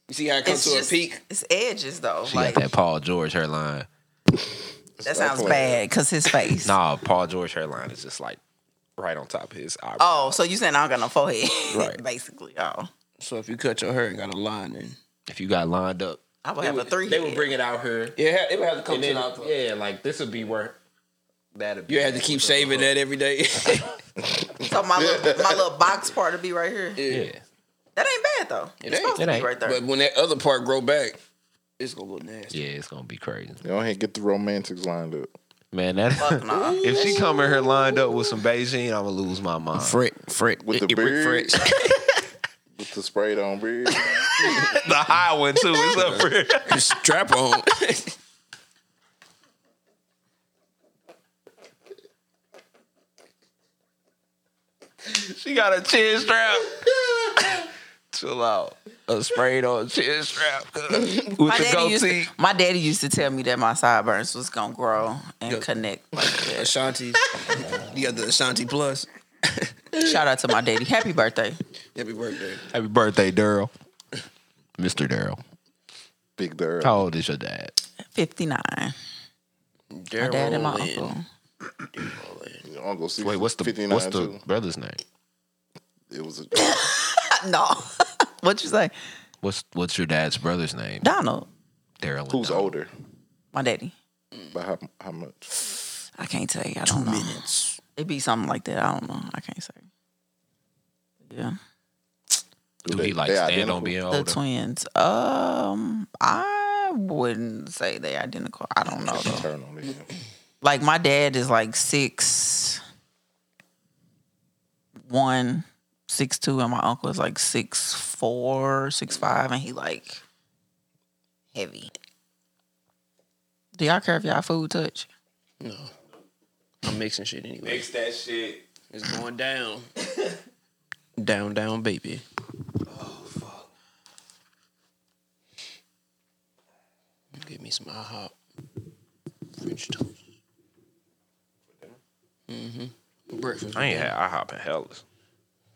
You see how it comes It's to just- a peak? It's edges though. She like got that Paul George hairline. that sounds Stop playing. bad because his face. Nah, Paul George hairline is just like right on top of his eyebrow. Oh, so you saying I don't got no forehead? Right. Basically. Oh, So if you cut your hair and got a line in. If you got lined up, I would have a three. they would bring it out here. Yeah, it would have to come And to then, an outline. yeah, like this would be where that'd be. You had to keep shaving that every day. So my little, my little box part would be right here. Yeah. That ain't bad though. It's ain't. supposed It to be ain't. right there. but when that other part grow back, it's gonna look nasty. Yeah, it's gonna be crazy. Go ahead, get the romantics lined up. Man, that Fuck nah. if she come in here lined up with some Beijing, I'ma lose my mind. Frick, frick, With the Rick beard. Frick. With the sprayed on beard. the high one too is up for strap on. She got a chin strap. Chill out. a sprayed on chin strap with My the daddy, used goatee. to, my daddy used to tell me that my sideburns was gonna grow and connect like that. Ashanti's. you got the Ashanti Plus. Shout out to my daddy. Happy birthday. Happy birthday. Happy birthday, Daryl. Mr. Daryl. Big Durr. How old is your dad? 59. My dad and my uncle. Your uncle Wait, what's the 59 what's the too. brother's name? It was a, No. what you say? What's what's your dad's brother's name? Donald. Daryl. and who's Donald. older? My daddy. By how, how much? I can't tell you. I don't know. minutes. It'd be something like that. I don't know. I can't say. Yeah. Do Do he they- like they stand identical? on being The older? twins. Um, I wouldn't say they identical. I don't know though. Turn on him. like my dad is like six one six two and my uncle is like six four six five and he like heavy do y'all care if y'all food touch I'm mixing shit anyway. Fix that shit. It's going down. down, down, baby. Oh, fuck. Give me some IHOP. French toast. Mm-hmm. Breakfast. I ain't had IHOP in hellas.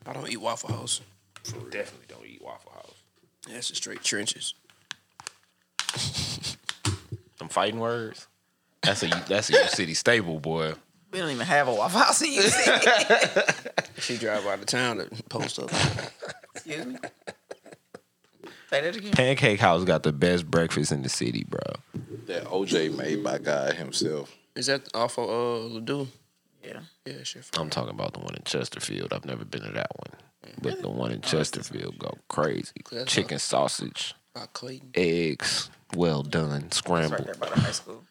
I don't eat Waffle House. Definitely don't eat Waffle House. That's just straight trenches. Them fighting words. That's a that's a U city staple, boy. we don't even have a waffle house in you She drive out of town to post up. excuse me say that again Pancake House got the best breakfast in the city, bro. That OJ made by God himself. Is that off of uh, Ladue? yeah Yeah, shit. I'm talking about the one in Chesterfield. I've never been to that one. But the one in Chesterfield go crazy. That's Chicken sausage, By Clayton. eggs, well done, right scrambled, there by the high school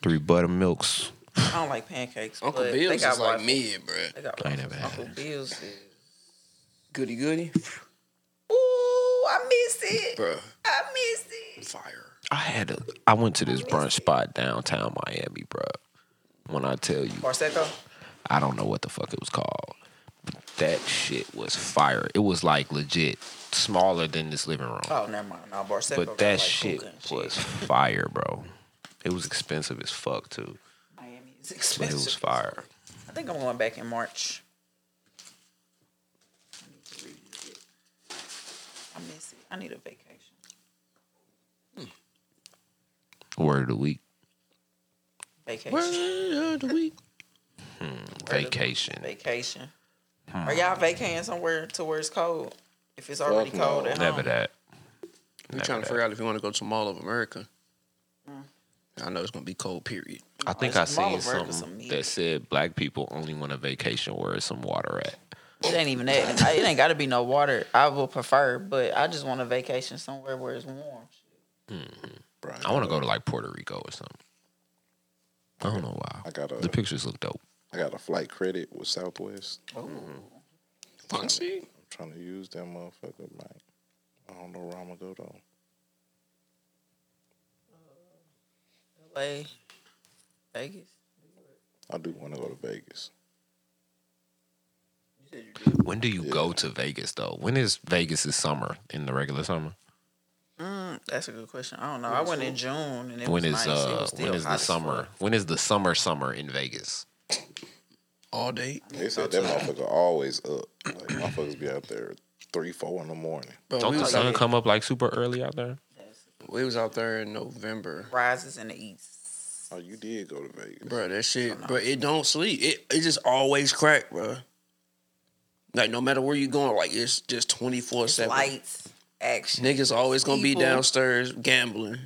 three buttermilks. i don't like pancakes Uncle but they Bill's got is like waffle- mid, bruh. they got I ain't waffles. never had uncle bill's is Goody goody. ooh i miss it Bruh. i miss it Fire. I had a I went to this brunch spot downtown Miami, bro. When I tell you, Barseco? I don't know what the fuck it was called. But that shit was fire. It was like legit smaller than this living room. oh never mind no Barseco but got, that like, shit hookah and was fire, bro. It was expensive as fuck too. Miami is But it expensive. was fire. I think I'm going back in March. I miss it. I need a vacation. Word of the week. Vacation. Vacation. Vacation. Are y'all vacating somewhere to where it's cold? If it's already Fuck no. cold at Never home. that. We're trying to figure out if we want to go to Mall of America. I know it's gonna be cold. Period. I think It's I seen Mama Bird something with some meat. that said black people only want a vacation where it's some water at. It ain't even that. I- It ain't got to be no water. I will prefer, but I just want a vacation somewhere where it's warm. Brian, I want to go to like Puerto Rico or something. I don't know why. I got a- the pictures look dope. I got a flight credit with Southwest. Mm-hmm. Fancy. I'm trying to use that motherfucker, Mike. I don't know where I'm gonna go though. LA, Vegas. I do want to go to Vegas. When do you go to Vegas though? When is Vegas' summer in the regular summer? Mm, that's a good question. I don't know. I went in June and it when was is nice. it uh was still when is hot the as fuck. summer? When is the summer summer in Vegas? All day. They said that motherfucker always up. Like motherfuckers be out there three, four in the morning. Bro, Don't we the was, sun come up like super early out there? we was out there in November. Rises in the east. Oh, you did go to Vegas. Bro, that shit, bro, it don't sleep. It it just always crack, bro. Like no matter where you going, like it's just twenty four seven. Lights, action. Niggas always gonna be people. downstairs gambling.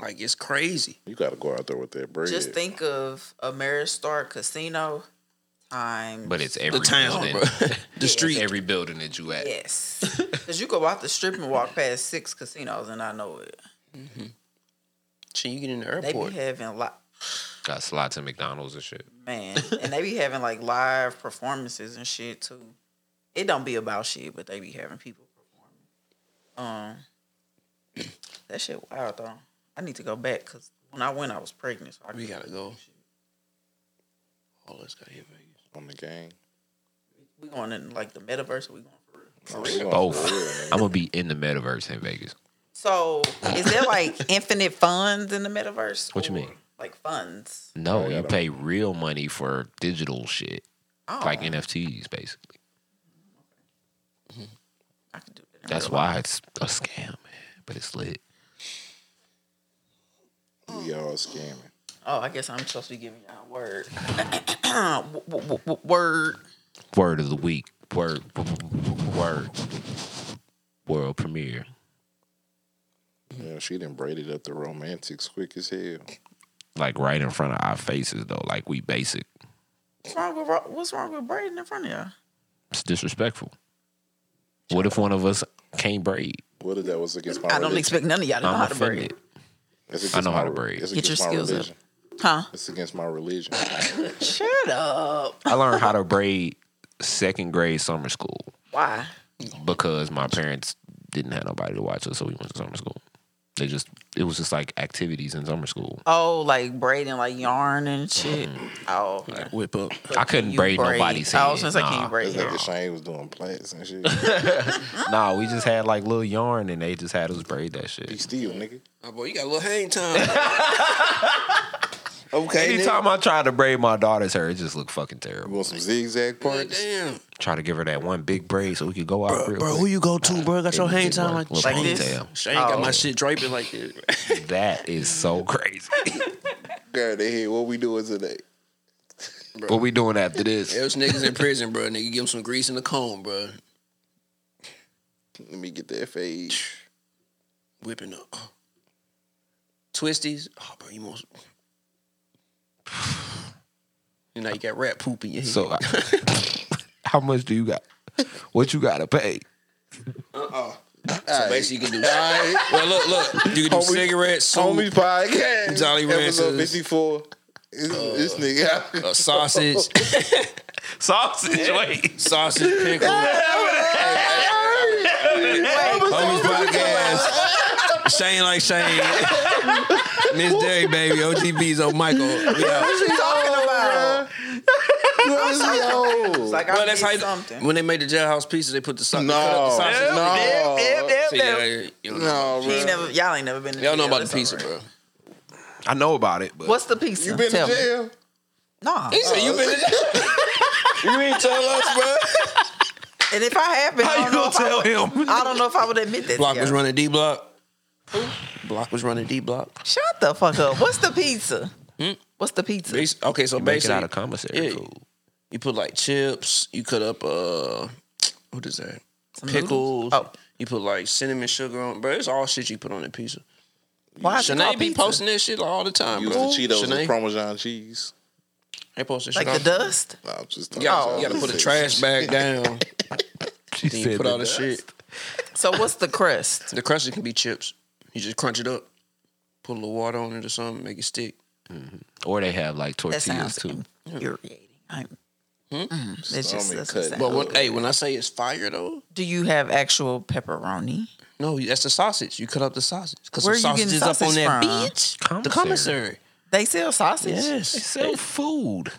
Like it's crazy. You got to go out there with that bread. Just think of Ameristar Casino time. But it's every town, building. bro. The It's street. every building that you at. yes, because you go out the strip and walk past six casinos, and I know it. Shit, you get in the They airport. be having like Got slots at McDonald's and shit. man, and they be having like live performances and shit too. It don't be about shit, but they be having people performing. Um, that shit wild though. I need to go back because when I went, I was pregnant. So I we couldn't gotta do go. shit. Oh, let's go to Vegas. on the game. We going in like the metaverse. Or we going for real. Both. I'm gonna be in the metaverse in Vegas. So is there like infinite funds in the metaverse? What you or, mean? Like funds. No, you pay real money for digital shit, Oh, like NFTs, basically. I could do that. That's why it's a scam, man. But it's lit. We all scamming. Oh, I guess I'm supposed to be giving y'all a word. W- w- w- word. Word of the week. Word. w- w- w- Word. World premiere. Yeah, she done braided up the romantics quick as hell. Like right in front of our faces, though. Like we basic. What's wrong with Ro- what's wrong with braiding in front of y'all? It's disrespectful. What if one of us can't braid? What if that was against my I don't religion? expect none of y'all to know I'm how to braid. offended. That's against I know how my- to braid. that's Get your against my skills up. religion. Huh? It's against my religion. Shut up. I learned how to braid second grade summer school Why? because my parents didn't have nobody to watch us, so we went to summer school. They just it was just like activities in summer school. Oh, like braiding like yarn and shit. Oh, Whip up. I couldn't braid, nobody's I hair. was gonna say, can you Nah. braid It's like hair? the Shane was doing plats and shit. Nah, we just had like little yarn and they just had us braid that Be shit. still, nigga. Oh boy, you got a little hang time. Okay, nigga. Anytime I tried to braid my daughter's hair, it just looked fucking You terrible. want some zigzag parts? Damn. Try to give her that one big braid so we could go out real Bro, who quick. you go to, bro? Got It your just hang time like worked. Shane Little this? ponytail. Shane got my Oh. shit draping like this. That is so crazy. God, they hear what we doing today. what we doing after this? Those niggas in prison, bro. Nigga, give them some grease in the comb, bro. Let me get the FAE. Whipping up. Twisties. Oh, bro, you most. And now you got rat poop in your head. So how much do you got? What you gotta pay? So basically, you can do. Well, look, look. You can do Homie- cigarettes, Homie soup, podcast. Jolly Episode Ranchers. 54. This, this nigga. a sausage, Sausage, wait. sausage pickle. Homies podcast. Shane like Shane. Miss Derry, baby. OGB's on Oh, Michael. We out. What you talking about? Yo. Like uh, Well, I that's did how you- something. when they made the jailhouse pizza, they put the, so- they cut up the No. sausage. No. Oh, See, y'all- y'all, know- No, He ain't bro. never, y'all ain't never been. To y'all know jail. about the It's pizza, alright. bro. I know about it, but What's the pizza? You been to Tell me. jail? Nah. He said, you been to jail. You ain't tell us, bro. And if I had been, I don't, know if I, would, him? I don't know if I would admit that. to Block y'all. was running D block. Block was running D block. Shut the fuck up. What's the pizza? Hmm? What's the pizza? Okay, so Make it basically, out of commissary Yeah. food. you put like chips. You cut up uh, what is that? Some noodles? Pickles. Oh. You put like cinnamon sugar on, bro. It's all shit you put on the pizza. Why is it Shanae called be pizza? posting that shit like, all the time. Use the bro. Cheetos Shanae, with Parmesan cheese. they posting shit. like the all- dust? Oh. No, I'm just You gotta, you gotta put the trash bag down. She then you put all the shit. So what's the crust? The crust it can be chips. You just crunch it up, put a little water on it or something, make it stick. Or they have like That tortillas sounds too. infuriating. I'm, Hmm? mm, it's just Stomach that's cut. insane. But when, hey, when I say it's fire though, Do you have actual pepperoni? no, that's the sausage. You cut up the sausage because Where the you getting sausage is up on sausage that from? bitch. Commissary. The commissary. They sell sausage. They Yes. sell food.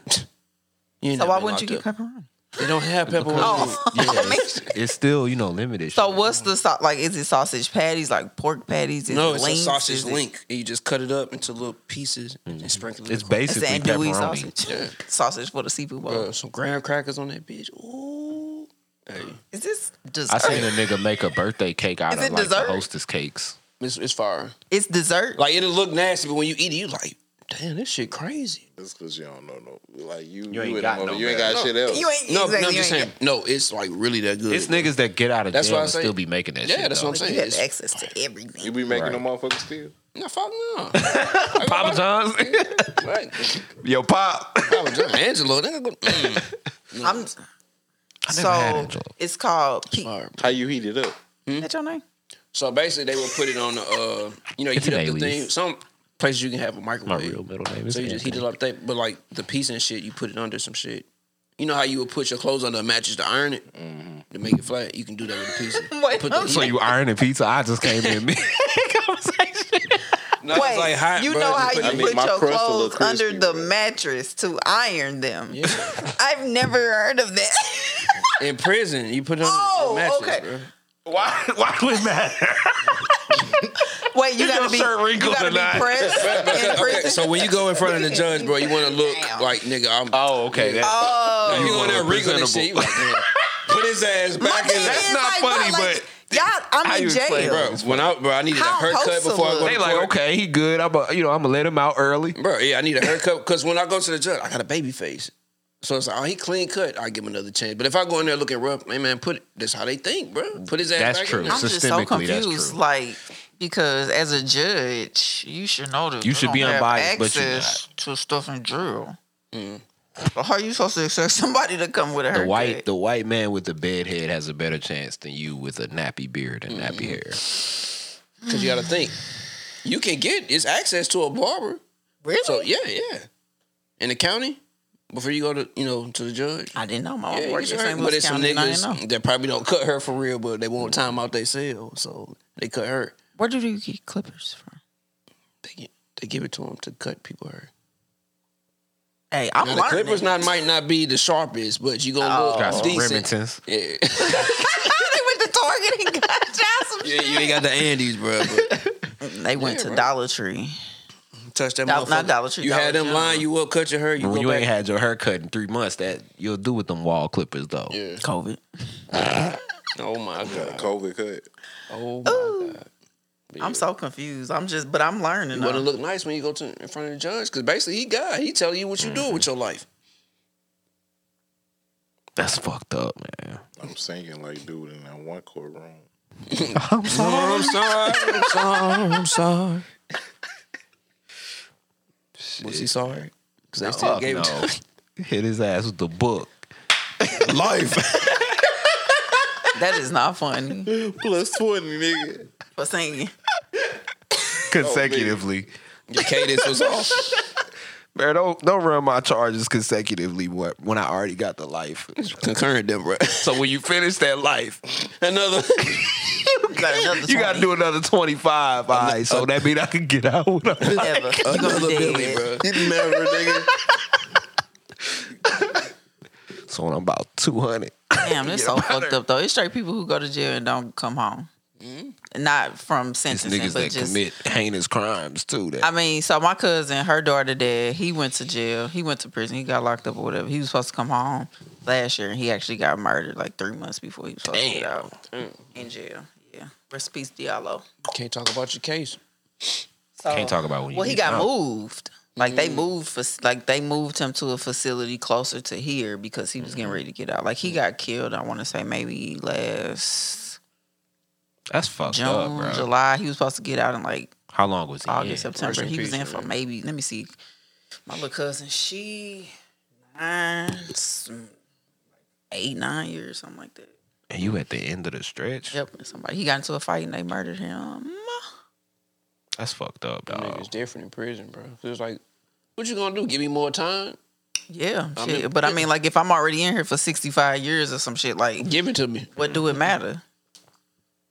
You ain't So never why been wouldn't you locked get up. pepperoni? They don't have pepperoni. it's, it's still, you know, limited. So shit. what's the sau- like? Is it sausage patties, like pork patties? Is No, it it's links? a sausage Is it- link. You just cut it up into little pieces and sprinkle it. Mm-hmm. It's across. It's basically an andouille pepperoni. sausage. Sausage for the seafood bowl. Bro, Uh, some graham crackers on that bitch. Ooh. Hey, Is this I dessert? seen a nigga make a birthday cake out Is of it like the dessert? hostess cakes. it's, it's fire. it's dessert. Like it'll look nasty, but when you eat it, you like, damn, this shit crazy. That's because you don't know no. Like you, you, ain't ain't, got got no you ain't got shit else. you ain't No, exactly, no, I'm you just ain't saying. No, it's like really that good. It's niggas that get out of That's jail what I and say. still be making that Yeah, shit. that's though. what I'm saying. got- You have It's- access to everything. You be making Right. them motherfuckers steal. No, fuck no. Papa John's. Right. Yo, Pop. Papa John, Angelo, they go, mm. I'm. never had So Angelo. it's called. Pe- How you heat it up? That's your Hmm? name. So basically, they would put it on the, uh, you know, you It's heat an up the A-Ws. thing. Some places you can have a My microwave. real middle name is. So you just heat it Anthony. up there, but like the piece and shit, you put it under some shit. You know how you would put your clothes under a mattress to iron it Mm-hmm. to make it flat. You can do that with a piece. Wait, put the- I'm So you ironing pizza? I just came in. Me. No, it's Wait, like hot, you bro. know Just how put you it- I mean, put my your crust a little clothes crispy, under the bro. mattress to iron them. I've never heard of that. in prison. You put it on Oh, the mattress, okay. bro. Why? Why would it matter? Wait, you Is gotta your be, shirt you wrinkled gotta or not? be pressed in prison. So when you go in front of the judge, bro, you want to look Damn. like nigga. I'm. Oh, okay. That, oh, you going there wriggling and shit. You presentable. like, damn. Put his ass my back thing in there. is not like, bro, funny, like, but y'all, how I'm you in explain it, jail. Bro, when I bro, I needed How a haircut post before I go. look? to they like, court. okay, he good. I'm, a, you know, I'm gonna let him out early. bro. Yeah, I need a haircut because when I go to the judge, I got a baby face. So it's like, oh, he clean cut. I give him another chance. But if I go in there looking rough, man, man, put that's how they think, bro. Put his ass. That's back true. In there. I'm just so Systemically, that's confused, true. like because as a judge, you should know that You they should be don't have unbiased, but you're access to stuff in jail. But how are you supposed to expect somebody to come with a The haircut? white, the white man with the bed head has a better chance than you with a nappy beard and nappy Mm. hair. Because you got to think, you can get it's access to a barber. really? So yeah, yeah, in the county before you go to you know to the judge. I didn't know my Yeah, mom you worked get in your St. haircut. but Louis it's some County. and I didn't know. niggas that probably don't cut her for real, but they won't time out they sell, so they cut her. Where did you get clippers from? They, gi- they give it to them to cut people hair. Hey, I'm Now, the learning. clippers not might not be the sharpest, but you gonna Oh. look Got some decent. Remingtons. Yeah. they went to Target and got y'all some yeah, you shit. ain't got the Andes, bro. But They went to Dollar Tree. touch that Dol- motherfucker. not Dollar Tree, You had Dollar them line General. you up, cut your hair. You When go you back. ain't had your hair cut in three months, that you'll do with them wall clippers though. yeah. COVID. Oh my god. COVID cut. Oh my god. I'm so confused. I'm just, but I'm learning. You want to though. look nice when you go to in front of the judge, because basically he God, he telling you what you Mm-hmm. doing with your life. That's fucked up, man. I'm singing like dude in that one courtroom. I'm sorry. I'm sorry. I'm sorry. I'm sorry. Was he sorry? Because they still Fuck gave it to no. Hit his ass with the book. Life That is not funny plus twenty, nigga. for singing. consecutively. Your cadence was off. Man, don't don't run my charges consecutively when when I already got the life. Concurrent, them, bro. so when you finish that life, Another. Got another you got to 20. do another twenty five. All right, so that mean I can get out. With a- Never. You gonna Another be dead. Billy, bro. Never, nigga. so when I'm about two hundred, Damn, that's so fucked up though. It's straight people who go to jail and don't come home. Mm-hmm. Not from it's sentencing, niggas but that just. commit heinous crimes too. That I mean, so my cousin, her daughter did. He went to jail. He went to prison. He got locked up or whatever. He was supposed to come home last year, and he actually got murdered like three months before he was supposed to get Damn. out in jail. Yeah, rest in peace, Diallo. Can't talk about your case. So, Can't talk about when you Well, he get got out. moved. Like they moved for like they moved him to a facility closer to here because he was getting ready to get out. Like he got killed. I want to say maybe last that's fucked June, up, bro. July. He was supposed to get out in like How long was he? August, in? September. in He was peace, in for man. maybe let me see. My little cousin, she nine, s- eight, nine years, something like that. And you at the end of the stretch? Yep, and somebody he got into a fight and they murdered him. That's fucked up, Them dog. Niggas different in prison, bro. 'Cause It's like, what you gonna do? Give me more time? Yeah, I shit. mean- but I mean, like if I'm already in here for sixty five years or some shit, like Give it to me. what do it matter?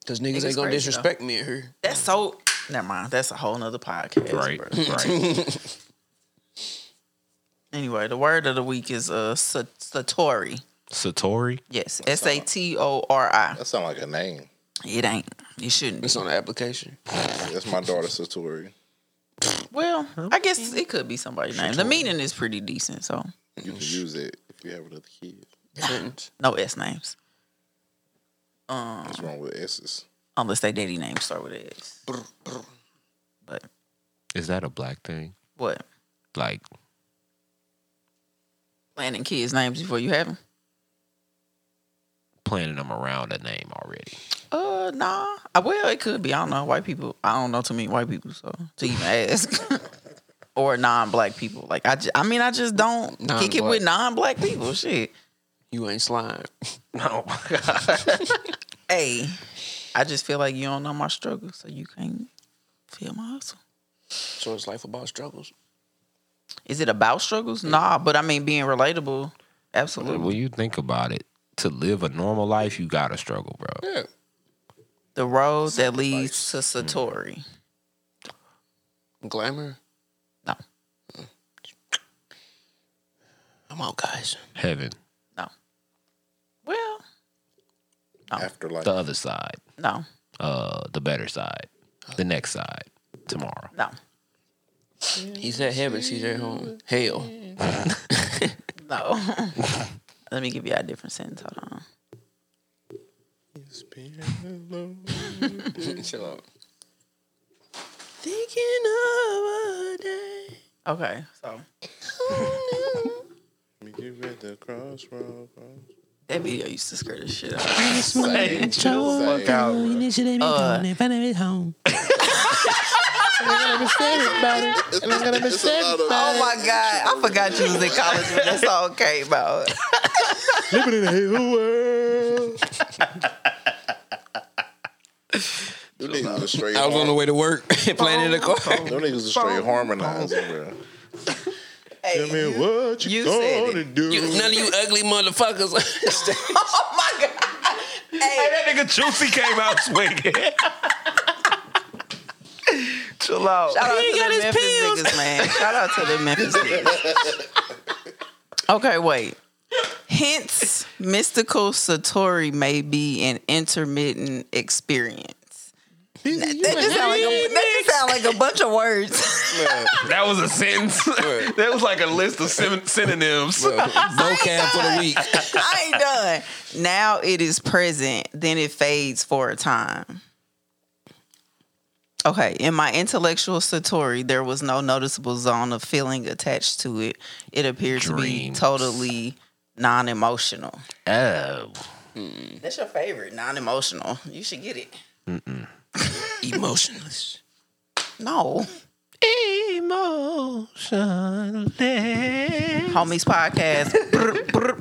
Cause niggas, Niggas ain't gonna crazy, though. disrespect me in here. That's so. Never mind. That's a whole nother podcast. Right, Bro. right. Anyway, the word of the week is uh sa- satori. Satori. Yes, S A T O R I. That sound like a name. It ain't. It shouldn't. Be. It's on the application. That's my daughter Satori. Well, I guess it could be somebody's name. The meaning is pretty decent, so You can use it if you have another kid. Sentence. no S names What's wrong with S's? unless they daddy names start with a S. But Is that a black thing? what? Like, Planning kids' names before you have them? planning them around a name already. Uh, nah. Uh, Well, it could be. I don't know. White people. I don't know too many white people, so to even ask. or non-black people. Like I, ju- I mean, I just don't kick it with non-black people. Shit. You ain't slime. No. Hey, I just feel like you don't know my struggle, so you can't feel my hustle. So it's life about struggles. Is it about struggles? Nah, but I mean being relatable. Absolutely. when you think about it, to live a normal life, you gotta struggle, bro. Yeah. The road that leads to Satori. Glamour. No, I'm out, guys. Heaven. no. Well, Afterlife. The other side, No, uh, the better side, the next side, tomorrow. no, He's at heaven. She's at home. Hell. no. Let me give you a different sentence. Hold on. Chill out. Okay, so Meet you at the crossroad. that video used to scare the shit out of me. Fuck out. Initiative Uh, in front of his home. It's a lot of- Oh my god, I forgot you was in college when that song came out. Them niggas was straight. I was on the har- way to work playing Oh, in the car. Them niggas was straight harmonizing, bro. Tell Hey, me what you, you said gonna do. You, none of you ugly motherfuckers. oh my god. Hey, That nigga Juicy came out swinging. Chill out. Shout out to the Memphis niggas, man. Shout out to the Memphis niggas. Okay, wait. Hence, mystical satori may be an intermittent experience. That just, sound like a, that just sound like a bunch of words. That was a sentence. that was like a list of syn- synonyms. Vocab for the week. I ain't done. Now it is present, then it fades for a time. Okay, in my intellectual satori, there was no noticeable zone of feeling attached to it. It appeared Dreams. to be totally non emotional. Oh. That's your favorite, non emotional. You should get it. Emotionless. No. Emotionless. Homies podcast. Brr, brr.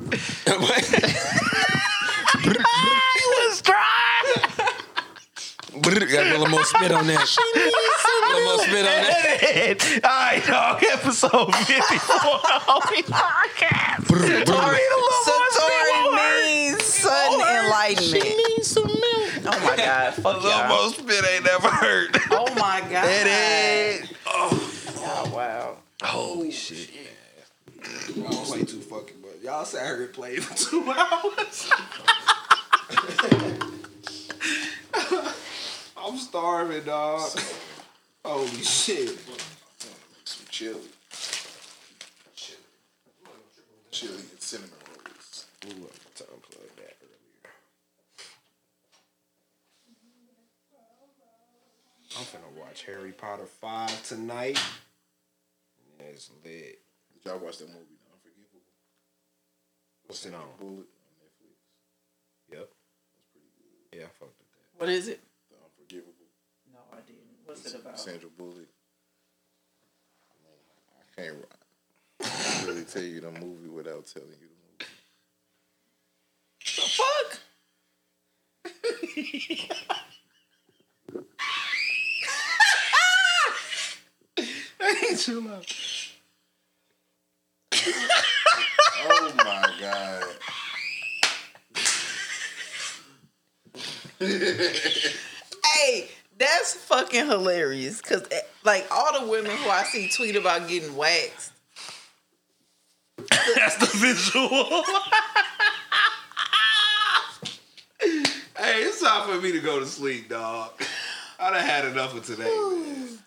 Brr, Got a little more spit on that. a little more spit on that. All right, dog. Episode 54 Holy Podcast. Brr, brr. Oh, Satori means sudden enlightenment. Oh my god! Fuck y'all. Almost spit ain't never hurt. Oh my god! It is. Oh. wow. Holy shit. I don't play too fucking much. Y'all sat here and played for two hours. I'm starving, dog. Holy shit. Some chili. Chili. Chili and cinnamon rolls. I'm finna watch Harry Potter 5 tonight. It's lit. Did y'all watch that movie? Unforgivable. What's it on? Bullet. Yep. Yeah, I fucked with that. What is it? The Unforgivable. No, I didn't. What's it about? Sandra Bullock. I can't I can't really tell you the movie without telling you the movie. Fuck. Oh my god. Hey, that's fucking hilarious. Cause eh, like all the women who I see tweet about getting waxed. That's the visual. Hey, it's time for me to go to sleep, dog. I done had enough of today, man.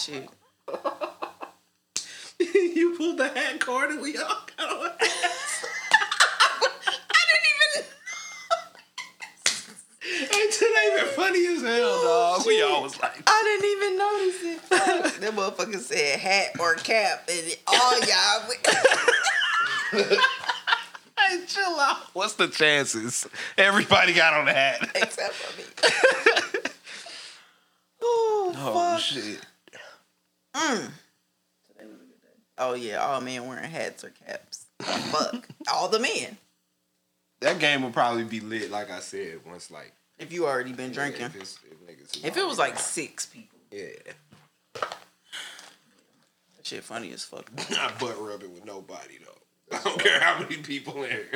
Shit. you pulled the hat cord and we all got on. Hey, today been funny as hell, dog. We all was like, I didn't even notice it. that motherfucker said hat or cap, and it- all y'all. hey, chill out. What's the chances? Everybody got on the hat. except for me. oh, fuck. shit. Oh, yeah. All men wearing hats or caps. fuck. All the men. That game will probably be lit, like I said, once, like, If you already been drinking. If, it's, if, niggas If it was like six people. yeah. That shit funny as fuck. Not butt rubbing with nobody, though. I don't care how many people in here.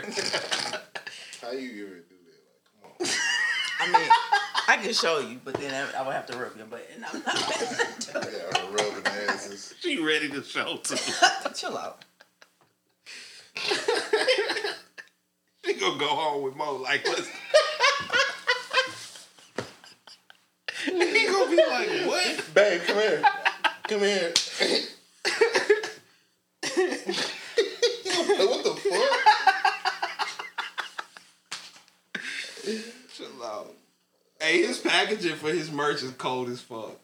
How you even do that? Like, come on. I mean, I can show you, but then I, I would have to rub your butt. And I'm not. Yeah, rubbing asses. She ready to show too. Chill out. gonna go home with Mo. Like, let's. And he gonna be like, what? Babe, come here. Come here. what the fuck? Chill out. Hey, his packaging for his merch is cold as fuck.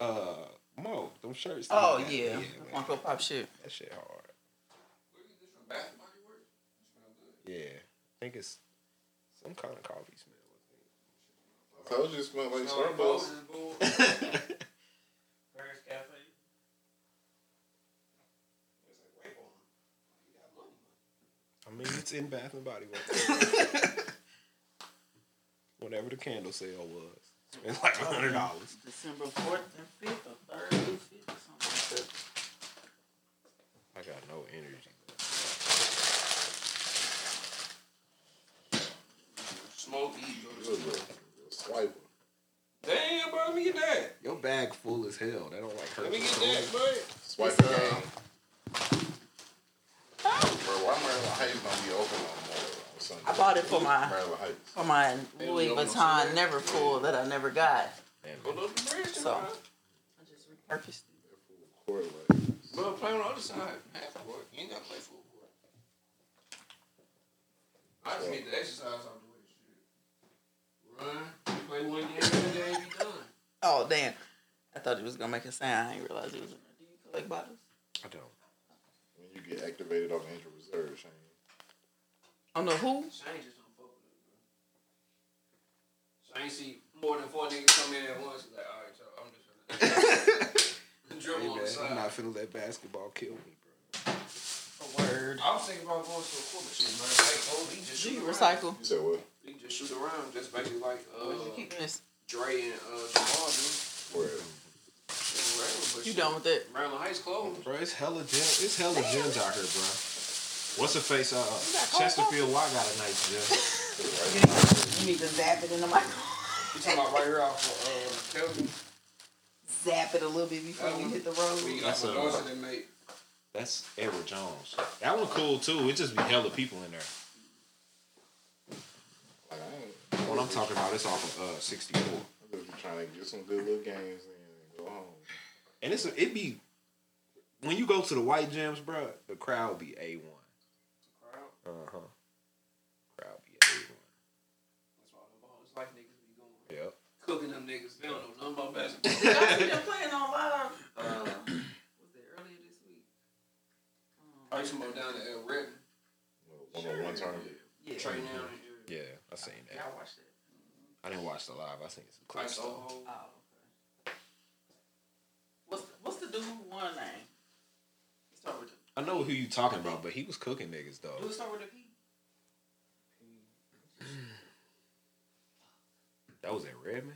Uh, Mo, them shirts. Oh yeah, Funko Pop shit. That shit hard. Yeah. I think it's some kind of coffee smell. I told you it smelled like Starbucks. I mean, it's in Bath and Body Works. Whatever the candle sale was. It's like hundred dollars. December fourth and fifth or third and fifth or something. I got no energy. Swipe. Damn, bro, let me get that. Your bag full as hell. That don't like hurt. Let me get that, bro. Swipe it down. Bro, why Maryland Heights gonna be open on Memorial on Sunday? I bought it for my Maryland Heights. for my Louis Vuitton never full that I never got. So I just repurposed it. Court, like, Bro, play on the other side. Half court. You ain't got to play full court. I just need to exercise on the way to shit. Run, play one game, and then be done. Oh damn! I thought it was gonna make a sound. I didn't realize it was. in there. Do you collect bottles? I don't. When you get activated on the injured reserve, Shane. On the Oh, who? Shane just don't fuck with it, bro. Shane see more than four niggas come in at once. He's like, all right, y'all, I'm just gonna Hey, dribble on man, the I'm side. not finna let basketball kill me, bro. Word. I was thinking about going to a corporate shit, man. Like, oh, he just Do you shoot around. recycle? You said what? He just shoot around, just basically like uh, Where'd you keep this? Dre and uh, Jamal do. Where? Shit around, but You shit, done with it? Maryland Heights clothes. Bro, it's hella gym. It's hella gyms out here, bro. What's the face? Uh, got cold Chesterfield Y got a nice gym. You need to zap it in the microphone. You talking about right here off of uh, Kelvin? Zap it a little bit before you hit the road. We got That's some a- noise that made. That's Edward Jones. That one cool too. It just be hella people in there. Like, I ain't. What I'm talking about, it's off of uh, 64. I'm just trying to get some good little games in and go home. And it's it be when you go to the white gyms, bro. The crowd be a one. Uh huh. Crowd be a one. Yep. Cooking them niggas, they don't know nothing about basketball. Y'all see them playing on live. Uh, was it earlier this week? I used to go down to El Redden, One on one tournament. Yeah. Trey Now, and Yeah, I seen that. Y'all watched it. I didn't watch the live. I seen some like clips. though. Soho. Oh, okay. What's the, what's the dude one name? It start with the, I know who you talking about, but he was cooking niggas though. do it start with a P? That was at Redmond.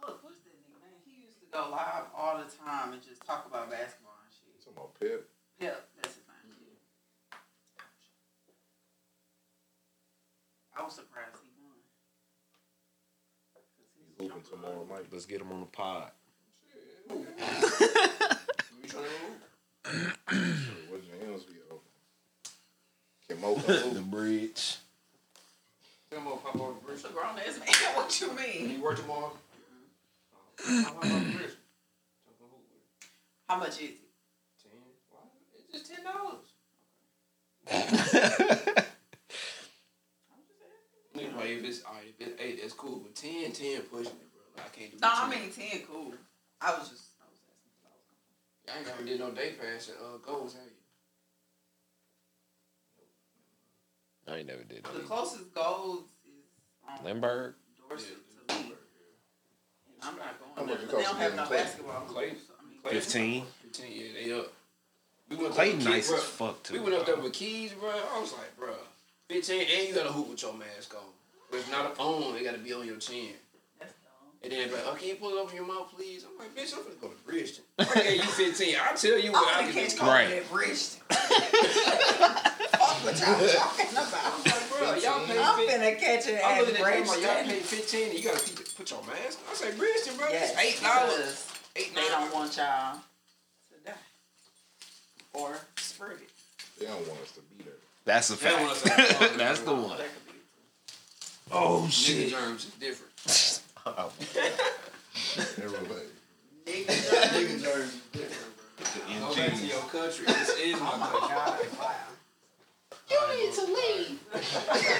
Look, what's that nigga, man? He used to go live all the time and just talk about basketball and shit. Talking about Pip. Pep, that's his name. I was surprised he won. 'Cause his He's open jumper- tomorrow night. Let's get him on the pod. What gyms be open? Can Mo come over? bridge. Tell them about Pop Over the Bridge. It's a grown ass man. What you mean? You work tomorrow? Pop Over the Bridge. How much is it? Ten? Why? It's just ten dollars. Nigga, like, if it's all right, if it's eight, that's cool. But 10, 10 pushing it, bro. Like, I can't do No, 10. I mean ten. Cool. I was just. I was asking. if I was comfortable. I ain't never did no day pass at uh, Gold's, have you? I ain't never did The closest goals is um, Limburg. Dorset to me. And I'm not How going much there. it But they cost don't to have get no in Clay? basketball. Clay? hoops, so, I mean, Clay? 15. 15, yeah, they up. We went up Clay with Keys, nice bro. as fuck too. We went up there with keys, bro. I was like, bro, 15, and you got to hoop with your mask on. But it's not on, it got to be on your chin. That's dumb. And then, like, oh, can you pull it over your mouth, please? I'm like, bitch, I'm finna go to Bridgeton. I gave you 15. I'll tell you what I, I can can't do. call Right. that bridge. Bro, y'all pay I'm 15. finna catch an I'm ass looking at them like, y'all bridge. paid 15 and you got to put your mask on. I say, Bridgeton, bro, Yes, it's $8. because $8. They don't want y'all to die or spread it. They don't want us to be there. That's a That fact. one's that song, That's bro. the one. That could be- Oh Nigga shit! germs is different. Everybody. Nigga germs is different. Go back to Ingenious. your country. This is my country. You need to leave.